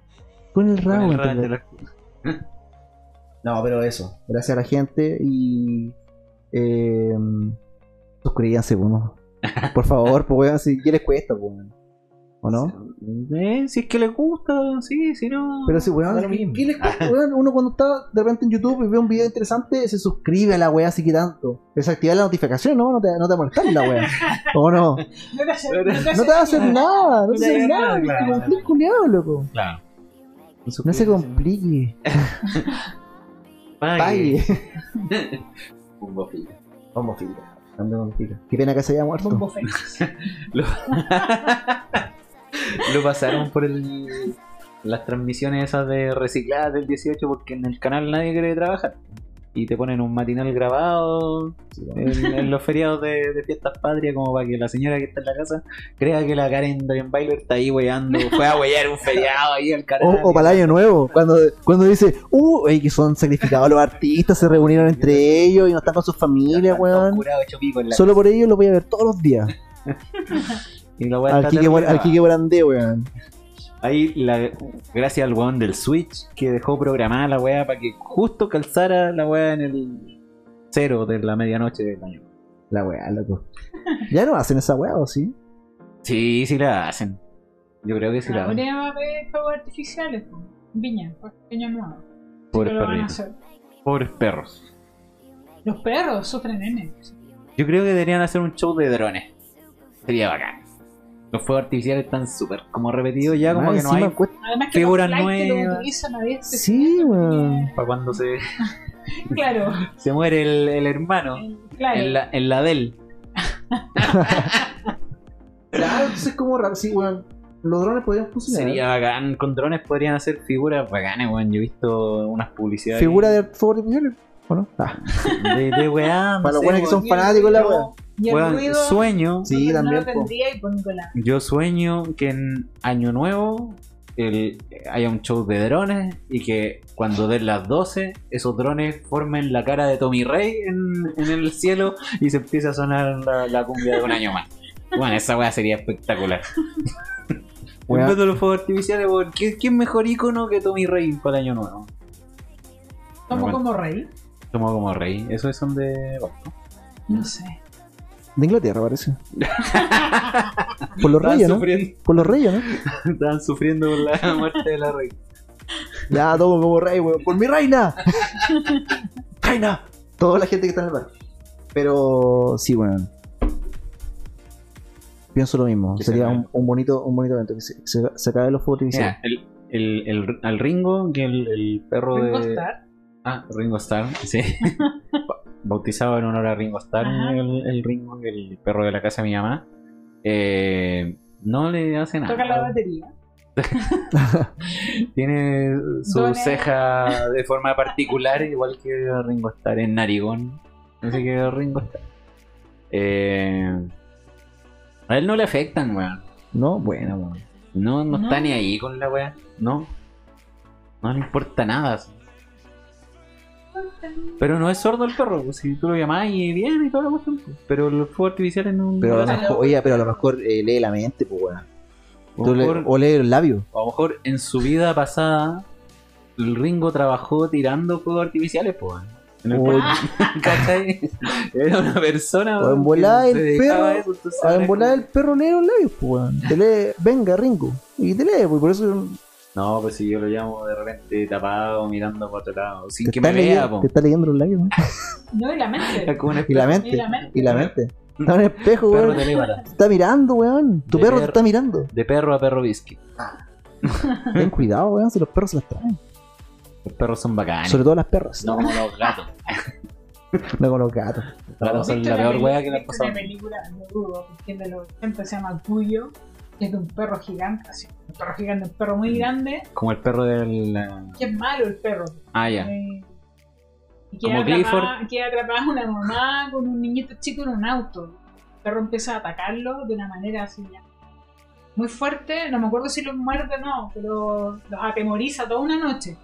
[SPEAKER 1] Con el
[SPEAKER 2] Con
[SPEAKER 1] rabo.
[SPEAKER 2] el rabo
[SPEAKER 1] ¿entendés?
[SPEAKER 2] entre las-
[SPEAKER 1] No, pero eso. Gracias a la gente y. Eh, suscríbanse, pues,
[SPEAKER 2] [laughs]
[SPEAKER 1] ¿no? Por favor, pues, weón, si ¿qué les cuesta, pues, weón? ¿O no?
[SPEAKER 2] Eh, si es que le gusta, sí, si no.
[SPEAKER 1] Pero si, weón,
[SPEAKER 2] da lo mismo.
[SPEAKER 1] ¿qué les cuesta, weón? Uno cuando está de repente en YouTube y ve un video interesante, se suscribe a la weá así que tanto. Desactivar la notificación, ¿no? No te, no te molestar la weá. [laughs] ¿O no? No
[SPEAKER 3] No
[SPEAKER 2] [laughs]
[SPEAKER 3] te hace-
[SPEAKER 1] te va a hacer nada, no te va a hacer nada.
[SPEAKER 2] No te va a hacer nada,
[SPEAKER 1] No
[SPEAKER 2] claro.
[SPEAKER 1] compliques, culiao, loco.
[SPEAKER 2] Claro.
[SPEAKER 1] No se complique. Pague. [laughs]
[SPEAKER 2] Bombo fijo.
[SPEAKER 1] Qué pena que se haya muerto.
[SPEAKER 3] Bombo feliz.
[SPEAKER 2] Lo pasaron por el, las transmisiones esas de recicladas del 18 porque en el canal nadie quiere trabajar. Y te ponen un matinal grabado en, en los feriados de, de fiestas patrias como para que la señora que está en la casa crea que la Karen Dorian Bailer está ahí weyando. Fue a weyar un feriado ahí al
[SPEAKER 1] O,
[SPEAKER 2] canal.
[SPEAKER 1] o para el año nuevo, cuando, cuando dice, uh, ey, que son sacrificados los artistas, se reunieron entre ellos y no están con sus familias,
[SPEAKER 2] Están todos
[SPEAKER 1] weón.
[SPEAKER 2] curados, hecho pico en la-
[SPEAKER 1] Solo por ello lo voy a ver todos los días.
[SPEAKER 2] y la wea
[SPEAKER 1] Al
[SPEAKER 2] está
[SPEAKER 1] Kike,
[SPEAKER 2] terrible
[SPEAKER 1] Bor- al
[SPEAKER 2] grabada.
[SPEAKER 1] Kike Borandé, weón.
[SPEAKER 2] Ahí, la, gracias al weón del Switch que dejó programada la weá para que justo calzara la weá en el cero de la medianoche del año.
[SPEAKER 1] La weá, loco. Ya no hacen esa weá, ¿o sí?
[SPEAKER 2] Sí, sí la hacen. Yo creo que sí la hacen.
[SPEAKER 3] Ahora va a haber fuegos artificiales. po. Viña, por año nuevo.
[SPEAKER 2] Pobres
[SPEAKER 3] Pero lo van a
[SPEAKER 2] perritos.
[SPEAKER 3] hacer.
[SPEAKER 2] Pobres perros.
[SPEAKER 3] Los perros sufren nenes.
[SPEAKER 2] Yo creo que deberían hacer un show de drones. Sería bacán. Los fuegos artificiales están súper como repetidos ya, como
[SPEAKER 1] Ah,
[SPEAKER 2] que no
[SPEAKER 1] encima
[SPEAKER 2] hay
[SPEAKER 1] cuesta-
[SPEAKER 3] Además que
[SPEAKER 2] Figuras
[SPEAKER 3] los flights
[SPEAKER 2] nuevas.
[SPEAKER 3] lo utilizan a veces.
[SPEAKER 1] Sí, weón.
[SPEAKER 2] para cuando se, [laughs]
[SPEAKER 3] Claro,
[SPEAKER 2] se muere el, el hermano.
[SPEAKER 3] claro.
[SPEAKER 2] En la, en la del.
[SPEAKER 1] Claro, entonces es como raro, sí, weón. Los drones podrían funcionar.
[SPEAKER 2] Sería bacán. Con drones podrían hacer figuras bacanas, weón. Yo he visto unas publicidades.
[SPEAKER 1] Figura de fuegos artificiales, ¿o no? Ah,
[SPEAKER 2] de, de weá.
[SPEAKER 1] [laughs]
[SPEAKER 2] no
[SPEAKER 1] Para los
[SPEAKER 2] sé,
[SPEAKER 1] buenos que
[SPEAKER 2] weón.
[SPEAKER 1] son fanáticos, la weá.
[SPEAKER 3] Y el
[SPEAKER 2] Weón,
[SPEAKER 3] ruido
[SPEAKER 2] sueño.
[SPEAKER 1] Sí,
[SPEAKER 3] no,
[SPEAKER 1] también,
[SPEAKER 3] lo
[SPEAKER 1] po.
[SPEAKER 3] tendría y por Nicolás.
[SPEAKER 2] Yo sueño que en Año Nuevo el- haya un show de drones y que cuando den las 12 esos drones formen la cara de Tommy Rey en, en el cielo y se empieza a sonar la, la cumbia de un año más. Bueno, esa weá sería espectacular.
[SPEAKER 1] Weá.
[SPEAKER 2] En vez de los fuegos artificiales, weón, ¿quién, quién mejor icono que Tommy Rey para Año Nuevo?
[SPEAKER 3] Como
[SPEAKER 2] Bueno.
[SPEAKER 3] como rey.
[SPEAKER 2] Tomo como Rey, eso es donde...
[SPEAKER 3] No sé.
[SPEAKER 1] De Inglaterra,
[SPEAKER 2] [laughs]
[SPEAKER 1] parece. Por los reyes, ¿no?
[SPEAKER 2] sufriendo, [laughs]
[SPEAKER 1] Por los reyes, ¿no?
[SPEAKER 2] estaban sufriendo por
[SPEAKER 3] [laughs]
[SPEAKER 2] la muerte de la Rey.
[SPEAKER 1] Ya, todo como rey, weón. ¡Por mi
[SPEAKER 2] [laughs]
[SPEAKER 1] reina! ¡Reina! Toda la gente que está en el bar. Pero sí, weón. Pienso lo mismo.
[SPEAKER 2] Que se
[SPEAKER 1] Sería
[SPEAKER 2] acabe.
[SPEAKER 1] un, un bonito, un bonito evento. Que se, se, se acabe los fuegos artificiales.
[SPEAKER 2] Mira, el, el, el- al Ringo, que el, el perro
[SPEAKER 3] Ringo
[SPEAKER 2] de.
[SPEAKER 3] Starr.
[SPEAKER 2] Ah, Ringo Starr,
[SPEAKER 3] [laughs]
[SPEAKER 2] sí. Ba- Bautizado en honor a Ringo Starr,
[SPEAKER 3] Ajá.
[SPEAKER 2] el, el Ringo, el perro de la casa de mi mamá. Eh, no le hace nada.
[SPEAKER 3] Toca la batería.
[SPEAKER 2] Tiene su
[SPEAKER 3] Dona-
[SPEAKER 2] ceja de
[SPEAKER 3] [laughs]
[SPEAKER 2] forma particular, igual que Ringo Starr en Narigón. Así que Ringo Starr. Eh, a él no le afectan, weón.
[SPEAKER 1] No,
[SPEAKER 2] Bueno,
[SPEAKER 1] bueno.
[SPEAKER 2] weón. No, no,
[SPEAKER 3] No.
[SPEAKER 2] está ni ahí con la weá. No. No le importa nada. Pero no es sordo el perro, pues, si tú lo llamás y viene y todo la cuestión. pues. Pero los fuegos artificiales no.
[SPEAKER 1] Pero a lo
[SPEAKER 2] no
[SPEAKER 1] mejor, oye, pero a lo mejor eh, lee la mente, pues, weón.
[SPEAKER 2] a,
[SPEAKER 1] Tú
[SPEAKER 2] lo
[SPEAKER 1] le-
[SPEAKER 2] mejor,
[SPEAKER 1] o lee el labio.
[SPEAKER 2] a lo mejor en su vida pasada, el Ringo trabajó tirando fuegos artificiales, pues. En el
[SPEAKER 1] Uy.
[SPEAKER 2] pueblo, [laughs] ¿cachai? [laughs] Era una persona.
[SPEAKER 1] O en
[SPEAKER 2] que
[SPEAKER 1] volá
[SPEAKER 2] se
[SPEAKER 1] el
[SPEAKER 2] dedicaba a
[SPEAKER 1] perro,
[SPEAKER 2] eso, entonces
[SPEAKER 1] Ah,
[SPEAKER 2] era
[SPEAKER 1] en volar
[SPEAKER 2] como-
[SPEAKER 1] el perro lee los labios, pues, weón. Te lee, venga, Ringo. Y te lee, pues, por eso
[SPEAKER 2] No, pues si yo lo llamo de repente tapado, mirando para otro lado, sin
[SPEAKER 1] te
[SPEAKER 2] que me
[SPEAKER 1] está,
[SPEAKER 2] vea,
[SPEAKER 1] leyendo,
[SPEAKER 2] po.
[SPEAKER 1] te está leyendo los
[SPEAKER 3] [laughs]
[SPEAKER 1] labios, ¿no?
[SPEAKER 3] No, y
[SPEAKER 2] [laughs]
[SPEAKER 3] la
[SPEAKER 2] Es
[SPEAKER 3] mente.
[SPEAKER 2] como un
[SPEAKER 1] Y la
[SPEAKER 3] Y
[SPEAKER 1] mente.
[SPEAKER 3] la mente.
[SPEAKER 1] Y la mente. Está en el espejo,
[SPEAKER 2] perro
[SPEAKER 1] weón.
[SPEAKER 2] telépata.
[SPEAKER 1] Te está mirando, weón. Tu
[SPEAKER 2] De
[SPEAKER 1] perro te
[SPEAKER 2] ver-
[SPEAKER 1] está mirando.
[SPEAKER 2] De perro a perro biscuit.
[SPEAKER 1] Ten cuidado, weón, si los perros se las traen.
[SPEAKER 2] Los perros son bacanes.
[SPEAKER 1] Sobre todo las perras.
[SPEAKER 2] No como los gatos.
[SPEAKER 1] No con los gatos.
[SPEAKER 2] Claro, son la peor wea que le ha
[SPEAKER 3] Es una
[SPEAKER 2] pasado.
[SPEAKER 3] película, lo dudo, que es de los 80, se llama Cuyo, que es de un perro gigante, así. Un perro gigante, un perro
[SPEAKER 2] Mm.
[SPEAKER 3] muy grande,
[SPEAKER 2] Como el perro del. eh,
[SPEAKER 3] que es malo el perro.
[SPEAKER 2] Ah, ya.
[SPEAKER 3] Eh, y
[SPEAKER 2] Como
[SPEAKER 3] queda atrapada, queda atrapada una mamá con un niñito chico en un auto. El perro empieza a atacarlo de una manera así ya, muy fuerte. No me acuerdo si los muerde o no, pero los atemoriza toda una noche.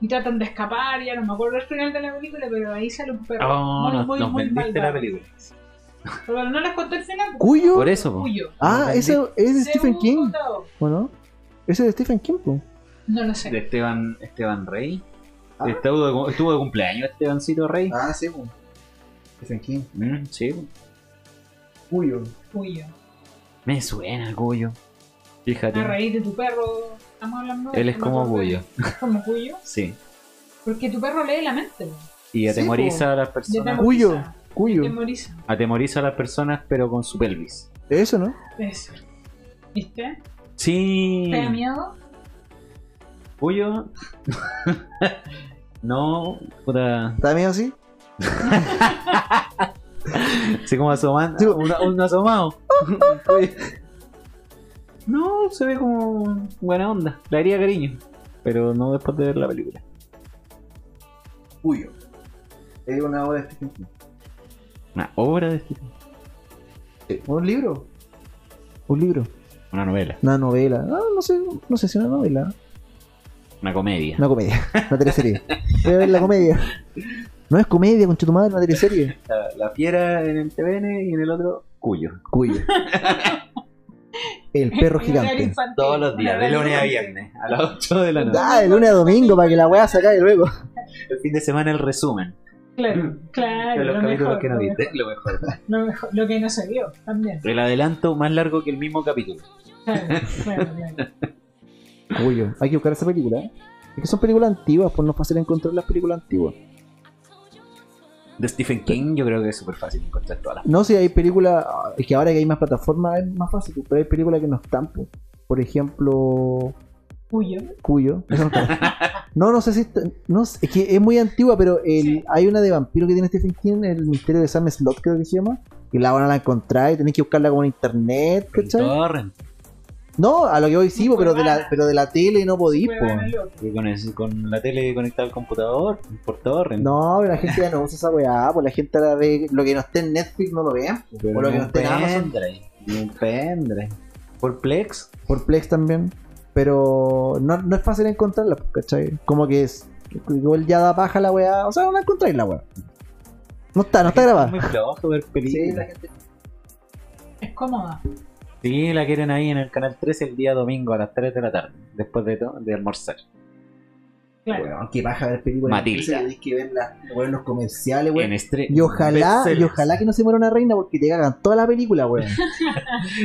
[SPEAKER 3] Y tratan de escapar, ya no me acuerdo el final de la película, pero ahí sale un perro.
[SPEAKER 2] Oh,
[SPEAKER 3] muy,
[SPEAKER 2] nos,
[SPEAKER 3] muy,
[SPEAKER 2] nos
[SPEAKER 3] muy
[SPEAKER 2] vendiste la
[SPEAKER 3] malvado.
[SPEAKER 2] película.
[SPEAKER 3] Pero no les conté el final. pues. porque
[SPEAKER 1] ¿Cuyo?
[SPEAKER 2] Por eso, po.
[SPEAKER 3] Cuyo.
[SPEAKER 1] Ah,
[SPEAKER 2] Nos
[SPEAKER 1] ese es de Stephen
[SPEAKER 3] Segundo,
[SPEAKER 1] King, ¿o no? Ese es de Stephen King, po.
[SPEAKER 3] No lo
[SPEAKER 2] de
[SPEAKER 3] sé.
[SPEAKER 2] Esteban, Esteban Rey.
[SPEAKER 1] Ah.
[SPEAKER 2] Estuvo, de, cum- estuvo de cumpleaños Estebancito Rey.
[SPEAKER 1] Ah, sí, po. Stephen King.
[SPEAKER 2] Mm, sí,
[SPEAKER 1] Cuyo.
[SPEAKER 3] Cuyo.
[SPEAKER 2] me suena Goyo.
[SPEAKER 3] A
[SPEAKER 2] Fíjate,
[SPEAKER 3] raíz de tu perro, estamos hablando.
[SPEAKER 2] él es
[SPEAKER 3] No Ah, me
[SPEAKER 2] como
[SPEAKER 3] acuerdo.
[SPEAKER 2] Goyo,
[SPEAKER 3] Como Cuyo.
[SPEAKER 2] sí.
[SPEAKER 3] Porque tu perro lee la mente.
[SPEAKER 2] Y
[SPEAKER 1] Sí,
[SPEAKER 2] atemoriza
[SPEAKER 1] po.
[SPEAKER 2] a las
[SPEAKER 3] Te
[SPEAKER 2] personas.
[SPEAKER 1] Uy. Cuyo.
[SPEAKER 3] atemoriza, te
[SPEAKER 1] Cuyo.
[SPEAKER 3] Atemoriza.
[SPEAKER 2] Atemoriza a las personas, pero con su pelvis.
[SPEAKER 1] Eso, ¿no?
[SPEAKER 3] Eso. ¿Viste?
[SPEAKER 2] Mm. Sí.
[SPEAKER 3] ¿Te da miedo?
[SPEAKER 2] [laughs] Goyo. no, puta.
[SPEAKER 1] ¿Está miedo así?
[SPEAKER 2] Así como asomando.
[SPEAKER 1] Sí.
[SPEAKER 2] una- Un, asomado. no, se ve como buena onda. Le haría cariño. Pero no después de ver la película.
[SPEAKER 1] Cuyo. Es una obra de
[SPEAKER 2] este
[SPEAKER 1] Stephen King.
[SPEAKER 2] Una obra de este
[SPEAKER 1] Eh, ¿Un libro? Un libro.
[SPEAKER 2] Una novela.
[SPEAKER 1] Una novela. No, no sé, no sé si una novela.
[SPEAKER 2] Una comedia.
[SPEAKER 1] Una comedia. [laughs] Una teleserie. Voy a ver la comedia. No es comedia, con tu madre, una teleserie.
[SPEAKER 2] La, la fiera en el TVN y en el otro, Cuyo.
[SPEAKER 1] Cuyo. El
[SPEAKER 3] [laughs]
[SPEAKER 1] perro
[SPEAKER 3] En horario
[SPEAKER 1] gigante.
[SPEAKER 3] infantil.
[SPEAKER 2] Todos los días, de
[SPEAKER 3] Horario
[SPEAKER 2] lunes a
[SPEAKER 3] infantil.
[SPEAKER 2] viernes, a las 8 de [laughs] la noche.
[SPEAKER 1] Ah, de lunes a domingo para que la weá se acabe luego.
[SPEAKER 2] El fin de semana el resumen
[SPEAKER 3] Claro, claro.
[SPEAKER 2] Mm. de los
[SPEAKER 3] lo
[SPEAKER 2] capítulos
[SPEAKER 3] mejor,
[SPEAKER 2] que no
[SPEAKER 3] lo
[SPEAKER 2] viste. Lo mejor.
[SPEAKER 3] mejor, lo mejor, lo que no se vio
[SPEAKER 2] [laughs]
[SPEAKER 3] también.
[SPEAKER 2] El adelanto más largo que el mismo capítulo.
[SPEAKER 3] Claro, claro, claro.
[SPEAKER 1] Cuyo. Hay que buscar esa película. ¿eh? Es que son películas antiguas, pues no es fácil encontrar las películas antiguas.
[SPEAKER 2] De Stephen King, yo creo que es súper fácil encontrar todas las.
[SPEAKER 1] No sé, hay películas. Es que ahora que hay más plataformas es más fácil, pero hay películas que no están. pues. Por ejemplo,
[SPEAKER 3] Cuyo.
[SPEAKER 1] Cuyo. [laughs] Esa no, está. no, no sé si. está- no sé, es que es muy antigua, pero el-
[SPEAKER 3] Sí.
[SPEAKER 1] hay una de vampiro que tiene Stephen King, el misterio de Sam Slot, creo que se llama. Y la van a encontrar y tenés que buscarla como en internet, ¿cachai?
[SPEAKER 2] Torrent.
[SPEAKER 1] No, a lo que hoy sí, po, pero de la, pero de la tele no podís, po.
[SPEAKER 3] Huevana loca.
[SPEAKER 2] Y Con, el- con la tele conectada al computador, por Torrent.
[SPEAKER 1] No, pero la gente ya no usa esa weá, pues la gente ahora ve lo que no esté en Netflix no lo ve.
[SPEAKER 2] Pero
[SPEAKER 1] por lo que
[SPEAKER 2] ni
[SPEAKER 1] no
[SPEAKER 2] un
[SPEAKER 1] esté en Amazon.
[SPEAKER 2] pendrive, ni un pendrive. Por Plex,
[SPEAKER 1] Por Plex también. Pero no, no es fácil encontrarla, po, ¿cachai? Como que es. Igual ya da paja la weá. O sea, no la encontráis la weá. No está, no está
[SPEAKER 2] es
[SPEAKER 1] grabada.
[SPEAKER 2] muy flojo ver películas.
[SPEAKER 1] gente
[SPEAKER 3] Es cómoda.
[SPEAKER 2] Sí, la quieren ahí en el canal 13 el día domingo a las 3 de la tarde, después de, to- de almorzar.
[SPEAKER 3] Claro.
[SPEAKER 1] Weón, qué paja ver películas.
[SPEAKER 2] Matilda.
[SPEAKER 1] Entonces, tenéis que ver las- weón, los comerciales, weón.
[SPEAKER 2] En estre-
[SPEAKER 1] Y ojalá, y
[SPEAKER 2] bestsellers.
[SPEAKER 1] ojalá que no se muera una reina porque te cagan toda la película,
[SPEAKER 2] [laughs]
[SPEAKER 1] weón.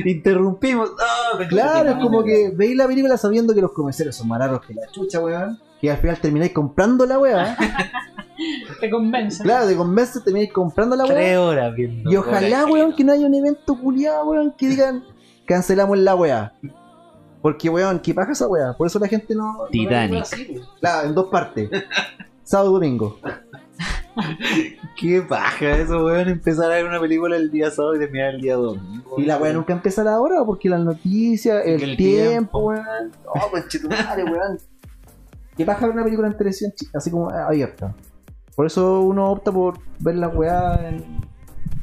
[SPEAKER 2] Interrumpimos. ¡Ah!
[SPEAKER 1] Claro, es como que veis la película sabiendo que los comerciales son más raros que la chucha, weón. Que al final termináis comprando la weá.
[SPEAKER 2] [laughs]
[SPEAKER 3] Te convence.
[SPEAKER 1] Claro, de convences termináis comprando la
[SPEAKER 2] Tres
[SPEAKER 1] weá.
[SPEAKER 2] horas viendo.
[SPEAKER 1] Y ojalá, weón, que no haya un evento culiado, weón, que digan cancelamos la weá. Porque, weón, ¿qué paja esa weá? Por eso la gente no. no la ve
[SPEAKER 2] Titanic.
[SPEAKER 1] weá así, weón. claro, en dos partes. Sábado y domingo.
[SPEAKER 2] Qué paja eso, weón. Empezar a ver una película el día sábado y terminar el día domingo.
[SPEAKER 1] Y la weá nunca empieza a la hora, porque las noticias, el,
[SPEAKER 2] El
[SPEAKER 1] tiempo,
[SPEAKER 2] tiempo.
[SPEAKER 1] weón. Oh, conchetumare, weón. ¿Qué paja ver una película en televisión chi- así como eh, abierta? Por eso uno opta por ver la weá en,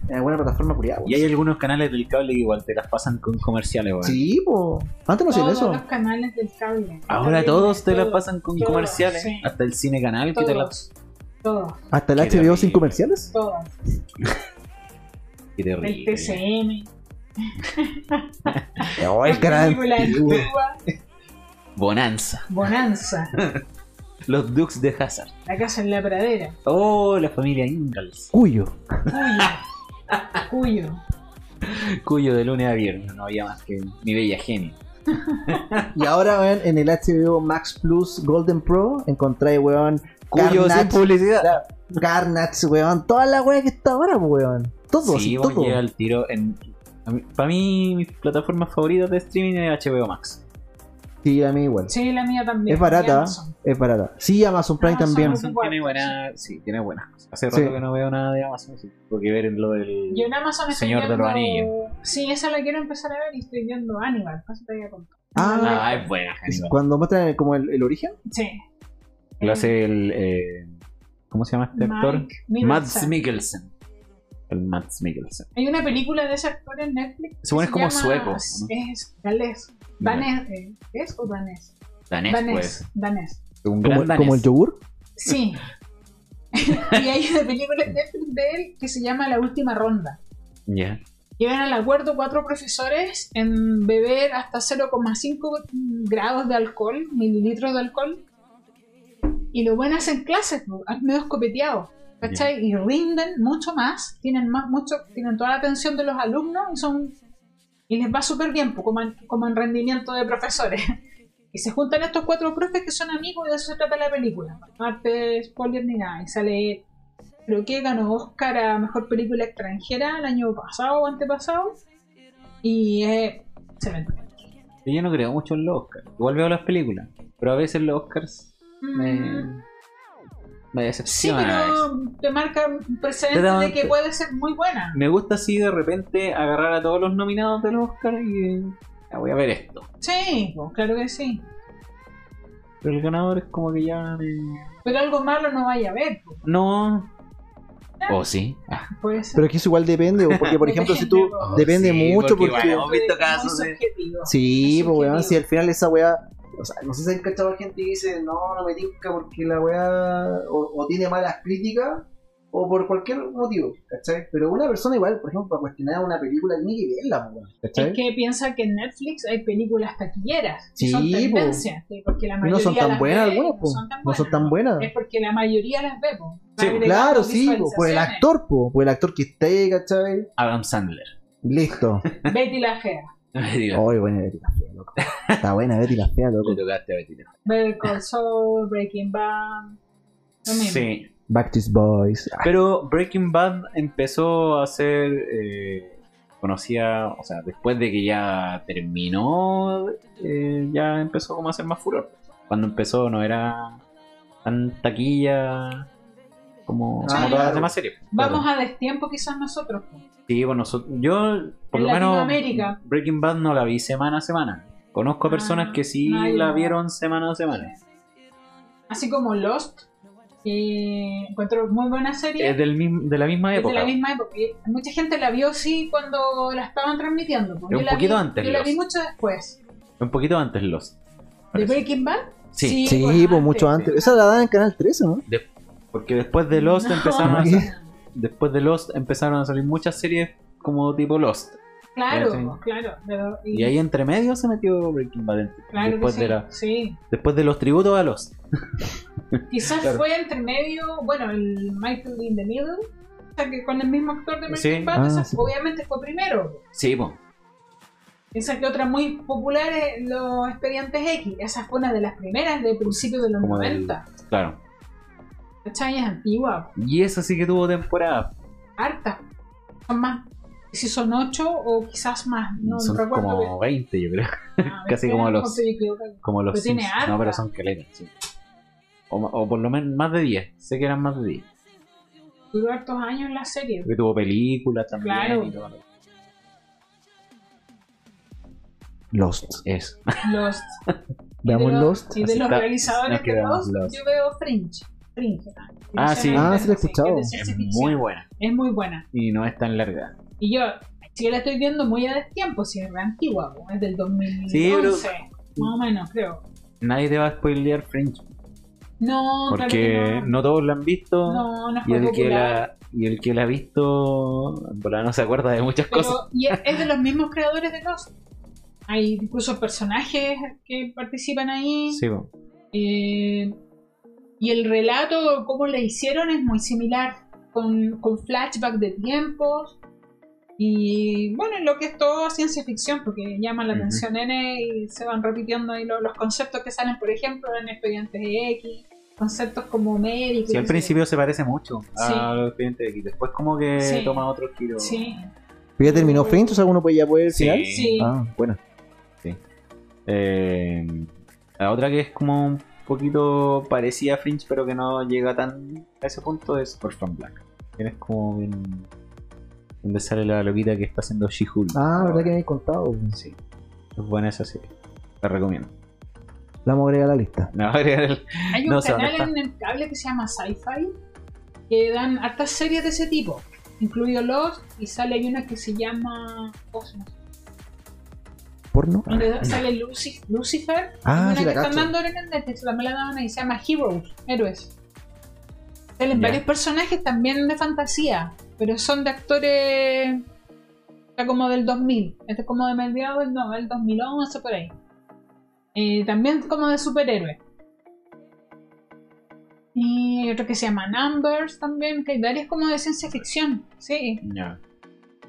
[SPEAKER 1] en alguna plataforma culiada, weón.
[SPEAKER 2] Y hay algunos canales del cable que igual te las pasan con comerciales, weón.
[SPEAKER 1] Sí, po. Antes no hacían
[SPEAKER 3] Todos
[SPEAKER 1] eso.
[SPEAKER 3] los canales del cable.
[SPEAKER 2] Ahora
[SPEAKER 3] Cable,
[SPEAKER 2] todos te las
[SPEAKER 3] todo,
[SPEAKER 2] pasan con
[SPEAKER 3] todos,
[SPEAKER 2] comerciales.
[SPEAKER 3] sí.
[SPEAKER 2] Hasta el cine canal que te las.
[SPEAKER 3] Todos. Todos,
[SPEAKER 1] ¿Hasta el
[SPEAKER 2] Qué
[SPEAKER 1] HBO sin
[SPEAKER 2] terrible.
[SPEAKER 1] comerciales?
[SPEAKER 3] todos.
[SPEAKER 2] Qué
[SPEAKER 3] El
[SPEAKER 2] terrible.
[SPEAKER 3] TCM.
[SPEAKER 1] Oh, el
[SPEAKER 3] las
[SPEAKER 1] canal
[SPEAKER 3] películas
[SPEAKER 1] antiguo.
[SPEAKER 3] antiguas,
[SPEAKER 2] Bonanza.
[SPEAKER 3] Bonanza.
[SPEAKER 2] Los Dukes de Hazard.
[SPEAKER 3] La casa en la pradera.
[SPEAKER 2] Oh, la familia Ingalls.
[SPEAKER 1] Cuyo.
[SPEAKER 3] Cuyo. Cuyo.
[SPEAKER 2] Cuyo de lunes a viernes. No había más que mi bella genio.
[SPEAKER 1] Y ahora, weón, en el HBO Max Plus Golden Pro encontráis, weón,
[SPEAKER 2] Cuyo sin
[SPEAKER 1] Carnage,
[SPEAKER 2] publicidad.
[SPEAKER 1] Garnats, weón. Toda la weá que está ahora, po, weón. Todo,
[SPEAKER 2] Sí,
[SPEAKER 1] sí,
[SPEAKER 2] bueno,
[SPEAKER 1] todo.
[SPEAKER 2] llega el tiro en... Para mí, mis plataformas favoritas de streaming es HBO Max.
[SPEAKER 1] Sí, a mí igual.
[SPEAKER 3] Sí, la mía también.
[SPEAKER 1] Es barata.
[SPEAKER 3] Amazon.
[SPEAKER 1] Es barata. Sí, Amazon Prime
[SPEAKER 3] Amazon
[SPEAKER 1] también.
[SPEAKER 3] es
[SPEAKER 2] Amazon
[SPEAKER 3] Igual,
[SPEAKER 2] tiene
[SPEAKER 3] sí.
[SPEAKER 2] buenas, sí, tiene buenas cosas. Hace
[SPEAKER 1] Sí.
[SPEAKER 2] rato que no veo nada de Amazon, sí. Tengo que ver en lo del...
[SPEAKER 3] Yo en Amazon estoy
[SPEAKER 2] Señor de
[SPEAKER 3] viendo-
[SPEAKER 2] los Anillos.
[SPEAKER 3] Sí, esa la quiero empezar a ver y estoy viendo Animal. Por eso te voy a contar.
[SPEAKER 1] Ah,
[SPEAKER 2] Ah, es buena, Hannibal.
[SPEAKER 1] cuando muestran el- como el, el origen.
[SPEAKER 3] Sí.
[SPEAKER 2] Lo hace el... eh, ¿Cómo se llama este actor?
[SPEAKER 3] Mike Mikkelsen.
[SPEAKER 2] Mads Mikkelsen. El Mads Mikkelsen.
[SPEAKER 3] Hay una película de ese actor en Netflix.
[SPEAKER 2] Según es
[SPEAKER 3] se
[SPEAKER 2] como
[SPEAKER 3] llama-
[SPEAKER 2] sueco. ¿no?
[SPEAKER 3] Es galés. Danés. eh, ¿Es o danés?
[SPEAKER 2] Danés,
[SPEAKER 3] Danés.
[SPEAKER 2] pues.
[SPEAKER 3] Danés.
[SPEAKER 2] Un gran
[SPEAKER 1] Como,
[SPEAKER 2] danés.
[SPEAKER 1] como el yogur.
[SPEAKER 3] Sí. [laughs] y hay una película en Netflix de él que se llama La Última Ronda.
[SPEAKER 2] Ya.
[SPEAKER 3] Llegan al acuerdo cuatro profesores en beber hasta 0,5 grados de alcohol, mililitros de alcohol. Y lo bueno hacen clases, po, medio escopeteados. ¿Cachai? Y rinden mucho más, tienen más, mucho, tienen toda la atención de los alumnos y son y les va súper bien, po, como en, como en rendimiento de profesores. [laughs] Y se juntan estos cuatro profes que son amigos y de eso se trata la película. Arte, spoiler ni nada. Y sale creo que ganó Oscar a Mejor Película Extranjera el año pasado o antepasado. Y eh, se me
[SPEAKER 2] Yo no creo mucho en los Oscars. Igual veo las películas. Pero a veces los Oscars
[SPEAKER 3] Mm,
[SPEAKER 2] me... Me
[SPEAKER 3] Sí,
[SPEAKER 2] decepcionan a veces.
[SPEAKER 3] pero te marca un precedente
[SPEAKER 2] Pero-
[SPEAKER 3] de que puede ser muy buena.
[SPEAKER 2] Me gusta así de repente agarrar a todos los nominados del Oscar y... eh, ya voy a ver esto.
[SPEAKER 3] Sí, pues, claro que sí.
[SPEAKER 2] Pero el ganador es como que ya... me-
[SPEAKER 3] Pero algo malo no vaya a haber. pues.
[SPEAKER 2] No. ¿O sí? Ah,
[SPEAKER 3] Puede ser.
[SPEAKER 1] Pero es que eso igual depende. Porque,
[SPEAKER 3] [laughs]
[SPEAKER 1] por ejemplo, si tú.
[SPEAKER 3] Depende, po.
[SPEAKER 1] Depende mucho porque.
[SPEAKER 2] Oh, igual oh. hemos visto
[SPEAKER 3] Muy
[SPEAKER 2] casos de...
[SPEAKER 3] subjetivo.
[SPEAKER 1] Sí,
[SPEAKER 3] Es
[SPEAKER 1] pues weón,
[SPEAKER 3] subjetivo.
[SPEAKER 1] si al final esa weá. O sea, no sé si han cachado a gente que dice, no, no me tinca porque la weá o, o tiene malas críticas o por cualquier motivo, ¿cachai? Pero una persona igual, por ejemplo, para cuestionar una película ni que verla, pues, weón, ¿cachai?
[SPEAKER 3] Es que piensa que en Netflix hay películas taquilleras. que
[SPEAKER 1] Sí,
[SPEAKER 3] son
[SPEAKER 1] po.
[SPEAKER 3] tendencias. sí, Porque la
[SPEAKER 1] Y
[SPEAKER 3] mayoría
[SPEAKER 1] no son tan
[SPEAKER 3] las
[SPEAKER 1] buenas
[SPEAKER 3] ve,
[SPEAKER 1] algunas,
[SPEAKER 3] no
[SPEAKER 1] pues,
[SPEAKER 3] son tan
[SPEAKER 1] no
[SPEAKER 3] buenas.
[SPEAKER 1] son tan buenas.
[SPEAKER 3] Es porque la mayoría las pues. vemos.
[SPEAKER 2] Sí, pues.
[SPEAKER 1] Claro, sí, po, por el actor, po, por el actor que esté, ¿cachai?
[SPEAKER 2] Adam Sandler. [laughs]
[SPEAKER 1] Listo.
[SPEAKER 3] Betty la Fea.
[SPEAKER 2] Me digas,
[SPEAKER 1] Ay, buena Betty la fea, loco. Está buena Betty la fea,
[SPEAKER 2] [laughs]
[SPEAKER 1] loco.
[SPEAKER 2] le tocaste a Betty.
[SPEAKER 3] Better Call Saul, Breaking Bad. Lo mismo.
[SPEAKER 2] Sí.
[SPEAKER 1] Back to his boys. Ah,
[SPEAKER 2] Pero Breaking Bad empezó a ser eh, conocida, o sea, después de que ya terminó, eh, ya empezó como a hacer más furor. Cuando empezó no era tan taquilla como, como
[SPEAKER 1] Ah,
[SPEAKER 2] todas las
[SPEAKER 1] claro.
[SPEAKER 2] demás series.
[SPEAKER 3] Vamos a destiempo quizás nosotros. po.
[SPEAKER 2] Sí, bueno, so- yo por
[SPEAKER 3] En
[SPEAKER 2] lo menos
[SPEAKER 3] Latinoamérica.
[SPEAKER 2] Breaking Bad no la vi semana a semana. Conozco a personas
[SPEAKER 3] Ah,
[SPEAKER 2] que sí
[SPEAKER 3] ah, ya.
[SPEAKER 2] la vieron semana a semana.
[SPEAKER 3] Así como Lost, que encuentro muy buena serie.
[SPEAKER 2] Es del mismo- de la misma
[SPEAKER 3] es de
[SPEAKER 2] época.
[SPEAKER 3] la misma época. Y Mucha gente la vio sí cuando la estaban transmitiendo. po.
[SPEAKER 2] Pero un
[SPEAKER 3] la vi-
[SPEAKER 2] poquito antes,
[SPEAKER 3] Yo la vi
[SPEAKER 2] Lost.
[SPEAKER 3] mucho después.
[SPEAKER 2] Un poquito antes los.
[SPEAKER 3] ¿De Breaking Bad?
[SPEAKER 2] Sí.
[SPEAKER 1] Sí,
[SPEAKER 3] pues,
[SPEAKER 1] pues mucho antes. Esa la dan en Canal 13, ¿no?
[SPEAKER 2] Porque después de Lost
[SPEAKER 3] No.
[SPEAKER 2] empezaron
[SPEAKER 3] [laughs]
[SPEAKER 2] a
[SPEAKER 1] ¿Qué?
[SPEAKER 2] salir, después de Lost empezaron a salir muchas series como tipo Lost.
[SPEAKER 3] Claro,
[SPEAKER 2] Ya, sí.
[SPEAKER 3] claro. pero-
[SPEAKER 2] Y ahí entre medio se metió Breaking Bad. en-
[SPEAKER 3] claro que
[SPEAKER 2] después
[SPEAKER 3] sí,
[SPEAKER 2] de la-
[SPEAKER 3] sí.
[SPEAKER 2] después de los tributos a Lost.
[SPEAKER 3] Quizás
[SPEAKER 2] Claro.
[SPEAKER 3] fue entre medio, bueno, el Michael in the Middle, o sea, que con el mismo actor de Breaking
[SPEAKER 2] Sí.
[SPEAKER 3] Bad,
[SPEAKER 1] Ah,
[SPEAKER 3] o sea,
[SPEAKER 1] sí.
[SPEAKER 3] obviamente fue primero.
[SPEAKER 2] Sí, po.
[SPEAKER 3] Esa que otra muy popular es Los Expedientes X, esa fue una de las primeras de principios de los
[SPEAKER 2] Como del-
[SPEAKER 3] 90.
[SPEAKER 2] claro.
[SPEAKER 3] ¿Cachai? Es antigua,
[SPEAKER 2] Y esa sí que tuvo temporada.
[SPEAKER 3] harta. Son más, si son ocho o quizás más, no
[SPEAKER 2] Son
[SPEAKER 3] recuerdo. ah,
[SPEAKER 2] como 20, yo creo.
[SPEAKER 3] bien. A ver,
[SPEAKER 2] [laughs] casi como
[SPEAKER 3] espera,
[SPEAKER 2] los-
[SPEAKER 3] porque yo creo que-
[SPEAKER 2] Como los
[SPEAKER 3] Pero Pues tiene
[SPEAKER 2] Simpsons.
[SPEAKER 3] harta.
[SPEAKER 2] No, pero son caletas, sí. O, ma- o por lo menos más de 10. Sé que eran más de 10.
[SPEAKER 3] Duró hartos años la serie.
[SPEAKER 2] Porque tuvo películas también.
[SPEAKER 3] Claro.
[SPEAKER 2] y todo.
[SPEAKER 1] Lost.
[SPEAKER 2] Eso. [laughs]
[SPEAKER 3] Los
[SPEAKER 1] Veamos
[SPEAKER 3] y de los-
[SPEAKER 1] Lost.
[SPEAKER 3] Y de
[SPEAKER 2] Así
[SPEAKER 3] los
[SPEAKER 2] está.
[SPEAKER 3] realizadores
[SPEAKER 2] Nos
[SPEAKER 3] de
[SPEAKER 2] quedamos
[SPEAKER 3] Lost,
[SPEAKER 2] Lost.
[SPEAKER 3] yo veo Fringe. Fringe.
[SPEAKER 2] Ah, sí.
[SPEAKER 1] Ah, sí la he escuchado.
[SPEAKER 3] Es, de
[SPEAKER 2] Es
[SPEAKER 3] ciencia
[SPEAKER 2] muy
[SPEAKER 3] ficción.
[SPEAKER 2] buena.
[SPEAKER 3] es muy buena.
[SPEAKER 2] Y no es tan larga.
[SPEAKER 3] Y yo, si yo la estoy viendo muy a destiempo, si es re antigua, po, es del 2011.
[SPEAKER 2] Sí, pero-
[SPEAKER 3] Más o menos, creo.
[SPEAKER 2] Nadie te va a spoilear Fringe.
[SPEAKER 3] No, claro
[SPEAKER 2] Porque
[SPEAKER 3] que
[SPEAKER 2] no. todos la han visto.
[SPEAKER 3] No, no
[SPEAKER 2] y,
[SPEAKER 3] fue
[SPEAKER 2] el que
[SPEAKER 3] popular.
[SPEAKER 2] la, y el que la ha visto, en volada no se acuerda de muchas cosas.
[SPEAKER 3] Pero, y es, es de los mismos creadores de Lost. Hay incluso personajes que participan ahí.
[SPEAKER 2] Sí, po.
[SPEAKER 3] Eh, y el relato, cómo le hicieron, es muy similar, con, con flashback de tiempos. Y bueno, lo que es todo ciencia ficción, porque llama la
[SPEAKER 2] Ujú.
[SPEAKER 3] atención N y se van repitiendo ahí lo- los conceptos que salen, por ejemplo, en Expedientes X, conceptos como médicos.
[SPEAKER 2] Sí, al principio se parece mucho
[SPEAKER 3] Sí.
[SPEAKER 2] a los expedientes de X. Después, como que
[SPEAKER 3] Sí.
[SPEAKER 2] toma otro giro.
[SPEAKER 3] Sí,
[SPEAKER 1] ¿Ya ¿ah? terminó Fringe? O sea, uno puede ya puede ver el
[SPEAKER 2] Sí.
[SPEAKER 1] final.
[SPEAKER 3] sí.
[SPEAKER 1] Ah, bueno.
[SPEAKER 2] Eh, La otra que es como un poquito parecida a Fringe, pero que no llega tan a ese punto, es Orphan Black. Tienes como bien. donde sale la loquita que está haciendo She-Hulk.
[SPEAKER 1] Ah,
[SPEAKER 2] ahora.
[SPEAKER 1] verdad que me habéis contado.
[SPEAKER 2] Sí. Es buena esa serie. Te recomiendo. [laughs]
[SPEAKER 1] La vamos a agregar a la lista.
[SPEAKER 2] No, [laughs] agregar el-
[SPEAKER 3] Hay un
[SPEAKER 2] No sé dónde
[SPEAKER 3] canal en el cable que se llama Sci-Fi que dan hartas series de ese tipo, incluido Lost, y sale hay una que se llama oh, Cosmos,
[SPEAKER 1] ¿Porno?
[SPEAKER 3] donde sale Lucy, Lucifer.
[SPEAKER 1] Ah,
[SPEAKER 3] y una
[SPEAKER 1] sí, la
[SPEAKER 3] que están
[SPEAKER 1] cacho.
[SPEAKER 3] dando ahora en Netflix, también la daban ahí, se llama Heroes, Héroes. Salen
[SPEAKER 2] Ya.
[SPEAKER 3] varios personajes también de fantasía, pero son de actores. Está como del 2000, este es como de mediados no, del 2011, por ahí. Eh, también como de superhéroes. Y otro que se llama Numbers también, que hay varias como de ciencia ficción. Sí,
[SPEAKER 2] Ya.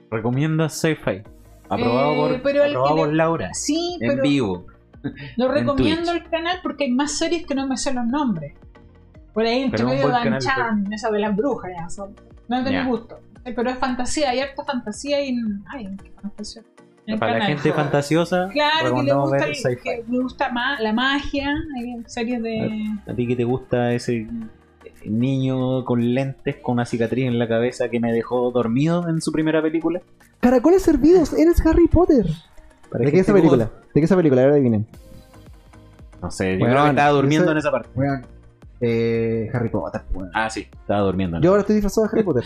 [SPEAKER 2] Recomienda Sci-Fi. Aprobado,
[SPEAKER 3] Eh,
[SPEAKER 2] por,
[SPEAKER 3] pero el
[SPEAKER 2] aprobado
[SPEAKER 3] que
[SPEAKER 2] por Laura.
[SPEAKER 3] sí,
[SPEAKER 2] En
[SPEAKER 3] pero
[SPEAKER 2] vivo.
[SPEAKER 3] no
[SPEAKER 2] en
[SPEAKER 3] recomiendo
[SPEAKER 2] Twitch.
[SPEAKER 3] el canal porque hay más series que no me sé los nombres. Por ahí entre
[SPEAKER 2] Pero es un
[SPEAKER 3] medio
[SPEAKER 2] buen
[SPEAKER 3] Dan
[SPEAKER 2] canal,
[SPEAKER 3] Chan, esa de las brujas, ya, son- no es de
[SPEAKER 2] Ya.
[SPEAKER 3] mi gusto. Eh, Pero es fantasía, hay harta fantasía y. Ay, qué fantasía. En el
[SPEAKER 2] Para la
[SPEAKER 3] canal.
[SPEAKER 2] gente fantasiosa,
[SPEAKER 3] Claro, que le
[SPEAKER 2] recomendamos
[SPEAKER 3] gusta,
[SPEAKER 2] ver
[SPEAKER 3] el- que
[SPEAKER 2] sci-fi.
[SPEAKER 3] le gusta ma- la magia, hay series
[SPEAKER 1] Eh,
[SPEAKER 3] de.
[SPEAKER 2] A ti que te gusta ese niño con lentes, con una cicatriz en la cabeza que me dejó dormido en su primera película.
[SPEAKER 1] Caracoles servidos, eres Harry Potter.
[SPEAKER 2] Para
[SPEAKER 1] ¿De
[SPEAKER 2] que
[SPEAKER 1] qué es esa
[SPEAKER 2] te
[SPEAKER 1] película?
[SPEAKER 2] guste.
[SPEAKER 1] ¿De qué es esa película? Ahora adivinen.
[SPEAKER 2] No sé, yo
[SPEAKER 1] Bueno,
[SPEAKER 2] creo que estaba durmiendo
[SPEAKER 1] ese-
[SPEAKER 2] en esa parte.
[SPEAKER 1] Weón, eh, Harry Potter. weón.
[SPEAKER 2] Ah, sí, estaba durmiendo. ¿no?
[SPEAKER 1] Yo ahora estoy disfrazado de Harry
[SPEAKER 2] [laughs]
[SPEAKER 1] Potter.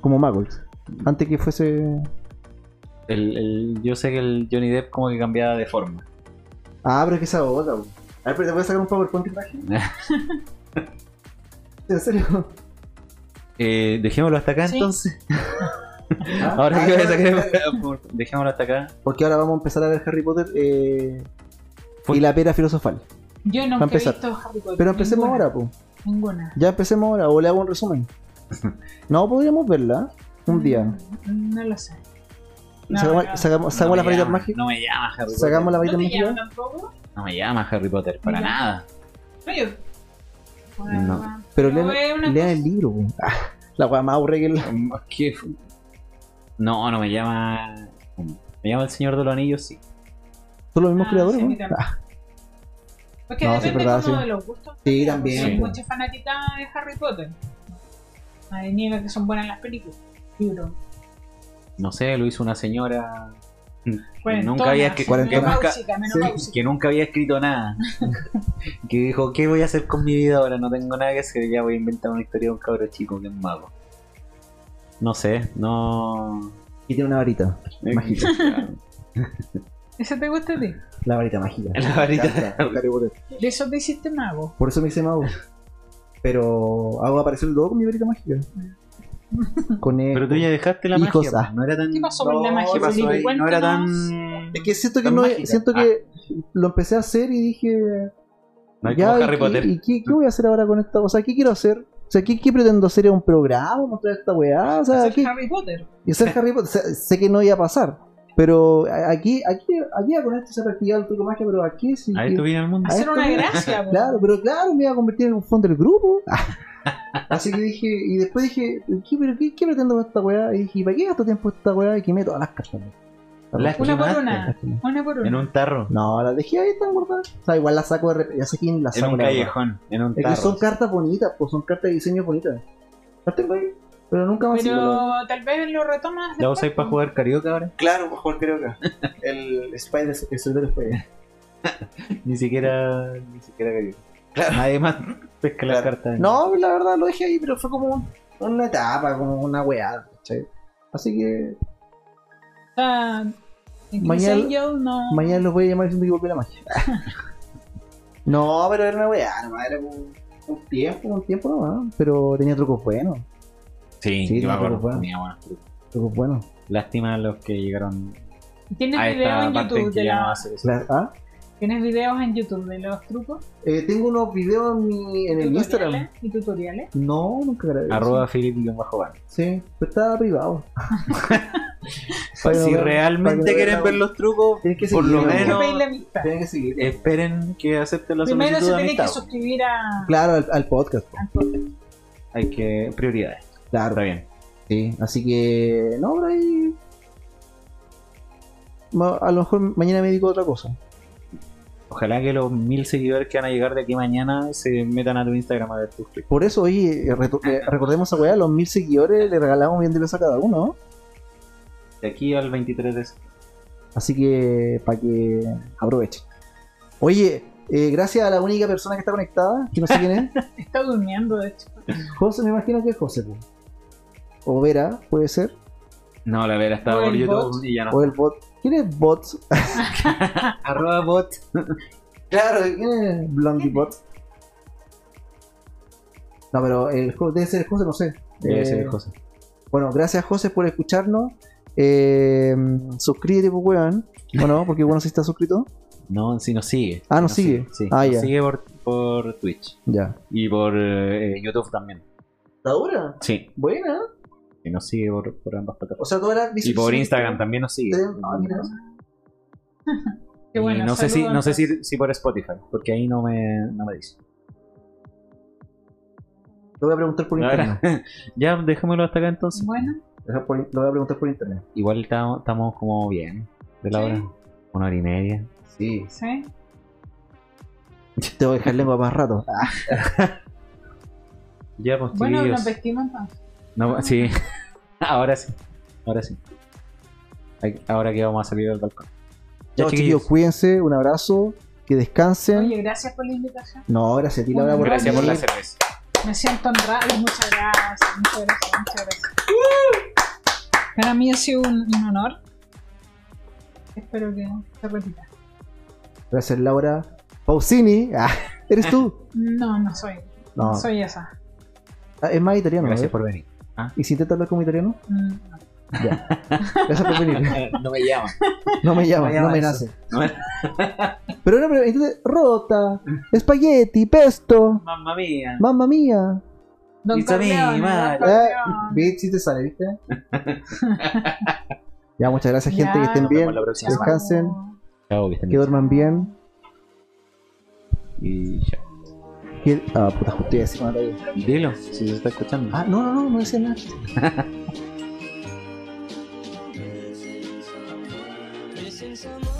[SPEAKER 1] Como Muggles. Antes que fuese.
[SPEAKER 2] El- el- yo sé que el Johnny Depp como que cambiaba de forma.
[SPEAKER 1] Ah, pero es que esa otra. weón. A ver, pero te voy a sacar un PowerPoint imagen. [laughs] ¿En serio?
[SPEAKER 2] Eh, dejémoslo hasta acá
[SPEAKER 3] Sí.
[SPEAKER 2] entonces. [laughs]
[SPEAKER 1] Ah,
[SPEAKER 2] Ahora
[SPEAKER 1] ah,
[SPEAKER 2] que voy a
[SPEAKER 1] ya, ya, ya.
[SPEAKER 2] sacar. Dejémoslo hasta acá.
[SPEAKER 1] Porque ahora vamos a empezar a ver Harry Potter eh,
[SPEAKER 2] Fue-
[SPEAKER 1] y la pera filosofal.
[SPEAKER 3] Yo nunca
[SPEAKER 1] Para
[SPEAKER 3] he
[SPEAKER 1] empezar.
[SPEAKER 3] visto Harry Potter.
[SPEAKER 1] Pero empecemos
[SPEAKER 3] ninguna,
[SPEAKER 1] ahora, po.
[SPEAKER 3] Ninguna.
[SPEAKER 1] Ya empecemos ahora, o le hago un
[SPEAKER 2] [laughs]
[SPEAKER 1] resumen. No, podríamos verla un día.
[SPEAKER 3] Mm, No lo sé.
[SPEAKER 1] sacamos
[SPEAKER 3] No, no.
[SPEAKER 1] sacamos,
[SPEAKER 2] No
[SPEAKER 1] sacamos
[SPEAKER 2] me
[SPEAKER 1] las varitas
[SPEAKER 2] llama,
[SPEAKER 1] mágicas.
[SPEAKER 2] No me llama Harry Potter.
[SPEAKER 1] Sacamos las
[SPEAKER 3] ¿No
[SPEAKER 1] varitas
[SPEAKER 3] te llaman
[SPEAKER 1] mágicas.
[SPEAKER 3] tampoco?
[SPEAKER 2] No me llama Harry Potter, para
[SPEAKER 3] Ya.
[SPEAKER 2] nada.
[SPEAKER 3] No, yo. Ah,
[SPEAKER 2] No.
[SPEAKER 1] Pero
[SPEAKER 3] No,
[SPEAKER 1] lean,
[SPEAKER 3] es una
[SPEAKER 1] lean
[SPEAKER 3] cosa-
[SPEAKER 1] el libro, po. Ah, La weá más aburrida que la.
[SPEAKER 2] Mm, ¿Qué? fu- No, no me llama. Me llama el Señor de los Anillos, sí.
[SPEAKER 1] Son los mismos
[SPEAKER 3] Ah,
[SPEAKER 1] creadores,
[SPEAKER 3] sí,
[SPEAKER 1] po.
[SPEAKER 3] mira.
[SPEAKER 1] Ah,
[SPEAKER 3] Porque
[SPEAKER 1] No, sí,
[SPEAKER 3] depende
[SPEAKER 1] verdad,
[SPEAKER 3] como
[SPEAKER 1] sí.
[SPEAKER 3] de los gustos.
[SPEAKER 1] Sí, también,
[SPEAKER 3] Hay
[SPEAKER 2] sí.
[SPEAKER 3] mucha fanática de Harry Potter. Nadie niega que son buenas las películas. Libro.
[SPEAKER 2] No sé, lo hizo una señora que
[SPEAKER 3] Cuarentona,
[SPEAKER 2] nunca había escrito, que,
[SPEAKER 1] cuarentona.
[SPEAKER 2] nunca,
[SPEAKER 3] Menopáusica,
[SPEAKER 2] sí,
[SPEAKER 3] menopáusica.
[SPEAKER 2] que nunca había escrito
[SPEAKER 3] [laughs]
[SPEAKER 2] nada. que dijo, ¿qué voy a hacer con mi vida ahora? No tengo nada que hacer, ya voy a inventar una historia de un cabro chico que es mago. No sé, no.
[SPEAKER 1] Y tiene una varita. Mágica.
[SPEAKER 2] [laughs]
[SPEAKER 3] ¿Eso te gusta a ti?
[SPEAKER 1] La varita mágica.
[SPEAKER 2] La varita.
[SPEAKER 1] Me encanta, Harry Potter.
[SPEAKER 3] De eso te hiciste mago.
[SPEAKER 1] Por eso me hice mago. Pero hago aparecer el dodo con mi varita mágica. Con el...
[SPEAKER 2] Pero tú ya dejaste la
[SPEAKER 1] Hijos,
[SPEAKER 2] magia.
[SPEAKER 1] ah.
[SPEAKER 2] No era tan.
[SPEAKER 3] ¿Qué pasó con la
[SPEAKER 2] No,
[SPEAKER 3] magia?
[SPEAKER 2] ¿qué pasó
[SPEAKER 3] Felipe?
[SPEAKER 2] ahí? No era
[SPEAKER 3] Cuéntanos.
[SPEAKER 2] tan.
[SPEAKER 1] Es que siento que
[SPEAKER 2] Tan
[SPEAKER 1] no es-
[SPEAKER 2] mágica.
[SPEAKER 1] siento
[SPEAKER 2] Ah.
[SPEAKER 1] que lo empecé a hacer y dije
[SPEAKER 2] No es
[SPEAKER 1] ya,
[SPEAKER 2] como
[SPEAKER 1] ¿y
[SPEAKER 2] Harry
[SPEAKER 1] qué-
[SPEAKER 2] Potter.
[SPEAKER 1] ¿y qué, qué voy a hacer ahora con esta? O sea, ¿qué quiero hacer? O sea, ¿qué, qué pretendo hacer? ¿Es un programa? ¿Mostrar esta weá? O sea,
[SPEAKER 3] Hacer
[SPEAKER 1] ¿qué?
[SPEAKER 3] Harry Potter.
[SPEAKER 1] Y hacer Harry Potter. sé, sé que no iba a pasar. Pero a- aquí, aquí, aquí con esto se ha practicado el truco de magia, pero aquí sí.
[SPEAKER 2] Ahí
[SPEAKER 1] que-
[SPEAKER 2] tú vienes al mundo.
[SPEAKER 1] Ahí
[SPEAKER 3] Hacer
[SPEAKER 1] Ah, está,
[SPEAKER 3] una
[SPEAKER 1] mira. [laughs]
[SPEAKER 3] gracia, po.
[SPEAKER 1] Claro, pero claro, me iba a convertir en un fondo del [laughs] grupo. Así que dije, y después dije, ¿qué, pero qué, qué pretendo con esta weá? Y dije, ¿y ¿para qué gasto tiempo esta weá? Y quemé todas las cartas.
[SPEAKER 2] Las
[SPEAKER 3] Una por
[SPEAKER 2] quemaste
[SPEAKER 3] una. Una por
[SPEAKER 2] En
[SPEAKER 3] una.
[SPEAKER 2] un tarro.
[SPEAKER 1] No, las dejé ahí, están guardadas. O sea, igual las saco de repente. Ya sé quién las
[SPEAKER 2] En
[SPEAKER 1] saco.
[SPEAKER 2] un
[SPEAKER 1] la verdad.
[SPEAKER 2] callejón. En un
[SPEAKER 1] Es que
[SPEAKER 2] tarro.
[SPEAKER 1] son cartas bonitas, pues son cartas de diseño bonitas. Las tengo ahí, pero nunca más.
[SPEAKER 3] Pero tal vez lo retomas.
[SPEAKER 2] ¿La
[SPEAKER 3] después,
[SPEAKER 2] usáis para
[SPEAKER 3] po.
[SPEAKER 2] jugar carioca ahora?
[SPEAKER 1] Claro, mejor creo que el Spider, el soldado Spider.
[SPEAKER 2] Ni siquiera. Ni siquiera carioca. Nadie más pesca las
[SPEAKER 1] Claro.
[SPEAKER 2] cartas.
[SPEAKER 1] No, la verdad lo dejé ahí, pero fue como un- una etapa, como una weada, ¿cachai? Así que
[SPEAKER 3] O sea, en Chris
[SPEAKER 1] Mañana-
[SPEAKER 3] Angel no.
[SPEAKER 1] mañana los voy a llamar diciendo que volví a la magia. [laughs] no, pero era una weá, nomás era un, un tiempo, un tiempo nomás, pero tenía trucos buenos,
[SPEAKER 2] Sí,
[SPEAKER 1] Sí,
[SPEAKER 2] yo me
[SPEAKER 1] no,
[SPEAKER 2] acuerdo.
[SPEAKER 1] pero bueno.
[SPEAKER 2] tenía buenos trucos.
[SPEAKER 1] trucos buenos.
[SPEAKER 2] Lástima a los que llegaron
[SPEAKER 3] Tienes
[SPEAKER 2] a
[SPEAKER 3] videos
[SPEAKER 2] esta
[SPEAKER 3] en
[SPEAKER 2] parte en
[SPEAKER 3] YouTube
[SPEAKER 2] que
[SPEAKER 3] de
[SPEAKER 2] ya no va
[SPEAKER 3] la...
[SPEAKER 2] a hacer eso.
[SPEAKER 1] La- ¿ah?
[SPEAKER 3] Tienes videos en YouTube de los trucos.
[SPEAKER 1] Eh, tengo unos videos en, mi, en el
[SPEAKER 3] tutoriales
[SPEAKER 1] Instagram.
[SPEAKER 3] Y tutoriales.
[SPEAKER 1] No, nunca grabé. eso.
[SPEAKER 2] Arroba Philip y bajo van.
[SPEAKER 1] Sí, pero estaba privado. [laughs]
[SPEAKER 2] Si realmente quieren ver los trucos,
[SPEAKER 1] Tienes que
[SPEAKER 2] por lo
[SPEAKER 1] seguirlo,
[SPEAKER 3] Tienes
[SPEAKER 2] menos-
[SPEAKER 3] que
[SPEAKER 2] Pero-
[SPEAKER 3] pedirle amistad.
[SPEAKER 1] Tienes que seguir. Eh,
[SPEAKER 2] esperen que acepten la
[SPEAKER 3] Primero
[SPEAKER 2] solicitud
[SPEAKER 3] se
[SPEAKER 2] de
[SPEAKER 3] tiene que
[SPEAKER 2] amistad.
[SPEAKER 3] suscribir a.
[SPEAKER 1] Claro, al, al podcast. po.
[SPEAKER 3] al podcast.
[SPEAKER 2] Hay que. Prioridades. Está
[SPEAKER 1] Claro,
[SPEAKER 2] bien.
[SPEAKER 1] sí. Así que, no, por ahí. Ma- A lo mejor mañana me dedico a otra cosa.
[SPEAKER 2] Ojalá que los mil seguidores que van a llegar de aquí mañana se metan a tu Instagram a ver tus clips.
[SPEAKER 1] Por eso, oye, eh, reto-
[SPEAKER 2] [laughs]
[SPEAKER 1] eh, recordemos a weá, los mil seguidores le regalamos bien de pesos a cada uno. ¿no?
[SPEAKER 2] De aquí al 23 de
[SPEAKER 1] Así que para que aprovechen. Oye, eh, gracias a la única persona que está conectada, que no sé quién
[SPEAKER 2] [laughs]
[SPEAKER 1] es.
[SPEAKER 3] Está durmiendo, de hecho.
[SPEAKER 1] José, me imagino que es José. pues. O Vera, puede ser.
[SPEAKER 2] No, la vera está
[SPEAKER 3] O
[SPEAKER 2] por
[SPEAKER 3] el
[SPEAKER 2] YouTube
[SPEAKER 3] bot.
[SPEAKER 2] y ya no.
[SPEAKER 1] O el bot. ¿Quién es bot?
[SPEAKER 2] Arroba bot.
[SPEAKER 1] claro, ¿quién es Blondie bot? No, pero el, jo- debe ser José, no sé.
[SPEAKER 2] Debe ser
[SPEAKER 1] Eh,
[SPEAKER 2] el José.
[SPEAKER 1] Bueno, gracias José por escucharnos. Eh, suscríbete, pues, weón. ¿O no? Porque bueno, si está suscrito.
[SPEAKER 2] No, si nos sigue.
[SPEAKER 1] Ah, nos sigue.
[SPEAKER 2] Sí,
[SPEAKER 1] Ah,
[SPEAKER 2] nos
[SPEAKER 1] ya.
[SPEAKER 2] sigue por, por Twitch.
[SPEAKER 1] Ya.
[SPEAKER 2] Y por eh, YouTube también.
[SPEAKER 1] ¿Está dura?
[SPEAKER 2] Sí,
[SPEAKER 1] Buena.
[SPEAKER 2] y nos sigue por, por ambas plataformas.
[SPEAKER 1] O sea, todas las
[SPEAKER 2] Y por Instagram también nos sigue.
[SPEAKER 1] Ah, mira.
[SPEAKER 3] Qué bueno,
[SPEAKER 2] Y Eh, no sé si,
[SPEAKER 3] saludos,
[SPEAKER 2] no sé si, si por Spotify, porque ahí no me, no me dice.
[SPEAKER 1] Lo voy a preguntar por internet.
[SPEAKER 2] [laughs] ya, dejémoslo hasta acá entonces.
[SPEAKER 3] Bueno,
[SPEAKER 1] Deja por- Lo voy a preguntar por internet.
[SPEAKER 2] Igual estamos estamos como bien de la
[SPEAKER 3] Sí.
[SPEAKER 2] hora. Una hora y media.
[SPEAKER 1] Sí.
[SPEAKER 3] sí.
[SPEAKER 1] Tengo que dejar lengua más rato.
[SPEAKER 2] Ya, pues,
[SPEAKER 3] Bueno,
[SPEAKER 2] chiquillos.
[SPEAKER 3] nos vestimos entonces.
[SPEAKER 2] No, sí. [laughs] ahora sí. Ahora sí. Ay, Ahora que vamos a salir del balcón. Ya,
[SPEAKER 1] Chao,
[SPEAKER 2] chiquillos.
[SPEAKER 1] chiquillos, cuídense. Un abrazo. Que descansen.
[SPEAKER 3] Oye, gracias por la invitación.
[SPEAKER 1] No, gracias a ti, Laura, por
[SPEAKER 2] Gracias por la
[SPEAKER 1] venir.
[SPEAKER 2] cerveza.
[SPEAKER 3] Me siento honrada. Muchas gracias, muchas gracias, muchas gracias. Para mí ha sido un, un honor. Espero que se repita.
[SPEAKER 1] Gracias, Laura. Pausini. Ah, [laughs] eres tú.
[SPEAKER 3] No, no soy.
[SPEAKER 1] No. [laughs]
[SPEAKER 3] No soy esa.
[SPEAKER 1] Ah, Es más italiano.
[SPEAKER 2] Gracias
[SPEAKER 1] ¿eh?
[SPEAKER 2] por venir.
[SPEAKER 1] ¿Y si intentas hablar como italiano?
[SPEAKER 3] Mm, no.
[SPEAKER 1] Gracias por venir.
[SPEAKER 3] ¿eh?
[SPEAKER 2] [laughs] no me llama.
[SPEAKER 1] [laughs] No me llama,
[SPEAKER 2] No me llama
[SPEAKER 1] no me
[SPEAKER 2] eso.
[SPEAKER 1] nace.
[SPEAKER 2] No me-
[SPEAKER 1] Pero no, pero entonces, rota, espagueti, pesto,
[SPEAKER 2] Mamma mía.
[SPEAKER 1] mamma mía.
[SPEAKER 3] Don
[SPEAKER 2] It's a me,
[SPEAKER 3] Corleone,
[SPEAKER 2] man.
[SPEAKER 3] Don
[SPEAKER 1] Eh,
[SPEAKER 3] Corleone.
[SPEAKER 1] ¿Viste? Si te sale, ¿viste? [laughs] ya, muchas gracias, gente.
[SPEAKER 3] Ya,
[SPEAKER 1] que estén
[SPEAKER 3] nos
[SPEAKER 2] vemos
[SPEAKER 1] bien.
[SPEAKER 2] la próxima
[SPEAKER 3] Chao.
[SPEAKER 1] Descansen,
[SPEAKER 2] Chao, que estén
[SPEAKER 1] que
[SPEAKER 2] bien.
[SPEAKER 1] duerman bien.
[SPEAKER 2] Y chao.
[SPEAKER 1] que- Ah, puta, justo iba a decir una tontería.
[SPEAKER 2] Dilo, si se está escuchando.
[SPEAKER 1] Ah, no, no, no, no decía nada.